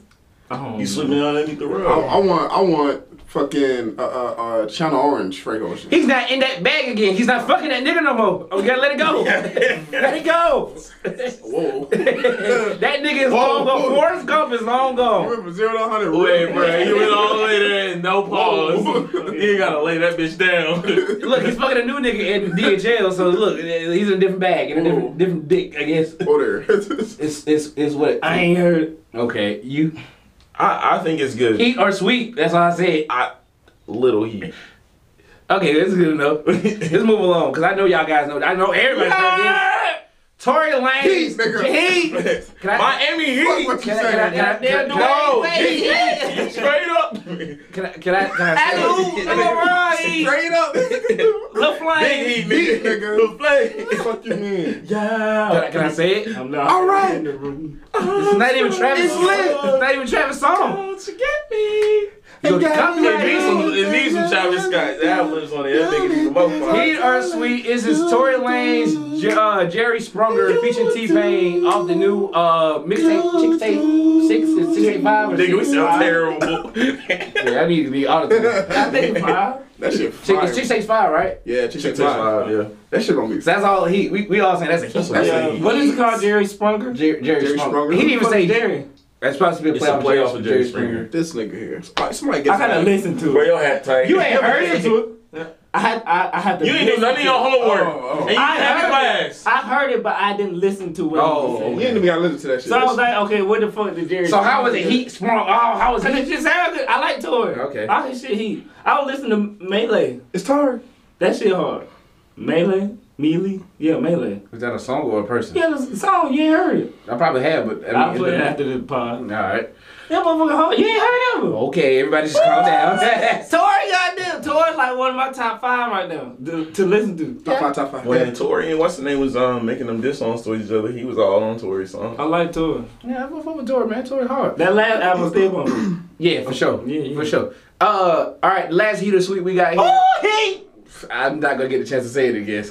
Speaker 3: Oh,
Speaker 4: You slipping underneath the
Speaker 1: I,
Speaker 4: rug.
Speaker 1: I want I want fucking uh, uh, uh, Channel Orange, Frank Ocean.
Speaker 2: He's not in that bag again. He's not fucking that nigga no more. Oh, we gotta let it [LAUGHS] go. let it go.
Speaker 1: [LAUGHS] Whoa.
Speaker 2: that nigga is long gone. Forrest Gump is long gone.
Speaker 1: Remember, zero to 100.
Speaker 4: Wait, bro, you went all the way there and no pause. [LAUGHS] you gotta lay that bitch down.
Speaker 2: Look, he's fucking a new nigga at DHL. So look, he's in a different bag and a
Speaker 1: Ooh.
Speaker 2: different, different dick. I guess
Speaker 1: [LAUGHS] Order.
Speaker 2: it's it's it's what
Speaker 3: I ain't heard.
Speaker 2: Okay, you
Speaker 4: I, I think it's good.
Speaker 2: heat or sweet. That's all I said.
Speaker 4: I little heat.
Speaker 2: Okay, this is good enough. Let's move along, cause I know y'all guys know. I know everybody heard
Speaker 4: Ah!
Speaker 2: this. Tory Lanez.
Speaker 1: Heat, nigga.
Speaker 2: Heat. Can I,
Speaker 4: [LAUGHS] Miami
Speaker 1: Fuck
Speaker 4: Heat.
Speaker 1: what you
Speaker 2: Can I- can I- can I-
Speaker 1: saying.
Speaker 2: can I-
Speaker 4: Dwayne No.
Speaker 2: Wade. E.
Speaker 4: [LAUGHS] Straight up.
Speaker 2: Can I? Can I? Can I? say-
Speaker 1: Straight up. [LAUGHS]
Speaker 2: Lil Flame.
Speaker 4: Big Heat,
Speaker 1: Heat,
Speaker 4: nigga.
Speaker 1: nigga.
Speaker 4: Play.
Speaker 1: Fuck you mean?
Speaker 2: Can I, can I say it?
Speaker 3: I'm not.
Speaker 1: All right.
Speaker 3: In the room.
Speaker 2: It's not even Travis. It's
Speaker 1: lit.
Speaker 2: not even Travis' song.
Speaker 4: Don't you get me?
Speaker 2: You
Speaker 1: got
Speaker 2: copyright
Speaker 4: It needs some,
Speaker 2: it.
Speaker 4: it needs some Travis Scott. That lives on there. That nigga needs a motherfucker.
Speaker 2: Heat or Sweet is his Tory Lanez, J- uh, Jerry Sprunger featuring T Pain off the new uh, mixtape, chick tape, six and six five or
Speaker 4: Nigga, we
Speaker 2: six.
Speaker 4: sound terrible.
Speaker 2: Yeah, I need to be honest. With you. [LAUGHS]
Speaker 3: I think five.
Speaker 1: That shit
Speaker 2: Chick,
Speaker 1: fire.
Speaker 2: it's chick tape five, right?
Speaker 1: Yeah, chick
Speaker 4: Check
Speaker 1: chick
Speaker 4: this out,
Speaker 1: five.
Speaker 4: yeah.
Speaker 1: That shit on me.
Speaker 2: So that's all he. We, we all saying that's a heat.
Speaker 1: That's
Speaker 3: Yeah.
Speaker 1: a heat.
Speaker 3: What is it called? Jerry Sprunger.
Speaker 2: Jer- Jerry,
Speaker 1: Jerry
Speaker 2: Sprunger.
Speaker 1: Sprunger.
Speaker 2: He didn't even
Speaker 3: Fuck
Speaker 2: say Jerry.
Speaker 3: Jerry.
Speaker 2: That's supposed to be a
Speaker 4: It's
Speaker 2: playoff,
Speaker 4: a playoff
Speaker 2: for
Speaker 4: of
Speaker 2: Jerry
Speaker 4: Jerry
Speaker 2: Springer.
Speaker 4: Springer.
Speaker 1: This nigga here. Somebody, somebody get
Speaker 3: I gotta listen to
Speaker 4: Wear
Speaker 3: it.
Speaker 4: your hat tight.
Speaker 2: You ain't heard it.
Speaker 3: to it. I had I, I had to.
Speaker 4: You ain't do
Speaker 3: listen
Speaker 4: none of
Speaker 3: to
Speaker 4: your
Speaker 3: it.
Speaker 4: homework.
Speaker 1: Oh, oh.
Speaker 4: And you
Speaker 3: I
Speaker 4: have
Speaker 3: heard
Speaker 4: a class.
Speaker 3: I heard it, but I didn't listen to what
Speaker 2: Oh,
Speaker 3: he
Speaker 1: You
Speaker 3: was
Speaker 1: ain't
Speaker 3: saying.
Speaker 1: even gotta listen to that shit.
Speaker 3: So I was like, okay, what the fuck did Jerry?
Speaker 2: So how was
Speaker 3: Springer
Speaker 2: it
Speaker 3: do?
Speaker 2: heat sprung? Oh, how was
Speaker 3: Cause
Speaker 2: it?
Speaker 3: it just sounded good. I like Tory.
Speaker 2: Okay.
Speaker 3: I can shit heat. I would listen to Melee.
Speaker 1: it's tired.
Speaker 3: That shit hard. Melee, Melee, yeah, Melee.
Speaker 2: Was that a song or a person?
Speaker 3: Yeah, the song you ain't heard it.
Speaker 2: I probably have, but
Speaker 3: I will
Speaker 2: mean,
Speaker 3: put it
Speaker 2: it's-
Speaker 3: after the Oh, pod.
Speaker 2: All right.
Speaker 3: That motherfucker hard. You ain't heard of it.
Speaker 2: Okay, everybody just calm down. [LAUGHS]
Speaker 3: [LAUGHS] Tory, goddamn, Tory's like one of my top five right now to, to listen to.
Speaker 1: Top five, top five.
Speaker 4: When Tori and what's the name was um making them diss songs to each other, he was all on Tori's song.
Speaker 3: I like Tory.
Speaker 2: yeah, I'm fuck with Tory, man. Tory hard.
Speaker 3: That last album, Stay [COUGHS] Bummer.
Speaker 2: Yeah, for sure.
Speaker 3: Yeah, yeah.
Speaker 2: For sure. Uh, all right. Last heater sweet we got here.
Speaker 3: Oh,
Speaker 2: I'm not gonna get a chance to say it again.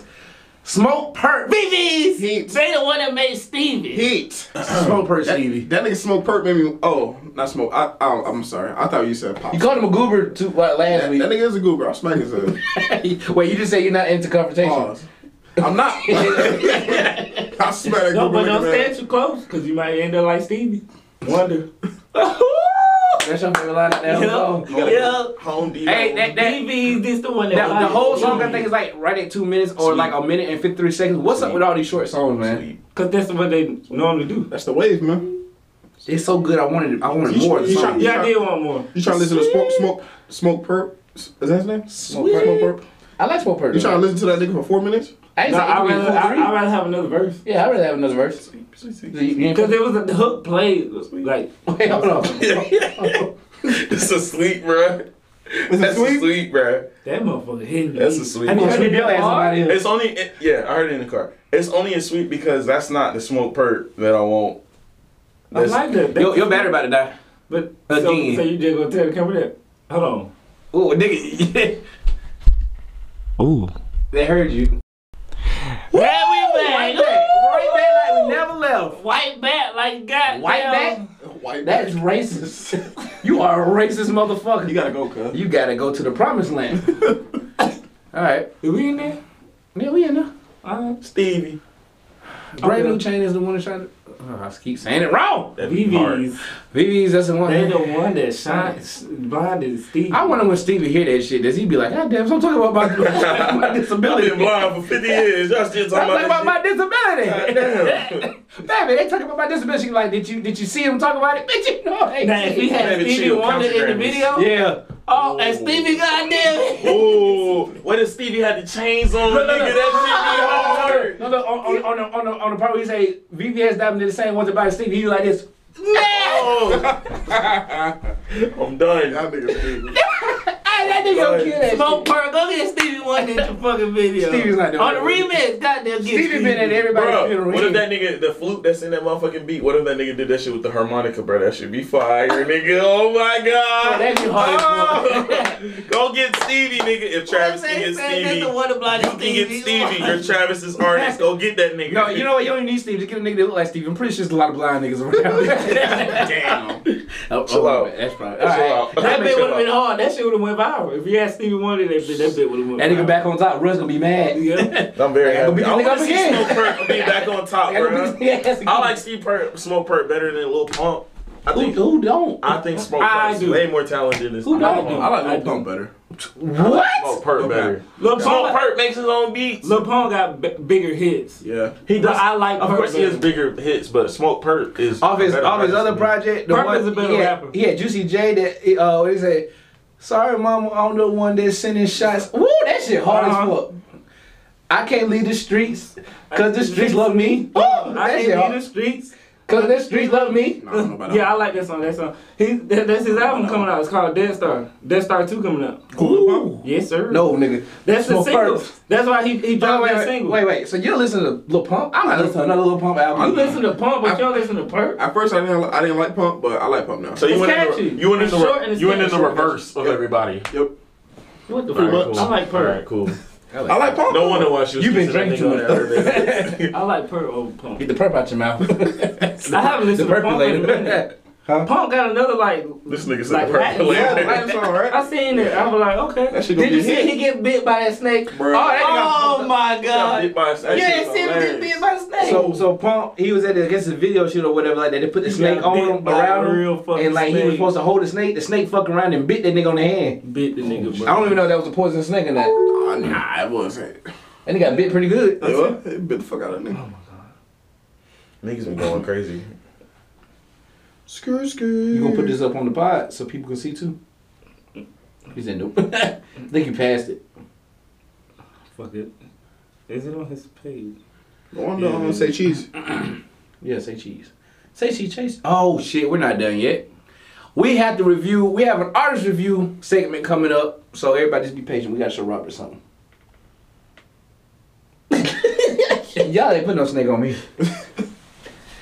Speaker 2: Smoke perp.
Speaker 3: BB's.
Speaker 1: Heat.
Speaker 3: They the one that made Stevie. [CLEARS THROAT]
Speaker 1: Heat.
Speaker 2: Smoke perp,
Speaker 1: That,
Speaker 2: Stevie.
Speaker 1: that nigga smoke perp made me. Oh, not smoke. I, I, I'm sorry. I thought you said pop.
Speaker 2: You called him a goober too uh, last
Speaker 1: that,
Speaker 3: [LAUGHS]
Speaker 2: week.
Speaker 1: that nigga is a goober. I'll smack his ass.
Speaker 2: Wait, you just say you're not into confrontation.
Speaker 3: Oh.
Speaker 1: Pause. I'm not. I smack that
Speaker 3: No,
Speaker 1: goober.
Speaker 3: but
Speaker 1: nigga,
Speaker 3: don't
Speaker 1: man.
Speaker 3: stand too close, cause you might end up like Stevie. Wonder.
Speaker 2: That's your favorite line. That whole song.
Speaker 3: Oh, yeah.
Speaker 4: Home Depot.
Speaker 2: Hey, that that.
Speaker 3: BB's this the one that.
Speaker 2: That, the
Speaker 3: like
Speaker 2: whole song I
Speaker 3: Stevie.
Speaker 2: think is like right at two minutes or like a minute and fifty three seconds. What's up with all these short songs, man?
Speaker 3: Cause that's what they normally do.
Speaker 1: That's the wave, man.
Speaker 2: It's so good. I wanted I wanted
Speaker 1: You-
Speaker 2: more. of the
Speaker 1: you
Speaker 2: song.
Speaker 1: try-
Speaker 3: Yeah, I did want more.
Speaker 1: You trying to listen to smoke, smoke, smoke perp? Is that his name? Smoke perp. Smoke perp.
Speaker 2: I like Smoke Perp.
Speaker 1: You trying to listen to that nigga for four minutes?
Speaker 2: I ain't
Speaker 3: No,
Speaker 2: saying it
Speaker 3: I
Speaker 2: could be
Speaker 3: rather,
Speaker 2: four,
Speaker 3: I,
Speaker 2: three.
Speaker 3: I rather have another verse.
Speaker 2: yeah, I'd rather have another verse. You- you ain't-
Speaker 3: Cause it was a, the hook played like
Speaker 2: Wait, hold on.
Speaker 4: It's a sleep, bruh. That's a
Speaker 1: sleep?
Speaker 4: sleep, bruh.
Speaker 3: that motherfucker hit me.
Speaker 4: That's a sleep.
Speaker 3: Have you heard
Speaker 2: Sweep
Speaker 3: it
Speaker 2: your ass
Speaker 3: hard?
Speaker 2: somebody else.
Speaker 4: It's only it, yeah, I heard it in the car. It's only a sweet because that's not the smoke perp that I want.
Speaker 3: I like that. That's-
Speaker 2: Yo, your battery about to die.
Speaker 3: But
Speaker 2: Again.
Speaker 3: So, so you just gonna tell the company that? Hold on.
Speaker 2: Oh, nigga.
Speaker 6: Ooh.
Speaker 2: they heard you.
Speaker 6: There we
Speaker 2: Right back.
Speaker 6: back.
Speaker 2: Right back like we never left.
Speaker 6: White back like God.
Speaker 2: White back?
Speaker 1: White
Speaker 2: That is racist. [LAUGHS] you are a racist motherfucker.
Speaker 1: You gotta go, cuz.
Speaker 2: You gotta go to the promised land. All right.
Speaker 3: Is we in there?
Speaker 2: Yeah, we in there.
Speaker 3: Alright.
Speaker 4: Stevie.
Speaker 2: Brand
Speaker 3: Okay.
Speaker 2: new chain is the one that's trying to. Oh, I keep saying it wrong.
Speaker 4: That be hard.
Speaker 3: BB's.
Speaker 2: VV's, that's the one.
Speaker 3: They the one that shines blinded Steve.
Speaker 2: I wonder when Stevie hear that shit, does he be like, God damn, so I'm talking about my, [LAUGHS] my
Speaker 4: I've
Speaker 2: disability.
Speaker 4: been blind for 50 years. Y'all still
Speaker 2: I'm
Speaker 4: talking
Speaker 2: talking
Speaker 4: about
Speaker 2: about my
Speaker 4: that
Speaker 2: disability.
Speaker 4: shit.
Speaker 2: [LAUGHS]
Speaker 4: Damn.
Speaker 2: Baby, they talking about my disability. She Like, did you did you see him talk about it? Bitch, you know I ain't
Speaker 3: now if
Speaker 2: seen
Speaker 3: we
Speaker 2: it.
Speaker 3: had
Speaker 4: Baby,
Speaker 3: Stevie
Speaker 4: chill,
Speaker 3: Wonder in the
Speaker 4: concentrate.
Speaker 3: video,
Speaker 2: Yeah.
Speaker 3: oh, and Stevie, goddamn it.
Speaker 4: Ooh, what if Stevie had the chains on, nigga?
Speaker 2: no.
Speaker 4: That shit be hard.
Speaker 2: No, no, on, on, on, the, on, the, on the part where he say VVS diamond did the same ones about Stevie, he like this.
Speaker 4: [LAUGHS] Oh. I'm done.
Speaker 1: That nigga stupid.
Speaker 2: [LAUGHS] Hey, that nigga gonna kill that
Speaker 3: Smoke
Speaker 2: shit.
Speaker 3: Perk, go get Stevie Wonder in the fucking video.
Speaker 2: Stevie's not doing
Speaker 3: On the
Speaker 2: that.
Speaker 3: remix, goddamn, get
Speaker 2: Stevie been at everybody's
Speaker 4: Bro,
Speaker 2: funeral.
Speaker 4: what
Speaker 2: He-
Speaker 4: if that nigga, the flute that's in that motherfucking beat, what if that nigga did that shit with the harmonica, bro? That should be [LAUGHS] fire, nigga. Oh my god.
Speaker 3: That'd be hard. as fuck.
Speaker 4: Oh. Go get Stevie, nigga. If Travis can get Stevie,
Speaker 3: That's the
Speaker 4: you
Speaker 3: one about
Speaker 4: can get Stevie. You're Travis's artist. Go get that
Speaker 2: [LAUGHS]
Speaker 4: nigga. [LAUGHS]
Speaker 2: No, you know what? You don't even need Steve. Just get a nigga that look like Steve. I'm pretty sure there's a lot of blind niggas around.
Speaker 4: Damn.
Speaker 2: Oh,
Speaker 4: Chill
Speaker 2: oh,
Speaker 4: out.
Speaker 2: That's probably.
Speaker 4: Chill
Speaker 2: All right.
Speaker 4: out.
Speaker 3: That bit
Speaker 4: Chill
Speaker 3: would have
Speaker 4: out.
Speaker 3: been hard. That shit would have went viral. If you had Stevie Wonder, that bit, that bit would have went.
Speaker 2: That
Speaker 3: viral.
Speaker 2: nigga back on top. Russ gonna be mad. [LAUGHS]
Speaker 3: Yeah.
Speaker 4: I'm
Speaker 2: gotta
Speaker 4: very happy.
Speaker 2: beat
Speaker 4: I
Speaker 2: the nigga
Speaker 4: want
Speaker 2: up
Speaker 4: to see
Speaker 2: again.
Speaker 4: Smoke Perp be back on top, bro.
Speaker 2: Yes.
Speaker 4: I like Steve Perp, Smoke Perp better than Lil Pump. I
Speaker 2: Who,
Speaker 4: think
Speaker 2: who don't?
Speaker 4: I think Smoke
Speaker 3: I
Speaker 4: Perp's
Speaker 3: do.
Speaker 4: way more talented than
Speaker 2: Who
Speaker 4: Smoke
Speaker 2: don't?
Speaker 4: Pump.
Speaker 1: I like Lil Pump better.
Speaker 4: Smoke Perp better.
Speaker 2: [LAUGHS]
Speaker 3: Lil
Speaker 4: Smoke
Speaker 3: Pump,
Speaker 4: Perp makes his own beats.
Speaker 3: Lil Pump got b- bigger hits.
Speaker 1: Yeah.
Speaker 4: He
Speaker 3: But I like
Speaker 4: Of
Speaker 3: Perp
Speaker 4: course, he has
Speaker 3: better.
Speaker 4: bigger hits, but Smoke Perp is
Speaker 2: off his
Speaker 4: a better
Speaker 2: off his
Speaker 4: artist
Speaker 2: other
Speaker 4: than-
Speaker 2: project. The
Speaker 3: Purpose
Speaker 2: one,
Speaker 3: is a better
Speaker 2: he had,
Speaker 3: rapper.
Speaker 2: He had Juicy J that uh what he say? Sorry, mama, I'm the one that's sending shots. Woo, that shit hard
Speaker 3: Uh-huh.
Speaker 2: as fuck. I can't leave the streets cause the streets love me. Woo,
Speaker 3: I
Speaker 2: that
Speaker 3: ain't
Speaker 2: shit
Speaker 3: in
Speaker 2: hard.
Speaker 3: the streets.
Speaker 2: Cause the streets love me.
Speaker 1: I don't know about that.
Speaker 3: Yeah, I like that song. That song. He, that, that's his album coming out. It's called Dead Star. Dead Star Two coming out.
Speaker 1: Ooh.
Speaker 3: Yes, sir.
Speaker 2: No, nigga.
Speaker 3: That's the
Speaker 2: Smoke
Speaker 3: single.
Speaker 2: first.
Speaker 3: That's why he, he
Speaker 2: Wait,
Speaker 3: dropped
Speaker 2: wait,
Speaker 3: that
Speaker 2: wait,
Speaker 3: single.
Speaker 2: wait, wait. So you listen to Lil Pump? I'm not listening to another Lil Pump
Speaker 3: You
Speaker 2: album.
Speaker 3: listen to Pump, but you don't listen to Perp.
Speaker 1: At first, I didn't. I didn't like Pump, but I like Pump now.
Speaker 4: So you
Speaker 3: It's
Speaker 4: went in the-
Speaker 3: catchy.
Speaker 4: you went in
Speaker 3: It's
Speaker 4: the
Speaker 3: short and
Speaker 4: re-
Speaker 3: it's
Speaker 4: you went in the
Speaker 3: catchy.
Speaker 4: reverse of everybody.
Speaker 1: yep.
Speaker 3: What the
Speaker 4: All right, cool.
Speaker 3: fuck? I like
Speaker 4: All
Speaker 2: [LAUGHS]
Speaker 3: Perp.
Speaker 4: right, cool.
Speaker 1: I like Pump.
Speaker 3: [LAUGHS]
Speaker 4: No wonder why she was
Speaker 2: You been
Speaker 4: kissing that
Speaker 2: drinking
Speaker 4: nigga on the other day.
Speaker 3: I like Perp over Pump.
Speaker 2: Get the perp out your
Speaker 3: [LAUGHS]
Speaker 2: mouth.
Speaker 3: I haven't
Speaker 2: the
Speaker 3: listened to
Speaker 2: perp
Speaker 3: Pump in a
Speaker 2: [LAUGHS]
Speaker 3: minute.
Speaker 2: later. Huh?
Speaker 3: Pump got another like.
Speaker 4: This nigga said
Speaker 3: like
Speaker 4: the
Speaker 3: Latin
Speaker 4: purple
Speaker 1: Yeah,
Speaker 3: song.
Speaker 1: the Latin song, right?
Speaker 3: I seen it. I was like, okay.
Speaker 1: That shit gonna
Speaker 3: Did you
Speaker 1: be a
Speaker 3: see
Speaker 1: hit.
Speaker 3: he get bit by that snake?
Speaker 1: Bruh.
Speaker 3: Oh, that
Speaker 2: Oh my
Speaker 4: Got
Speaker 2: god.
Speaker 4: bit by a- that shit
Speaker 3: nigga- yeah,
Speaker 4: was
Speaker 3: see him get
Speaker 4: hilarious.
Speaker 3: bit by the snake.
Speaker 2: So so Pump, he was at the, I guess the video shoot or whatever like that. They put the
Speaker 3: He
Speaker 2: snake
Speaker 3: got
Speaker 2: on
Speaker 3: bit
Speaker 2: him
Speaker 3: by a
Speaker 2: around him,
Speaker 3: real fucking
Speaker 2: and like he was
Speaker 3: snake.
Speaker 2: supposed to hold the snake. The snake fucked around and bit that nigga on the hand.
Speaker 3: bit the nigga.
Speaker 2: I don't even know if that was a poison snake or not.
Speaker 1: Oh, nah, it wasn't. It
Speaker 2: And he got bit pretty good.
Speaker 1: [LAUGHS] was. It bit the fuck out of that
Speaker 2: Oh
Speaker 1: nigga.
Speaker 4: Niggas been going crazy.
Speaker 1: Skirt, skirt.
Speaker 2: You gonna put this up on the pod so people can see too? He said nope. [LAUGHS] I think you passed it.
Speaker 3: Fuck it. Is it on his page?
Speaker 1: No wonder I'm gonna say
Speaker 4: [LAUGHS]
Speaker 1: cheese.
Speaker 2: Yeah, say cheese. Say cheese, chase. Oh shit, we're not done yet. We have to review. We have an artist review segment coming up, so everybody just be patient. We got to show Robert [LAUGHS] something. Y'all ain't putting no snake on me.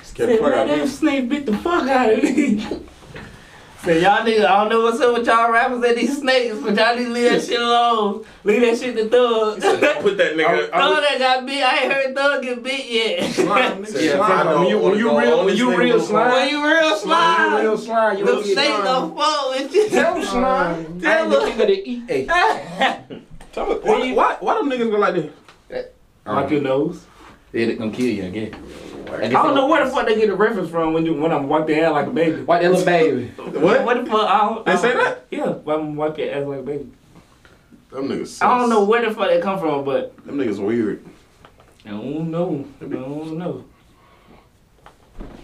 Speaker 1: Scared the fuck out of
Speaker 3: that
Speaker 1: me.
Speaker 3: snake bit the fuck out of [LAUGHS] me. Said y'all niggas, I don't know what's up with y'all rappers and these snakes, but y'all need to leave that shit alone. Leave that shit to Thug. [LAUGHS] Thug
Speaker 4: Put that nigga.
Speaker 3: that got bit. I ain't heard Thug get bit yet.
Speaker 1: Slime, nigga.
Speaker 2: Yeah,
Speaker 1: slime.
Speaker 2: when you, when you real, when you real
Speaker 3: When
Speaker 2: slime,
Speaker 3: you real
Speaker 2: when you real
Speaker 3: slime,
Speaker 2: slime, you
Speaker 3: the
Speaker 2: don't
Speaker 3: snake
Speaker 2: get
Speaker 3: don't fuck with
Speaker 2: Tell
Speaker 3: you. [LAUGHS]
Speaker 2: him slime.
Speaker 3: Tell
Speaker 2: I ain't the
Speaker 3: him.
Speaker 2: king of the E. Hey,
Speaker 1: Tell me, why, why, why them niggas go like this?
Speaker 3: Like your nose.
Speaker 2: they're gonna kill you again. I
Speaker 3: I don't know
Speaker 2: where.
Speaker 3: where the fuck they get the reference from when you when I'm wiping your ass like a baby.
Speaker 2: Why that little baby?
Speaker 1: What?
Speaker 3: What the fuck? I don't,
Speaker 1: They say
Speaker 3: I don't-
Speaker 1: that?
Speaker 3: Yeah, when I'm wiping your ass like a baby.
Speaker 1: Them niggas.
Speaker 3: I don't know where the fuck they come from, but
Speaker 1: Them niggas
Speaker 3: [LAUGHS]
Speaker 1: weird.
Speaker 3: I don't know. I don't know.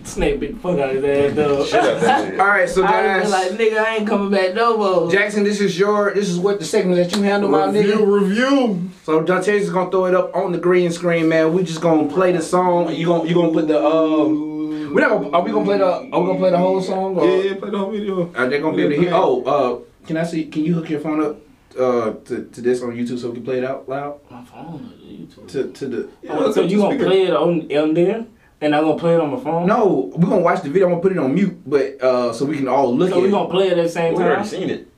Speaker 3: Snake bit the fuck out of his ass though.
Speaker 4: Shit out that
Speaker 2: All right, so
Speaker 3: [LAUGHS] I
Speaker 2: guys,
Speaker 3: was like, nigga, I ain't coming back no more.
Speaker 2: Jackson, this is your, this is what the segment that you handle, my nigga.
Speaker 1: review.
Speaker 2: So Dante's is gonna throw it up on the green screen, man. We just gonna play the song. You gonna you gonna put the um. We not gonna, are we gonna play the are we gonna play the whole song or
Speaker 1: Yeah, yeah, play the whole video.
Speaker 2: are they gonna be able to hear? Oh, uh, can I see? Can you hook your phone up uh to, to this on YouTube so we can play it out loud
Speaker 3: My phone is YouTube.
Speaker 2: to to the.
Speaker 3: Oh, so you gonna play it on, on there? And I'm gonna play it on my phone?
Speaker 2: No, we're gonna watch the video. I'm gonna put it on mute, but uh, so we can all look
Speaker 3: So
Speaker 2: at
Speaker 3: we
Speaker 2: it.
Speaker 3: gonna play it at the same
Speaker 4: We
Speaker 3: time?
Speaker 4: already seen it.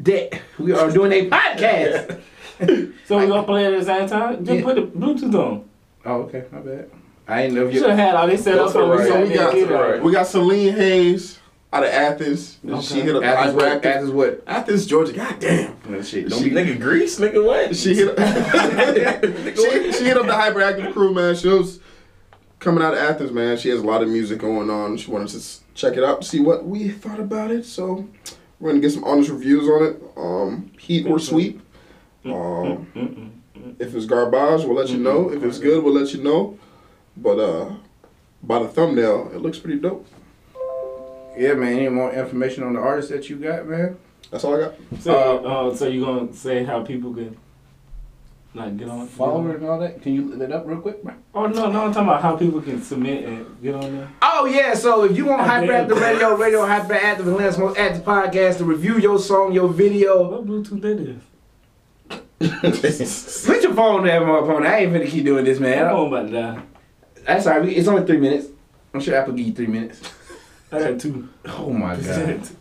Speaker 2: that we are doing a [LAUGHS] podcast.
Speaker 3: So we gonna play it at the same time? Just
Speaker 2: Yeah.
Speaker 3: put the Bluetooth on.
Speaker 2: oh, okay, my bad. I ain't know if
Speaker 3: You
Speaker 2: you.
Speaker 3: should have had all this set up
Speaker 4: That's all
Speaker 3: for
Speaker 4: right.
Speaker 3: me.
Speaker 1: So
Speaker 3: So
Speaker 1: we got, we got Celine Hayes out of Athens. She hit up
Speaker 2: Ask us what?
Speaker 1: Athens,
Speaker 2: Ask us what?
Speaker 1: Athens, Georgia. God damn.
Speaker 2: Oh, shit, don't
Speaker 4: She,
Speaker 2: be.
Speaker 4: nigga Grease, nigga what?
Speaker 1: She hit, [LAUGHS] she, she hit up the hyperactive crew, man. She was coming out of Athens, man. She has a lot of music going on. She wanted to s- check it out, see what we thought about it. So we're gonna get some honest reviews on it. Um, heat or sweep. Um, if it's garbage, we'll let you know. If it's good, we'll let you know. But uh, by the thumbnail, it looks pretty dope.
Speaker 2: Yeah, man. Any more information on the artist that you got, man?
Speaker 1: That's all I got.
Speaker 3: So, uh, so you gonna say how people can like get on? get on-
Speaker 2: Follower and all that. Can you look that up real quick, bro?
Speaker 3: Oh no, no, I'm talking about how people can submit and get on there.
Speaker 2: Oh yeah. So if you want [LAUGHS] hyperactive radio, radio hyperactive and last most active podcast to review your song, your video,
Speaker 3: What Bluetooth that is?
Speaker 2: put your phone there, my opponent. I ain't finna keep doing this,
Speaker 3: I'm
Speaker 2: man.
Speaker 3: going about to die.
Speaker 2: That's all right. we- It's only three minutes. I'm sure Apple give you three minutes.
Speaker 3: I got two.
Speaker 2: Oh my god.
Speaker 3: [LAUGHS]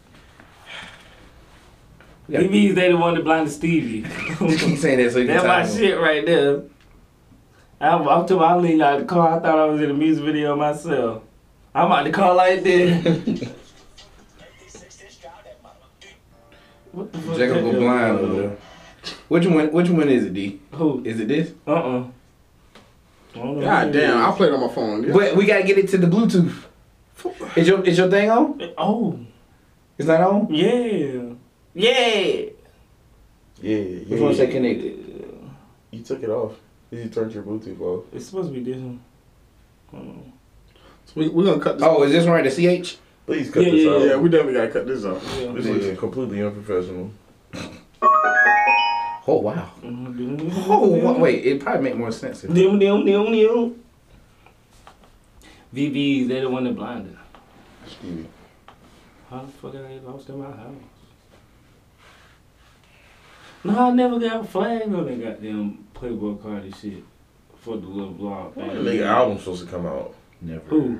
Speaker 2: Yeah.
Speaker 3: DB's they the one that blinded
Speaker 4: [LAUGHS]
Speaker 3: Stevie.
Speaker 2: Just keep saying that so [LAUGHS] you can
Speaker 3: That's my
Speaker 2: time.
Speaker 3: shit right there. I walked up, I leaned out of the car. I thought I was in a music video myself. I'm out the car like this. What the fuck?
Speaker 2: Jacob go blind over there. Which one? Which one is it, D?
Speaker 3: Who?
Speaker 2: Is it this?
Speaker 3: Uh uh.
Speaker 1: God damn, I played on my phone. Yeah.
Speaker 2: But we gotta get it to the Bluetooth. Is your is your thing on?
Speaker 3: Oh,
Speaker 2: It's not on.
Speaker 3: yeah. Yeah.
Speaker 4: Yeah, yeah.
Speaker 2: Which one say connected?
Speaker 4: You took it off. You turned your Bluetooth off.
Speaker 3: It's supposed to be this one. Hold
Speaker 1: So we, we're gonna cut this.
Speaker 2: Oh, is this right? The CH?
Speaker 4: Please cut
Speaker 3: Yeah,
Speaker 4: this
Speaker 3: yeah,
Speaker 4: out.
Speaker 1: yeah, we definitely gotta cut this off.
Speaker 3: on.
Speaker 4: This is completely unprofessional.
Speaker 2: Oh wow. Oh
Speaker 3: Oh,
Speaker 2: wa- wait, it probably make more sense. If
Speaker 3: Dim, dim, dim, dim. VBs, they the one that blinded.
Speaker 4: Stevie.
Speaker 3: How the fuck I ain't lost in my house? No, I never got flagged on that goddamn Playboy card and shit for the little blog.
Speaker 4: The
Speaker 3: thing.
Speaker 4: nigga album supposed to come out.
Speaker 2: Never.
Speaker 3: Who?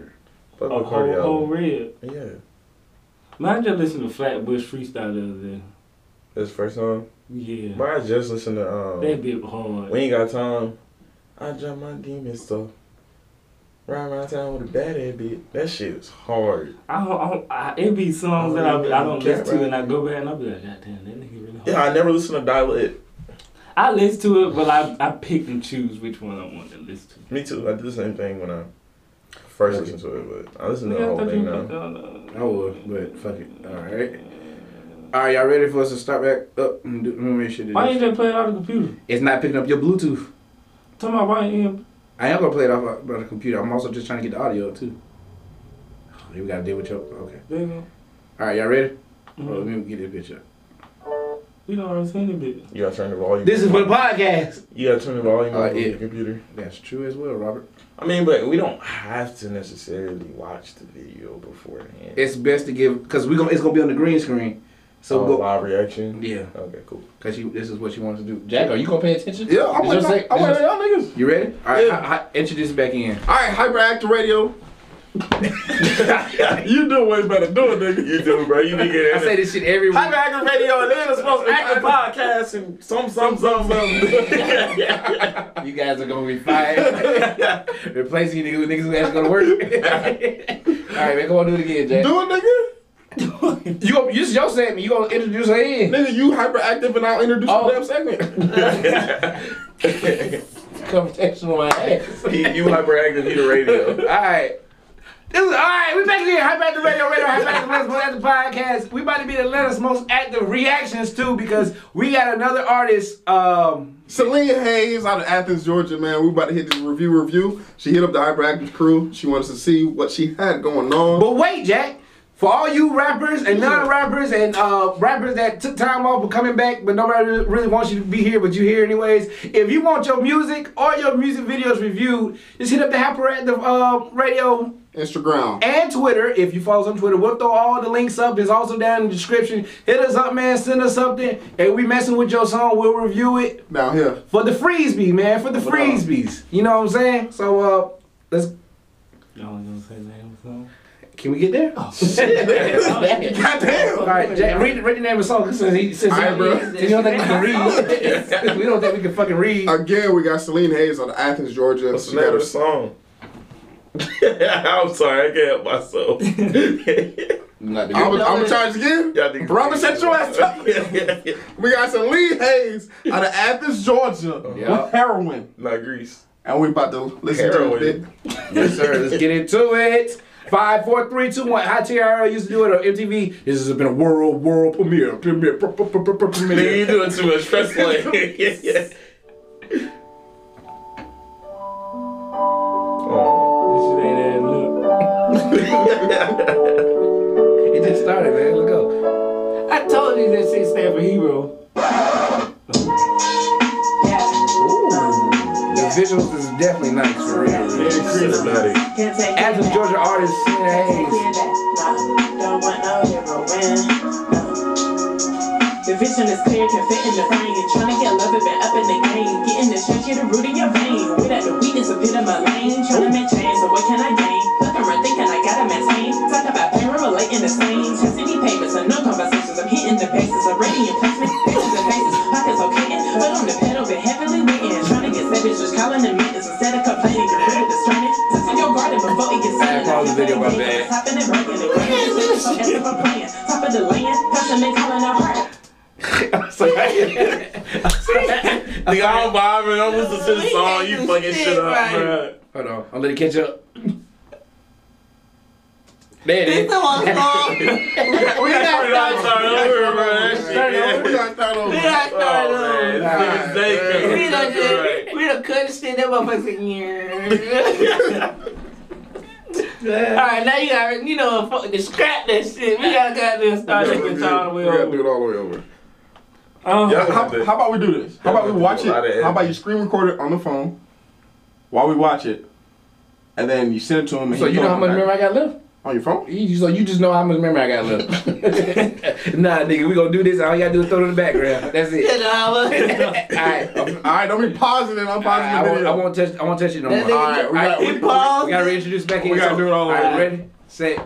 Speaker 4: Fuck
Speaker 3: A
Speaker 4: with Cardi
Speaker 3: whole, whole
Speaker 4: album.
Speaker 3: red.
Speaker 4: Yeah.
Speaker 3: Man, I just listened to Flatbush Freestyle the other day.
Speaker 4: That's the first song.
Speaker 3: Yeah.
Speaker 4: But I just listened to um
Speaker 3: that bit hard.
Speaker 4: We ain't got time. I drop my demons stuff. Ride around town with a bad ass bitch. That shit is hard.
Speaker 3: I don't, I don't I, it be songs that I, I don't
Speaker 4: Yeah,
Speaker 3: listen to
Speaker 4: right.
Speaker 3: and I go back and I be like, God damn, that nigga really hard.
Speaker 4: Yeah, I never listened to Dial It.
Speaker 3: I listen to it, but I, I pick and choose which one I want to listen to.
Speaker 4: Me too. I did the same thing when I first listened to it, but I listen to the
Speaker 3: Yeah, I
Speaker 4: whole
Speaker 3: thought
Speaker 4: thing
Speaker 3: you
Speaker 4: now.
Speaker 3: picked- no, no.
Speaker 2: I would, but fuck it. All right. All right, y'all ready for us to start back up and do, let me make sure that
Speaker 3: Why
Speaker 2: this-
Speaker 3: you just play it off the computer?
Speaker 2: it's not picking up your Bluetooth.
Speaker 3: Talking about why you
Speaker 2: I am gonna play it off of the computer. I'm also just trying to get the audio up too. Oh, You gotta deal with your okay.
Speaker 3: there you go.
Speaker 1: Oh.
Speaker 2: All right, y'all ready?
Speaker 3: Mhm.
Speaker 2: Oh, let me get this picture.
Speaker 3: We don't already seen it, bitch.
Speaker 4: You gotta turn the volume.
Speaker 2: This is for the podcast.
Speaker 4: you gotta turn the volume
Speaker 2: Uh,
Speaker 4: up on
Speaker 2: yeah.
Speaker 4: your computer.
Speaker 2: That's true as well, Robert.
Speaker 4: I mean, but we don't have to necessarily watch the video beforehand.
Speaker 2: It's best to give because we gonna it's gonna be on the green screen. So
Speaker 4: Oh,
Speaker 2: go.
Speaker 4: live reaction.
Speaker 2: Yeah,
Speaker 4: Okay, [LAUGHS] cool.
Speaker 2: because you this is what you wanted to do. Jack, are you gonna pay attention?
Speaker 1: Yeah, I'm
Speaker 2: Is your
Speaker 1: waiting on
Speaker 2: sec-
Speaker 1: I'm
Speaker 2: is your-
Speaker 1: waiting on y'all niggas.
Speaker 2: You ready? All right,
Speaker 1: Yeah.
Speaker 2: I, I, introduce back in.
Speaker 1: All right, hyperactive radio. you do way better doing nigga.
Speaker 4: You do, bro. You be getting.
Speaker 2: I say
Speaker 1: [LAUGHS]
Speaker 2: this shit every week.
Speaker 1: Hyperactive radio, and then it's supposed to act
Speaker 4: podcast and some, some, some, some.
Speaker 2: You guys are gonna be fired.
Speaker 1: [LAUGHS]
Speaker 2: Replacing you niggas with niggas who actually go to work. All right, man, go on do it again, Jack.
Speaker 1: Do it,
Speaker 2: You gonna, this is your segment. You gonna introduce her in.
Speaker 1: nigga. Nigga, you hyperactive, and I'll introduce
Speaker 2: Oh.
Speaker 1: the damn segment. [LAUGHS]
Speaker 2: Confrontation on my ass.
Speaker 4: [LAUGHS] he, you hyperactive, he the radio.
Speaker 2: Alright. This is alright, we back here. Hype at the radio, radio, hype at the Let's Most Active podcast. We about to be the Let's Most Active reactions too because we got another artist. Um,
Speaker 1: Celine Hayes out of Athens, Georgia, man. We about to hit this review review. She hit up the hyperactive crew. She wants to see what she had going on.
Speaker 2: but wait, Jack. For all you rappers and non-rappers and uh, rappers that took time off but coming back, but nobody re- really wants you to be here, but you here anyways. If you want your music or your music videos reviewed, just hit up the hyperactive uh, radio
Speaker 1: Instagram.
Speaker 2: and Twitter. If you follow us on Twitter, we'll throw all the links up. It's also down in the description. Hit us up, man. Send us something. If we messing with your song, we'll review it
Speaker 1: Down here.
Speaker 2: for the frisbee, man. For the frisbees. You know what I'm saying? So uh, let's.
Speaker 3: Y'all ain't gonna say the name of the song.
Speaker 2: Can we get there?
Speaker 1: Oh,
Speaker 2: [LAUGHS]
Speaker 1: Goddamn.
Speaker 2: All right, Jack, read, read the name of the song since he since
Speaker 1: All right, bro.
Speaker 2: he, we don't think we
Speaker 1: [LAUGHS]
Speaker 2: can read. we don't think we can fucking read.
Speaker 1: Again, we got Celine Hayes out of Athens, Georgia.
Speaker 4: What's
Speaker 1: She
Speaker 4: the name
Speaker 1: got
Speaker 4: of
Speaker 1: her
Speaker 4: the song? [LAUGHS] I'm sorry, I can't help myself. [LAUGHS]
Speaker 1: I'm gonna charge again.
Speaker 4: Y'all niggas-
Speaker 1: Brother, shut your ass up.
Speaker 4: [LAUGHS]
Speaker 1: We got Celine Hayes out of Athens, Georgia.
Speaker 2: Yeah.
Speaker 1: With heroin.
Speaker 4: Not Greece.
Speaker 1: And we about to listen
Speaker 4: Heroin.
Speaker 1: to it.
Speaker 2: Yes, sir. Let's get into it. Five, four, three, two, one. High TRL used to do it on MTV. This has been a world, world premiere. Premiere. pr- pr- pr- pr-
Speaker 4: Nigga, you
Speaker 2: premiere.
Speaker 4: doing too much [LAUGHS] press play. oh.
Speaker 3: This shit ain't adding up.
Speaker 2: It just started, man. Let's go.
Speaker 3: I told you that shit stand for hero.
Speaker 2: The visuals is definitely nice for real.
Speaker 4: Very cinematic.
Speaker 2: As a Georgia artist, Sarah Hayes.
Speaker 9: The vision is clear, can fit in the frame. Tryna get love it, been up in the game. Getting the stretch, get the root in your vein. Without the weakness, a bit of my lane. Tryna make change, so what can I gain? Looking around, thinking I gotta maintain. Talk about pain, we're relating the same. Chasing any payments, and no conversations. I'm hitting the bases, already in placement. Faces and faces, pockets okay. But on the pedal, been heavily waiting. Tryna get savage, just calling the meetings instead of complaining. Get rid of the straining. Sit in your garden before it gets sunny.
Speaker 2: pause the video, my bad.
Speaker 9: Topping and breaking it. Top of the land, passing and calling out heart.
Speaker 4: Nigga, I don't bother. Don't listen to the song. You fucking shit up, bruh.
Speaker 10: Hold on, I'll let it catch up. There it is.
Speaker 4: We got to start over, bro. That shit.
Speaker 1: We gotta start over.
Speaker 4: Oh, man. Niggas, they can't
Speaker 6: We
Speaker 4: do
Speaker 6: done
Speaker 4: nothing
Speaker 6: did.
Speaker 4: right.
Speaker 6: We done couldn't stand that motherfucker. All right, now you got you know fuck this scrap that shit. We gotta goddamn start
Speaker 1: Yeah,
Speaker 6: that
Speaker 1: we
Speaker 6: bitch all the
Speaker 1: we
Speaker 6: way
Speaker 1: gotta do it
Speaker 6: over.
Speaker 1: all the way over.
Speaker 3: Um,
Speaker 1: Yeah, how, how about we do this? How about we watch it? How about you screen record it on the phone while we watch it, and then you send it to him. And
Speaker 10: So
Speaker 1: he
Speaker 10: you know how
Speaker 1: throws it
Speaker 10: much
Speaker 1: back.
Speaker 10: memory I got left?
Speaker 1: on your phone?
Speaker 10: You, so you just know how much memory I got left. [LAUGHS] nah, nigga, we gonna do this. All you gotta do is throw it in the background. That's it.
Speaker 6: Ten dollars.
Speaker 10: All right,
Speaker 1: All right, don't be positive. I'm positive.
Speaker 10: I won't, I won't touch. I won't touch it no
Speaker 6: That
Speaker 10: more.
Speaker 6: nigga-
Speaker 1: All right, we got.
Speaker 6: He
Speaker 1: We,
Speaker 6: paused.
Speaker 10: We gotta reintroduce back in.
Speaker 1: We gotta do it all
Speaker 10: right,
Speaker 1: over.
Speaker 10: Ready, set.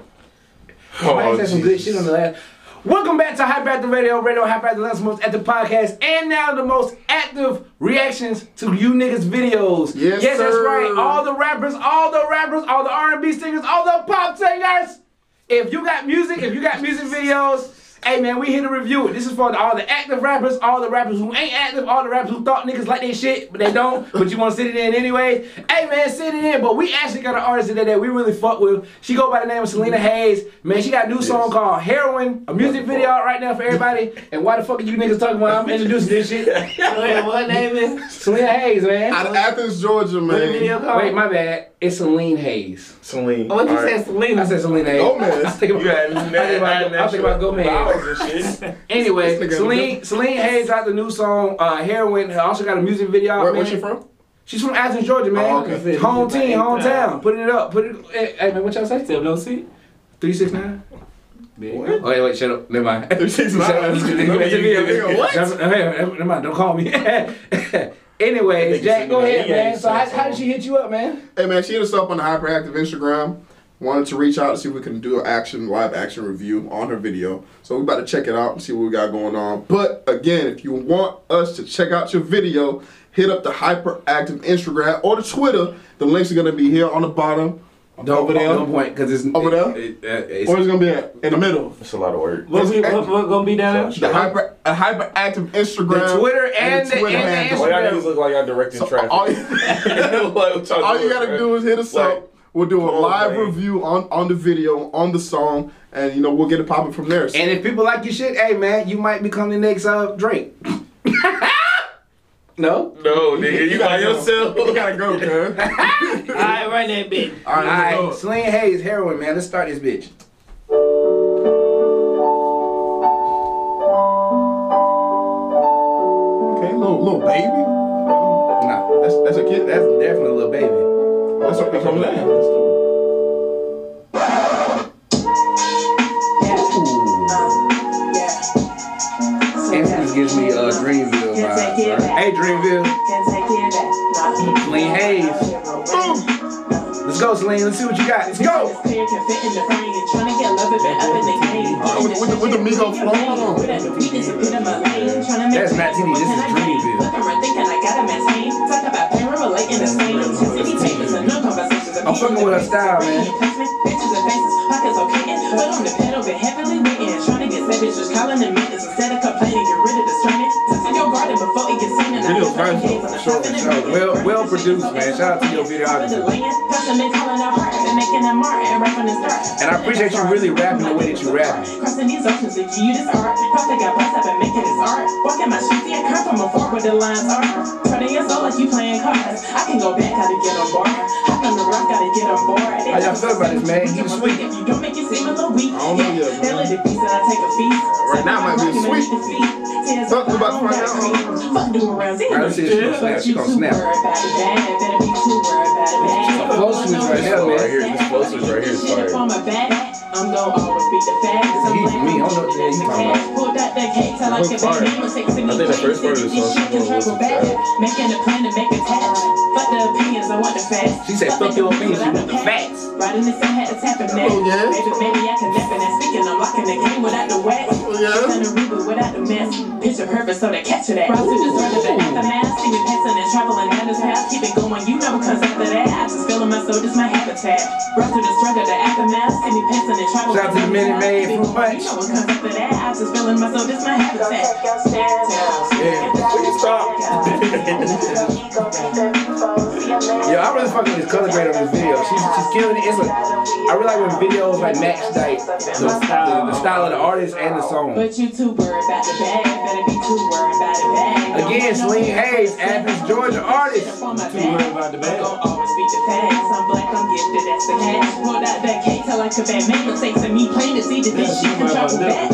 Speaker 4: Oh,
Speaker 2: I said some good shit on
Speaker 4: Jesus.
Speaker 2: the last. Welcome back to Hype After Radio, Radio Hype After Last Most Active Podcast, and now the most active reactions to you niggas' videos.
Speaker 1: Yes,
Speaker 2: that's
Speaker 1: sir.
Speaker 2: right. All the rappers, all the rappers, all the R&B singers, all the pop singers. If you got music, if you got music videos, hey man, we here to review it. This is for all the active rappers, all the rappers who ain't active, all the rappers who thought niggas like they shit, but they don't, but you wanna sit it in anyway. Hey man, sit it in. But we actually got an artist today that we really fuck with. She go by the name of Selena Hayes. Man, she got a new song called Heroin, a music video out right now for everybody. And why the fuck are you niggas talking about I'm introducing this shit?
Speaker 6: [LAUGHS] Wait, what name is?
Speaker 2: Selena Hayes, man.
Speaker 1: out of Athens, Georgia,
Speaker 6: Video
Speaker 1: man.
Speaker 6: call.
Speaker 2: Wait, my bad. It's Selena Hayes.
Speaker 4: Celine.
Speaker 6: What you
Speaker 4: All right.
Speaker 6: said, Selena?
Speaker 2: I said Selena Hayes.
Speaker 1: Gomez.
Speaker 2: [LAUGHS] I was thinking
Speaker 4: You
Speaker 2: about-
Speaker 4: had me mad. I had
Speaker 2: I'll think about Gomez.
Speaker 4: Bowers and shit.
Speaker 2: Anyway,
Speaker 1: This nigga-
Speaker 2: Celine, Celine Hayes out the new song uh, "Heroin." Also got a music video. out,
Speaker 1: Where,
Speaker 2: man.
Speaker 1: where's she from?
Speaker 2: She's from Athens, Georgia, man.
Speaker 1: Oh, okay.
Speaker 2: Home team, hometown. Putting it up. Put it. eh, Hey, hey, man, what y'all say?
Speaker 3: no seat.
Speaker 2: Three six nine.
Speaker 1: What?
Speaker 2: [LAUGHS] Oh, wait, wait, shut up.
Speaker 1: [LAUGHS]
Speaker 2: Never mind. Three
Speaker 1: six nine.
Speaker 2: What? Never mind. Don't call me. [LAUGHS] Anyways,
Speaker 4: Niggas
Speaker 2: Jack,
Speaker 4: in
Speaker 2: go
Speaker 4: the
Speaker 2: ahead,
Speaker 4: AA
Speaker 2: man. So how,
Speaker 4: song.
Speaker 2: how did she hit you up, man?
Speaker 1: Hey man, she hit us up on the hyperactive Instagram. Wanted to reach out to see if we can do an action, live action review on her video. So we about to check it out and see what we got going on. But again, if you want us to check out your video, hit up the hyperactive Instagram or the Twitter. The links are gonna be here on the bottom. over there.
Speaker 2: no point, because it's
Speaker 1: Over there?
Speaker 2: it- it- uh, it's-
Speaker 1: Or it's gonna be at- in the middle.
Speaker 4: That's a lot of work.
Speaker 3: What, we, what, what gonna be down there?
Speaker 1: The hyper, a hyperactive Instagram,
Speaker 2: The Twitter and the- and the
Speaker 1: handle. Oh,
Speaker 4: Why y'all niggas look like y'all directing traffic?
Speaker 1: all, [LAUGHS]
Speaker 4: [LAUGHS]
Speaker 1: all you gotta do is hit us
Speaker 4: Like,
Speaker 1: up. We'll do a
Speaker 4: come on,
Speaker 1: live
Speaker 4: man.
Speaker 1: review on on the video, on the song, and you know we'll get it popping from there. So- [LAUGHS]
Speaker 2: And if people like your shit, hey man, you might become the next uh Drake. [LAUGHS] no?
Speaker 4: No, nigga, you by yourself.
Speaker 1: You gotta go, [LAUGHS] cuz.
Speaker 6: All right, run that bitch.
Speaker 1: All right,
Speaker 2: Alright,
Speaker 1: let's go.
Speaker 2: Celine Hayes, heroin, man. Let's start this bitch.
Speaker 1: Okay, little little baby.
Speaker 2: Nah,
Speaker 1: That's that's a kid.
Speaker 2: that's
Speaker 1: That's
Speaker 2: definitely a little baby.
Speaker 1: that's what becomes that.
Speaker 2: Instantly gives me uh, Dreamville vibes.
Speaker 9: Can't take it
Speaker 2: alright?
Speaker 9: back.
Speaker 2: Hey, Dreamville.
Speaker 9: Can't take it back.
Speaker 2: Lee Hayes. Let's go, Celine. Let's see what you got. Let's go.
Speaker 1: with- with the- with the Migos flow, hold on.
Speaker 9: That's not TV, this is Dreamville. I'm fucking with her style, man. Video's
Speaker 2: versatile, sure, sure. Well- well produced, man. Shout out to your videographer.
Speaker 9: And
Speaker 2: I appreciate you really rapping the way that you rap.
Speaker 9: Crossing these oceans, if you this art, probably got blessed up and making this art. Walking my streets, yeah, come from afar where the lines are. Turning your soul like you playing cards. I can go back, gotta get on board. Hop on the rock, gotta get on board.
Speaker 2: How y'all feel about this, man? He was sweet.
Speaker 9: If you don't make it seem a little weak,
Speaker 1: I don't know yet,
Speaker 9: they
Speaker 1: man.
Speaker 9: let it be, so I take a feast.
Speaker 1: Right now might be sweet. Fuck, we about to find out.
Speaker 9: Fuck, do around.
Speaker 2: Right, let's see if she gonna snap. She gonna snap.
Speaker 9: Close
Speaker 2: Close to us right now, man.
Speaker 4: Right here, this close to us right here is fire.
Speaker 9: I'm gonna always be the fastest.
Speaker 2: He- me, I don't know what the hell you talking about.
Speaker 9: Pulled out that cake till I
Speaker 4: Look
Speaker 9: could
Speaker 4: fire.
Speaker 9: make mistakes in
Speaker 4: I think the first part of the song,
Speaker 9: Shit
Speaker 4: she
Speaker 9: can
Speaker 4: gonna
Speaker 9: travel
Speaker 4: listen
Speaker 9: back.
Speaker 4: to that.
Speaker 9: Making a plan to make a task. Fuck the opinions, I want the facts.
Speaker 2: She said, fuck your opinions, you want the facts.
Speaker 9: Riding this, I had a tap in that.
Speaker 1: Oh, yeah.
Speaker 9: Maybe, maybe I can nap in that speaking. I'm locking the game without the wax.
Speaker 1: Oh, yeah.
Speaker 9: Done a reboot without the mess. Picture perfect, so they capture that. Route to deserve the aftermath. See me passing and traveling down this path. Keep it going, you know, cause after that, I just feel in my soul, this my habitat. Route to the struggle, the aftermath. See me passing and traveling
Speaker 2: Shout out to the Minute Maid
Speaker 9: Keep it
Speaker 2: from
Speaker 9: going,
Speaker 2: Punch.
Speaker 9: You know, cause after that, I just feel in my soul, this my habitat. Tell
Speaker 2: [LAUGHS] fucking this color grade on this video. She's, she's killing it. It's a, I really like when videos like match like the, the, the style of the artist and the song.
Speaker 9: But you too worried about the bag, better be too worried about the bag.
Speaker 2: Again, Celine Hayes, Athens, Georgia artist.
Speaker 9: Too worried about the bag. Don't always beat the fags. I'm black, I'm gifted, that's the cash. Pulled out that cake till I could bad make mistakes and me plain to see that this shit can travel back.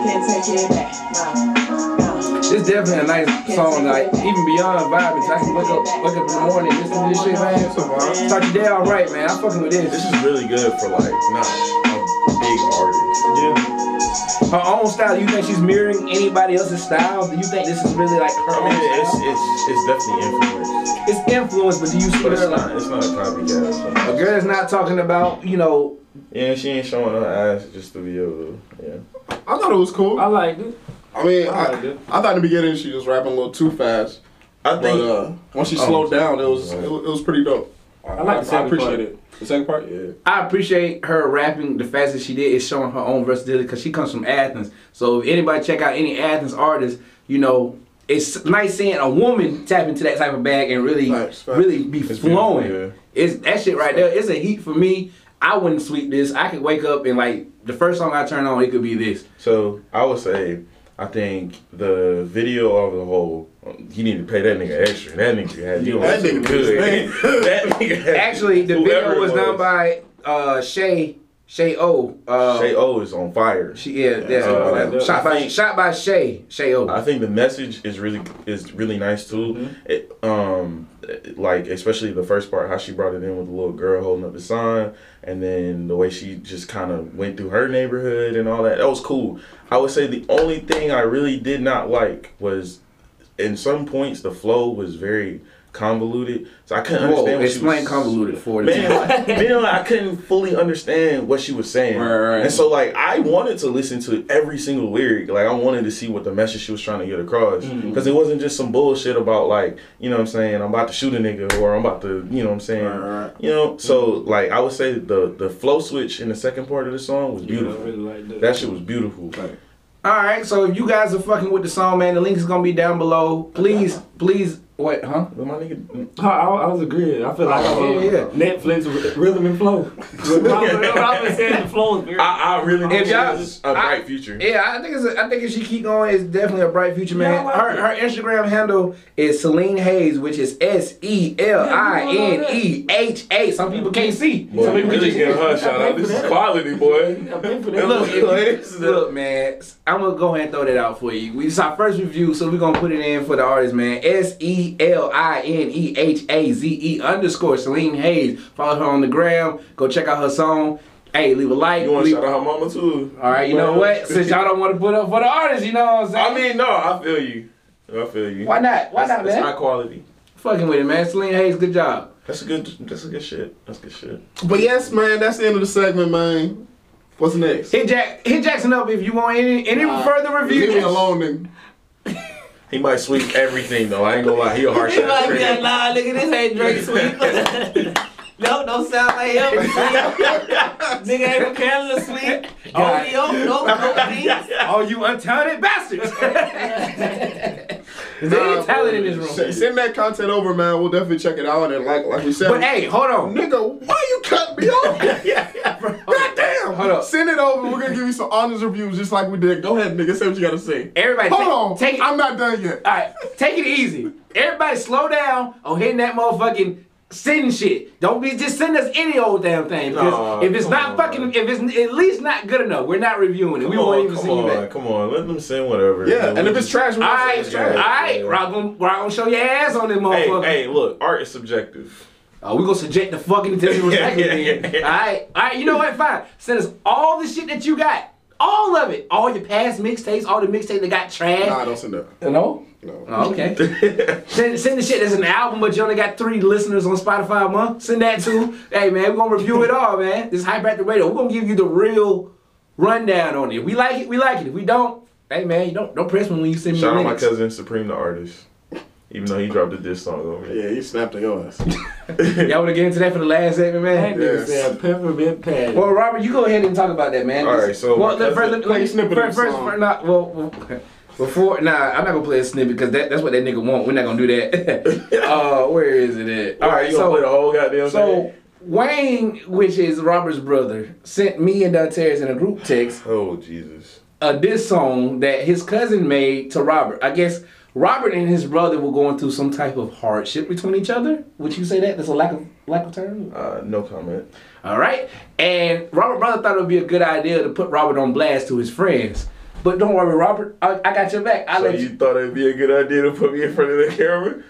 Speaker 9: Can't take it back. Nah, nah.
Speaker 2: This definitely a nice song, like even beyond vibing. I can wake up, wake up in the morning, listen to this shit, man. So uh, start your day all right, man. I'm fucking with
Speaker 4: This
Speaker 2: this.
Speaker 4: is really good for like not a big artist.
Speaker 2: Her own style. You think she's mirroring anybody else's style? Do you think this is really like her
Speaker 4: I
Speaker 2: own
Speaker 4: mean, it's
Speaker 2: style?
Speaker 4: it's it's definitely influence,
Speaker 2: It's, influence, but do you see
Speaker 4: but it's
Speaker 2: her
Speaker 4: not
Speaker 2: like
Speaker 4: it's not a copycat.
Speaker 2: a
Speaker 4: So.
Speaker 2: girl that's not talking about you know?
Speaker 4: Yeah, she ain't showing her ass just to be able to. Yeah,
Speaker 1: I thought it was cool.
Speaker 3: I like it.
Speaker 1: I mean, I,
Speaker 3: like it.
Speaker 1: I thought in the beginning she was rapping a little too fast,
Speaker 4: I
Speaker 1: but
Speaker 4: think.
Speaker 1: uh, once she slowed down, it was it, was- it was pretty dope. I
Speaker 3: like the second
Speaker 1: I appreciate
Speaker 3: part.
Speaker 1: it. The second part, yeah.
Speaker 2: I appreciate her rapping the fastest she did is showing her own versatility because she comes from Athens. So if anybody check out any Athens artist, you know it's nice seeing a woman tap into that type of bag and really,
Speaker 1: Facts, facts.
Speaker 2: really be
Speaker 4: beautiful,
Speaker 2: flowing.
Speaker 4: yeah.
Speaker 2: It's that shit right there. It's a heat for me. I wouldn't sweep this. I could wake up and like the first song I turn on, it could be this.
Speaker 4: So I would say, I think the video of the whole, he need to pay that nigga extra. That nigga had you
Speaker 1: That
Speaker 4: on some
Speaker 1: nigga
Speaker 4: good.
Speaker 1: was
Speaker 4: [LAUGHS] that nigga had
Speaker 2: Actually, the
Speaker 4: whoever
Speaker 2: video was,
Speaker 4: it
Speaker 2: done by uh, Shay Shay O. Uh,
Speaker 4: Shay O is on fire.
Speaker 2: She, yeah, that's
Speaker 4: Uh,
Speaker 2: what it was. shot by
Speaker 4: think-
Speaker 2: shot by Shay Shay O.
Speaker 4: I think the message is really is really nice too.
Speaker 2: Mm-hmm.
Speaker 4: It, um, it- like especially the first part, how she brought it in with the little girl holding up the sign, and then the way she just kind of went through her neighborhood and all that. That was cool. I would say the only thing I really did not like was, in some points, the flow was very convoluted. So I couldn't
Speaker 2: Whoa,
Speaker 4: understand. what she
Speaker 2: explain
Speaker 4: was-
Speaker 2: convoluted for the
Speaker 4: Man, like, man, like, I couldn't fully understand what she was saying.
Speaker 2: Right, right.
Speaker 4: And so, like, I wanted to listen to every single lyric. Like, I wanted to see what the message she was trying to get across. Because it wasn't just some bullshit about, like, you know what I'm saying, I'm about to shoot a nigga or I'm about to, you know what I'm saying.
Speaker 1: right, right.
Speaker 4: You know, so, like, I would say the, the flow switch in the second part of the song was beautiful. that shit was beautiful.
Speaker 2: All right, so if you guys are fucking with the song, man, the link is gonna be down below. Please, please, what, huh?
Speaker 4: But my nigga,
Speaker 3: I, I was agreeing. I feel like I'm on
Speaker 2: Oh, Yeah, yeah.
Speaker 3: Netflix with Rhythm and Flow.
Speaker 4: [LAUGHS]
Speaker 3: When Robin Robin said the flow is very.
Speaker 4: I, I really
Speaker 2: If
Speaker 4: think
Speaker 2: y'all-
Speaker 4: it's a
Speaker 2: I-
Speaker 4: bright future.
Speaker 2: Yeah, I think it's. A, I think if she keep going, it's definitely a bright future, man.
Speaker 3: Yeah, I like
Speaker 2: her her Instagram handle is Celine Hayes, which is S E L I N E H A. Some people can't see.
Speaker 4: Boy, we really give her a shout out. This is quality, boy.
Speaker 3: I paid for that.
Speaker 2: Look, if you-
Speaker 4: This is a-
Speaker 2: look, man. I'm gonna go ahead and throw that out for you. We this is our first review, so we're gonna put it in for the artist, man. S E L I N E H A Z E underscore Celine Hayes. Follow her on the gram. Go check out her song. Hey, leave a like.
Speaker 4: You want to
Speaker 2: leave-
Speaker 4: shout out her mama, too?
Speaker 2: All right, you know
Speaker 4: [LAUGHS]
Speaker 2: what? Since y'all don't want to put up for the artist, you know what I'm saying?
Speaker 4: I mean, no, I feel you. I feel you.
Speaker 2: why not? Why not,
Speaker 4: That's
Speaker 2: man?
Speaker 4: high quality.
Speaker 2: Fucking with it, man. Celine Hayes, good job.
Speaker 4: That's a good. That's a good shit. That's good shit.
Speaker 1: But yes, man, that's the end of the segment, man. What's next?
Speaker 2: Hit Jack, hit Jackson up if you want any any further
Speaker 1: Leave me
Speaker 2: reviews.
Speaker 1: alone, nigga.
Speaker 4: He might sweep everything though. I ain't gonna lie.
Speaker 2: [LAUGHS]
Speaker 4: He a harsh
Speaker 6: He might
Speaker 4: ass
Speaker 6: be like,
Speaker 4: critic.
Speaker 6: nah, nigga, this ain't Drake [LAUGHS] Sweep. no, don't sound like him. Sweep. nigga ain't from Canada Sweep.
Speaker 2: God.
Speaker 6: ODO, no, no beats.
Speaker 2: [LAUGHS] All you untalented bastards. [LAUGHS] Is there any talent in this room?
Speaker 1: S- Send that content over, man. We'll definitely check it out. And like, like we said,
Speaker 2: But hey, hold on.
Speaker 1: nigga, why you cut me
Speaker 2: [LAUGHS]
Speaker 1: off? God damn.
Speaker 2: Hold up.
Speaker 1: Send it over. We're gonna give you some honest reviews, just like we did. Go ahead, nigga. Say what you gotta say.
Speaker 2: Everybody,
Speaker 1: Hold on.
Speaker 2: take, take Uh, it.
Speaker 1: I'm not done yet.
Speaker 2: all right, take it easy. Everybody, slow down on hitting that motherfucking send shit. Don't be just send us any old damn thing. because
Speaker 4: Nah,
Speaker 2: if it's
Speaker 4: come
Speaker 2: not
Speaker 4: on.
Speaker 2: fucking, if it's at least not good enough, we're not reviewing it. we
Speaker 4: Come
Speaker 2: won't
Speaker 4: on,
Speaker 2: even
Speaker 4: come
Speaker 2: see you
Speaker 4: on,
Speaker 2: back.
Speaker 4: Come on, let them sing whatever.
Speaker 1: Yeah, and if
Speaker 4: we
Speaker 1: it's
Speaker 4: just-
Speaker 1: trash, we're
Speaker 2: All
Speaker 1: gonna say
Speaker 2: right,
Speaker 1: it's
Speaker 2: all
Speaker 1: trash.
Speaker 2: right, we're not gonna, we're not gonna show your ass on this
Speaker 4: Hey,
Speaker 2: motherfucker.
Speaker 4: hey, look, art is subjective.
Speaker 2: Oh, we gonna subject the fucking until you
Speaker 4: [LAUGHS] Yeah,
Speaker 2: recycle
Speaker 4: yeah,
Speaker 2: it.
Speaker 4: yeah, yeah.
Speaker 2: Alright, alright, you know what? Fine. Send us all the shit that you got. All of it. All your past mixtapes, all the mixtapes that got trash.
Speaker 1: Nah, don't send that.
Speaker 3: No?
Speaker 1: No.
Speaker 2: Oh, okay. [LAUGHS] send, send the shit that's an album, but you only got three listeners on Spotify a month. Send that too. hey man, we're gonna review it all, man. This hype at the radio. We're gonna give you the real rundown on it. If we like it, we like it. If we don't, hey man, you don't don't press me when you send me
Speaker 4: Shout out my
Speaker 2: links.
Speaker 4: cousin Supreme the artist. Even though he dropped a diss song over. me.
Speaker 1: Yeah, you snapped at your
Speaker 2: [LAUGHS]
Speaker 1: ass.
Speaker 2: Y'all wanna get into that for the last segment, man?
Speaker 3: That
Speaker 1: Yes.
Speaker 3: nigga said peppermint patty.
Speaker 2: Well, Robert, you go ahead and talk about that, man.
Speaker 4: All right, so
Speaker 2: well,
Speaker 4: my
Speaker 2: let, first,
Speaker 4: cousin-
Speaker 2: let,
Speaker 1: play a snippet of
Speaker 2: first,
Speaker 1: the
Speaker 2: first,
Speaker 1: song.
Speaker 2: first, not well. [LAUGHS] well, Before, nah, I'm not gonna play a snippet because that, that's what that nigga want. We're not gonna do that. [LAUGHS] uh, where is it at? All right,
Speaker 4: you gonna play the
Speaker 2: so
Speaker 4: whole goddamn
Speaker 2: so
Speaker 4: thing?
Speaker 2: Wayne, which is Robert's brother, sent me and Danteris in a group text
Speaker 4: Oh Jesus.
Speaker 2: a diss song that his cousin made to Robert. I guess Robert and his brother were going through some type of hardship between each other. Would you say that? That's a lack of lack of term.
Speaker 4: Uh, no comment.
Speaker 2: All right. And Robert brother thought it would be a good idea to put Robert on blast to his friends. But don't worry, Robert. I, I got your back. I
Speaker 4: So
Speaker 2: let
Speaker 4: you thought it'd be a good idea to put me in front of the camera?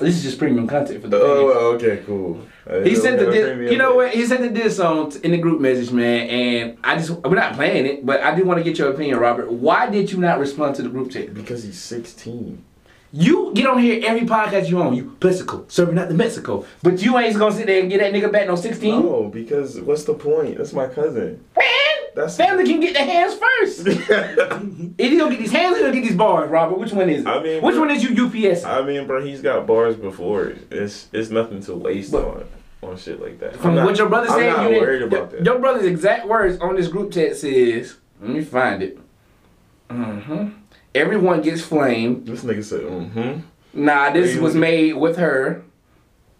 Speaker 2: This is just premium content for the
Speaker 4: Oh,
Speaker 2: fans.
Speaker 4: well, okay, cool. I
Speaker 2: He
Speaker 4: don't
Speaker 2: sent the
Speaker 4: gotta
Speaker 2: dis-
Speaker 4: bring me
Speaker 2: you
Speaker 4: up
Speaker 2: know
Speaker 4: there.
Speaker 2: what he sent the diss on t- in the group message, man, and I just we're not playing it, but I do want to get your opinion, Robert. Why did you not respond to the group chat?
Speaker 4: Because he's 16.
Speaker 2: You get on here every podcast you on, you Mexico, serving out to Mexico, but you ain't gonna sit there and get that nigga back no sixteen.
Speaker 4: No, because what's the point? That's my cousin.
Speaker 2: Man,
Speaker 4: That's-
Speaker 2: family can get the hands
Speaker 4: [LAUGHS]
Speaker 2: first. Either he'll get these hands or he'll get these bars, Robert. Which one is it?
Speaker 4: I mean,
Speaker 2: Which
Speaker 4: bro-
Speaker 2: one is you UPS?
Speaker 4: I mean, bro, he's got bars before. It's it's nothing to waste
Speaker 2: But-
Speaker 4: on on shit like that.
Speaker 2: From
Speaker 4: I'm not-
Speaker 2: what your brother
Speaker 4: I'm
Speaker 2: said,
Speaker 4: not
Speaker 2: you didn't-
Speaker 4: worried about
Speaker 2: your,
Speaker 4: that.
Speaker 2: your brother's exact words on this group text is, let me find it. hmm Everyone gets flamed.
Speaker 4: This nigga said, mm-hmm.
Speaker 2: Nah, this
Speaker 4: Really?
Speaker 2: was made with her.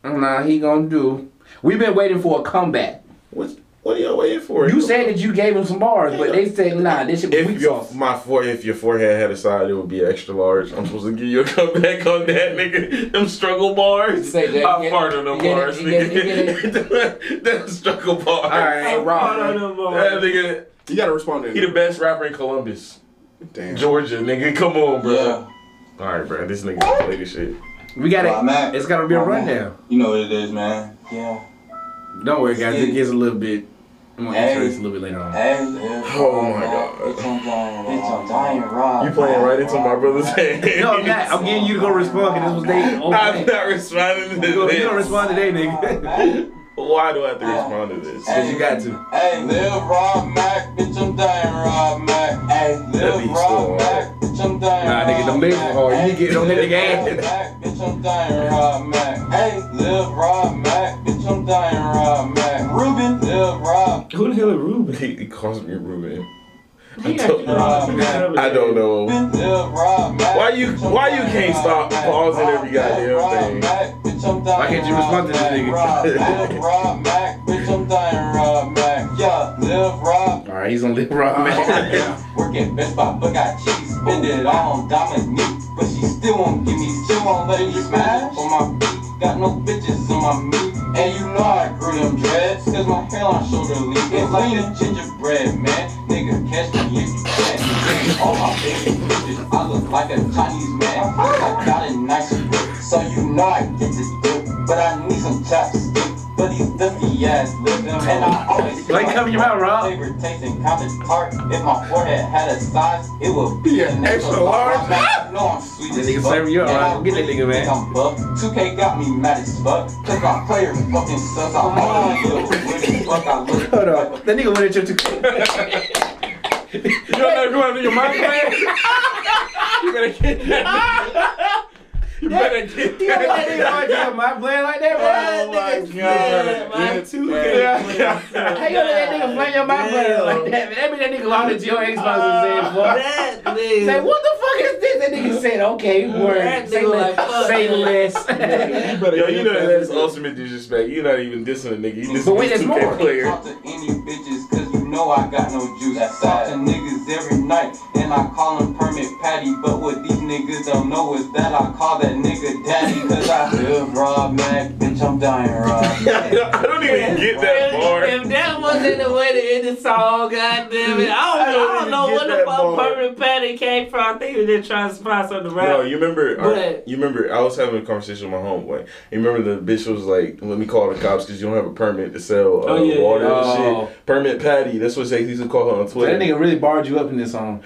Speaker 2: Nah, he gonna do. We've been waiting for a comeback.
Speaker 4: What what are y'all waiting for?
Speaker 2: You said that you gave him some bars, but they said, nah, this shit was weak
Speaker 4: if your
Speaker 2: sauce.
Speaker 4: my fore if your forehead had a side, it would be extra large. I'm supposed to give you a comeback on that, nigga. Them struggle bars.
Speaker 2: Say that.
Speaker 4: I
Speaker 2: You get-
Speaker 4: fart on them
Speaker 2: you get it,
Speaker 4: bars,
Speaker 2: you get it, you
Speaker 4: nigga. [LAUGHS] Them struggle bars. All
Speaker 2: Alright, Robert.
Speaker 4: That nigga,
Speaker 1: You gotta respond to
Speaker 4: he the
Speaker 1: it.
Speaker 4: best rapper in Columbus,
Speaker 1: Damn.
Speaker 4: Georgia, nigga. Come on, bro. All right, bro. This nigga play this shit.
Speaker 2: We got
Speaker 11: Where I'm
Speaker 2: it.
Speaker 11: at.
Speaker 2: It's gotta be a
Speaker 11: Where I'm at.
Speaker 2: rundown.
Speaker 11: You know what it is, man. Yeah.
Speaker 2: Don't worry, guys. It
Speaker 11: Yeah.
Speaker 2: gets a little bit. I'm gonna answer
Speaker 11: Hey.
Speaker 2: this a little bit later on.
Speaker 11: As if
Speaker 4: Oh my God.
Speaker 11: Bitch, I'm dying. Bitch, I'm dying robbed.
Speaker 4: You playing right into my [LAUGHS] brother's hand.
Speaker 2: No, I'm not. I'm getting you to go respond because [LAUGHS] this was
Speaker 4: [LAUGHS] I'm
Speaker 2: they.
Speaker 4: not responding
Speaker 2: You
Speaker 4: to
Speaker 2: gonna- you gonna
Speaker 4: this.
Speaker 2: respond today, nigga? [LAUGHS]
Speaker 4: Why do I have to respond to this?
Speaker 2: Because you got to.
Speaker 11: Hey, live Rob Mac, bitch, I'm dying Rob Mac. Hey,
Speaker 4: That
Speaker 11: live
Speaker 4: beat's still
Speaker 11: Rob Mac, bitch, I'm dying
Speaker 2: Nah, nigga, them lyrics were hard. You need to get on that nigga ass.
Speaker 11: ass. Bitch, I'm dying Rob Mac. Hey, live Rob Mac, bitch, I'm dying Rob Mac. Ruben, live Rob,
Speaker 3: Who the hell is Ruben?
Speaker 4: [LAUGHS] He, he calls me Ruben.
Speaker 3: He
Speaker 4: don't-
Speaker 3: got-
Speaker 4: I don't know.
Speaker 11: live Rob Mac.
Speaker 4: Why you-
Speaker 11: bitch, I'm
Speaker 4: why you
Speaker 11: dying
Speaker 4: can't stop
Speaker 11: Rob Mac.
Speaker 4: pausing
Speaker 11: Rob
Speaker 4: every goddamn
Speaker 11: Mac, Rob
Speaker 4: thing?
Speaker 11: Mac, bitch, I'm dying
Speaker 2: Why can't you
Speaker 11: Rob
Speaker 2: respond to this
Speaker 11: Mac.
Speaker 2: nigga?
Speaker 11: Rob, live Rob Mac, bitch, I'm dying Rob Mac. Yeah, live Rob
Speaker 2: All right, he's gonna live raw, [LAUGHS]
Speaker 11: [LAUGHS]
Speaker 2: man.
Speaker 11: Working Best Buy, but got cheese. Spend it all on Dominique, but she still won't give me. Still won't let me smash on my feet. Got no bitches on my meat. And you know I grew them dreads, cause my hairline shoulder leak. It's like a gingerbread, man. Nigga, catch me if you can. All my baby bitches, I look like a Chinese man. I got a nice grip, so you know I get this dip. But I need some chapstick, but these dusty ass lips. And I always feel
Speaker 2: Like, cover your mouth, Rob.
Speaker 11: favorite taste in college tart. If my forehead had a size, it would be an extra large. No, I'm sweet
Speaker 2: That
Speaker 11: as
Speaker 2: nigga
Speaker 11: fuck.
Speaker 2: serve you up,
Speaker 11: And
Speaker 2: Rob.
Speaker 11: I
Speaker 2: Go get that
Speaker 11: really
Speaker 2: nigga, man.
Speaker 11: think I'm buff. 2K got me mad as fuck. Cause my player fucking sucks. I'm on you. What the fuck I look
Speaker 2: Hold
Speaker 11: like
Speaker 2: on. That nigga went at your two.
Speaker 4: You don't know who under your
Speaker 2: [LAUGHS]
Speaker 4: mic, man? You better get that. You better get that.
Speaker 2: my plan like that,
Speaker 4: Oh my god.
Speaker 6: My two
Speaker 4: Yeah.
Speaker 2: How you gonna let that nigga play your my plan like that? man? That mean that nigga logged into your Xbox
Speaker 4: Uh,
Speaker 2: and said, fuck.
Speaker 6: That nigga.
Speaker 2: Say, what the fuck is this? That nigga said, okay, word.
Speaker 6: That
Speaker 2: Say
Speaker 6: nigga
Speaker 2: less.
Speaker 6: like, fuck.
Speaker 2: Say
Speaker 4: [LAUGHS]
Speaker 2: less.
Speaker 1: You better
Speaker 4: Yo,
Speaker 1: get
Speaker 4: you know
Speaker 1: that
Speaker 4: that's
Speaker 1: nigga.
Speaker 4: ultimate disrespect. You're not even dissing a nigga. You
Speaker 2: But
Speaker 4: dissing
Speaker 2: wait,
Speaker 4: this
Speaker 2: there's
Speaker 4: 2K
Speaker 2: more.
Speaker 4: player.
Speaker 11: [LAUGHS] Talk to any bitches, cause you know I got no juice. Talk to niggas every night, and I call him Permit Patty. But what these niggas don't know is that I call that nigga daddy. Cause I live Rob Mac, bitch, I'm dying Rob [LAUGHS] Mac.
Speaker 4: I don't even get that bar.
Speaker 6: If, if that wasn't the way to end the song, goddamn it! I
Speaker 4: I
Speaker 6: don't,
Speaker 4: don't
Speaker 6: I don't
Speaker 4: even
Speaker 6: know
Speaker 4: get
Speaker 6: what the
Speaker 4: that
Speaker 6: fuck
Speaker 4: bar.
Speaker 6: Perfect Patty came from. I think he was just trying to sponsor the rap.
Speaker 4: No, you remember? our-
Speaker 6: But-
Speaker 4: you remember? I was having a conversation with my homeboy. You remember the bitch was like, "Let me call the cops because you don't have a permit to sell uh,
Speaker 3: Oh, yeah,
Speaker 4: water
Speaker 2: yeah.
Speaker 4: and
Speaker 2: Oh.
Speaker 4: shit." Permit Patty. That's what they used to call her on Twitter.
Speaker 2: That nigga really barred you up in this song.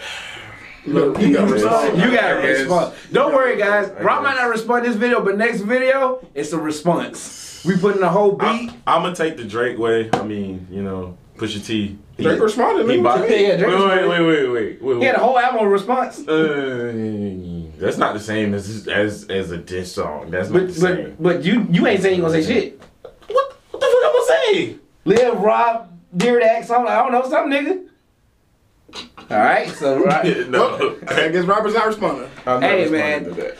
Speaker 1: You gotta- you gotta respond.
Speaker 2: You gotta
Speaker 4: I guess.
Speaker 2: respond. Don't worry, guys.
Speaker 4: I
Speaker 2: Rob might
Speaker 4: guess.
Speaker 2: not respond this video, but next video, it's a response. We put in a whole beat.
Speaker 4: I'm, gonna take the Drake way. I mean, you know, push your T. He-
Speaker 1: Drake responded.
Speaker 4: He
Speaker 1: nigga, what
Speaker 4: bought
Speaker 1: you
Speaker 2: Yeah,
Speaker 1: mean?
Speaker 2: yeah, Drake
Speaker 4: wait,
Speaker 2: responded.
Speaker 4: wait, wait, wait, wait, wait.
Speaker 2: He had a whole album response.
Speaker 4: uh, that's not the same as as as a diss song. That's not
Speaker 2: But
Speaker 4: the same.
Speaker 2: but but you you ain't saying you gonna say shit.
Speaker 4: What, what the fuck I'm gonna say?
Speaker 2: Live Rob Deer Dax on I don't know some nigga. All right, so right.
Speaker 4: [LAUGHS] no.
Speaker 1: I guess Robert's not responding.
Speaker 4: I'm not
Speaker 2: Hey,
Speaker 4: responding
Speaker 2: man.
Speaker 4: to that.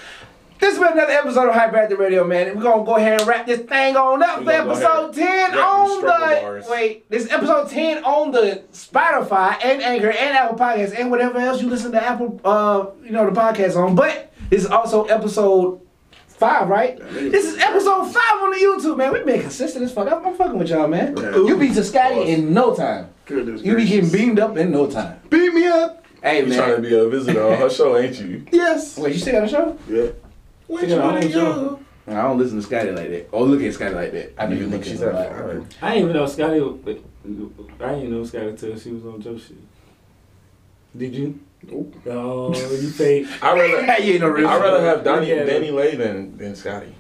Speaker 2: This has been another episode of Hype Active Radio, man. We're gonna go ahead and wrap this thing on up
Speaker 4: We
Speaker 2: for
Speaker 4: gonna go
Speaker 2: episode ten
Speaker 4: wrap
Speaker 2: on
Speaker 4: these struggle
Speaker 2: the
Speaker 4: bars.
Speaker 2: wait. This is episode ten on the Spotify and Anchor and Apple Podcasts and whatever else you listen to Apple, uh, you know, the podcast on. But this is also episode five, right? This is episode five on the YouTube, man. We've been consistent as fuck. I'm, I'm fucking with y'all, man.
Speaker 1: Yeah.
Speaker 2: You be to Scotty in no time.
Speaker 1: Goodness
Speaker 2: You be getting beamed up in no time.
Speaker 1: beat me up.
Speaker 2: Hey
Speaker 4: You trying
Speaker 2: man,
Speaker 4: to be a visitor on her show, ain't you?
Speaker 1: Yes.
Speaker 2: wait, you still got a show?
Speaker 1: Yeah.
Speaker 2: Still got a whole show. I don't listen to Scotty like that. Or look at Scotty like that. I never look at
Speaker 4: She's
Speaker 2: him
Speaker 4: out
Speaker 2: like
Speaker 4: for it.
Speaker 3: I didn't even know Scotty. I didn't know Scotty till she was on Joe shit. Did you? Nope. Oh, you fake.
Speaker 4: I rather,
Speaker 2: Hey, you ain't no real.
Speaker 4: I rather have Donnie,
Speaker 3: Yeah.
Speaker 4: Danny Lay than, than Scotty.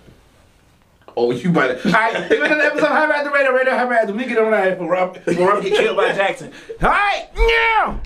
Speaker 2: Oh, you better. All right, this been another episode of Hype After Radio. Radio Hype After. We get on out here for Rob.
Speaker 12: Get killed by Jackson.
Speaker 2: All right, yeah.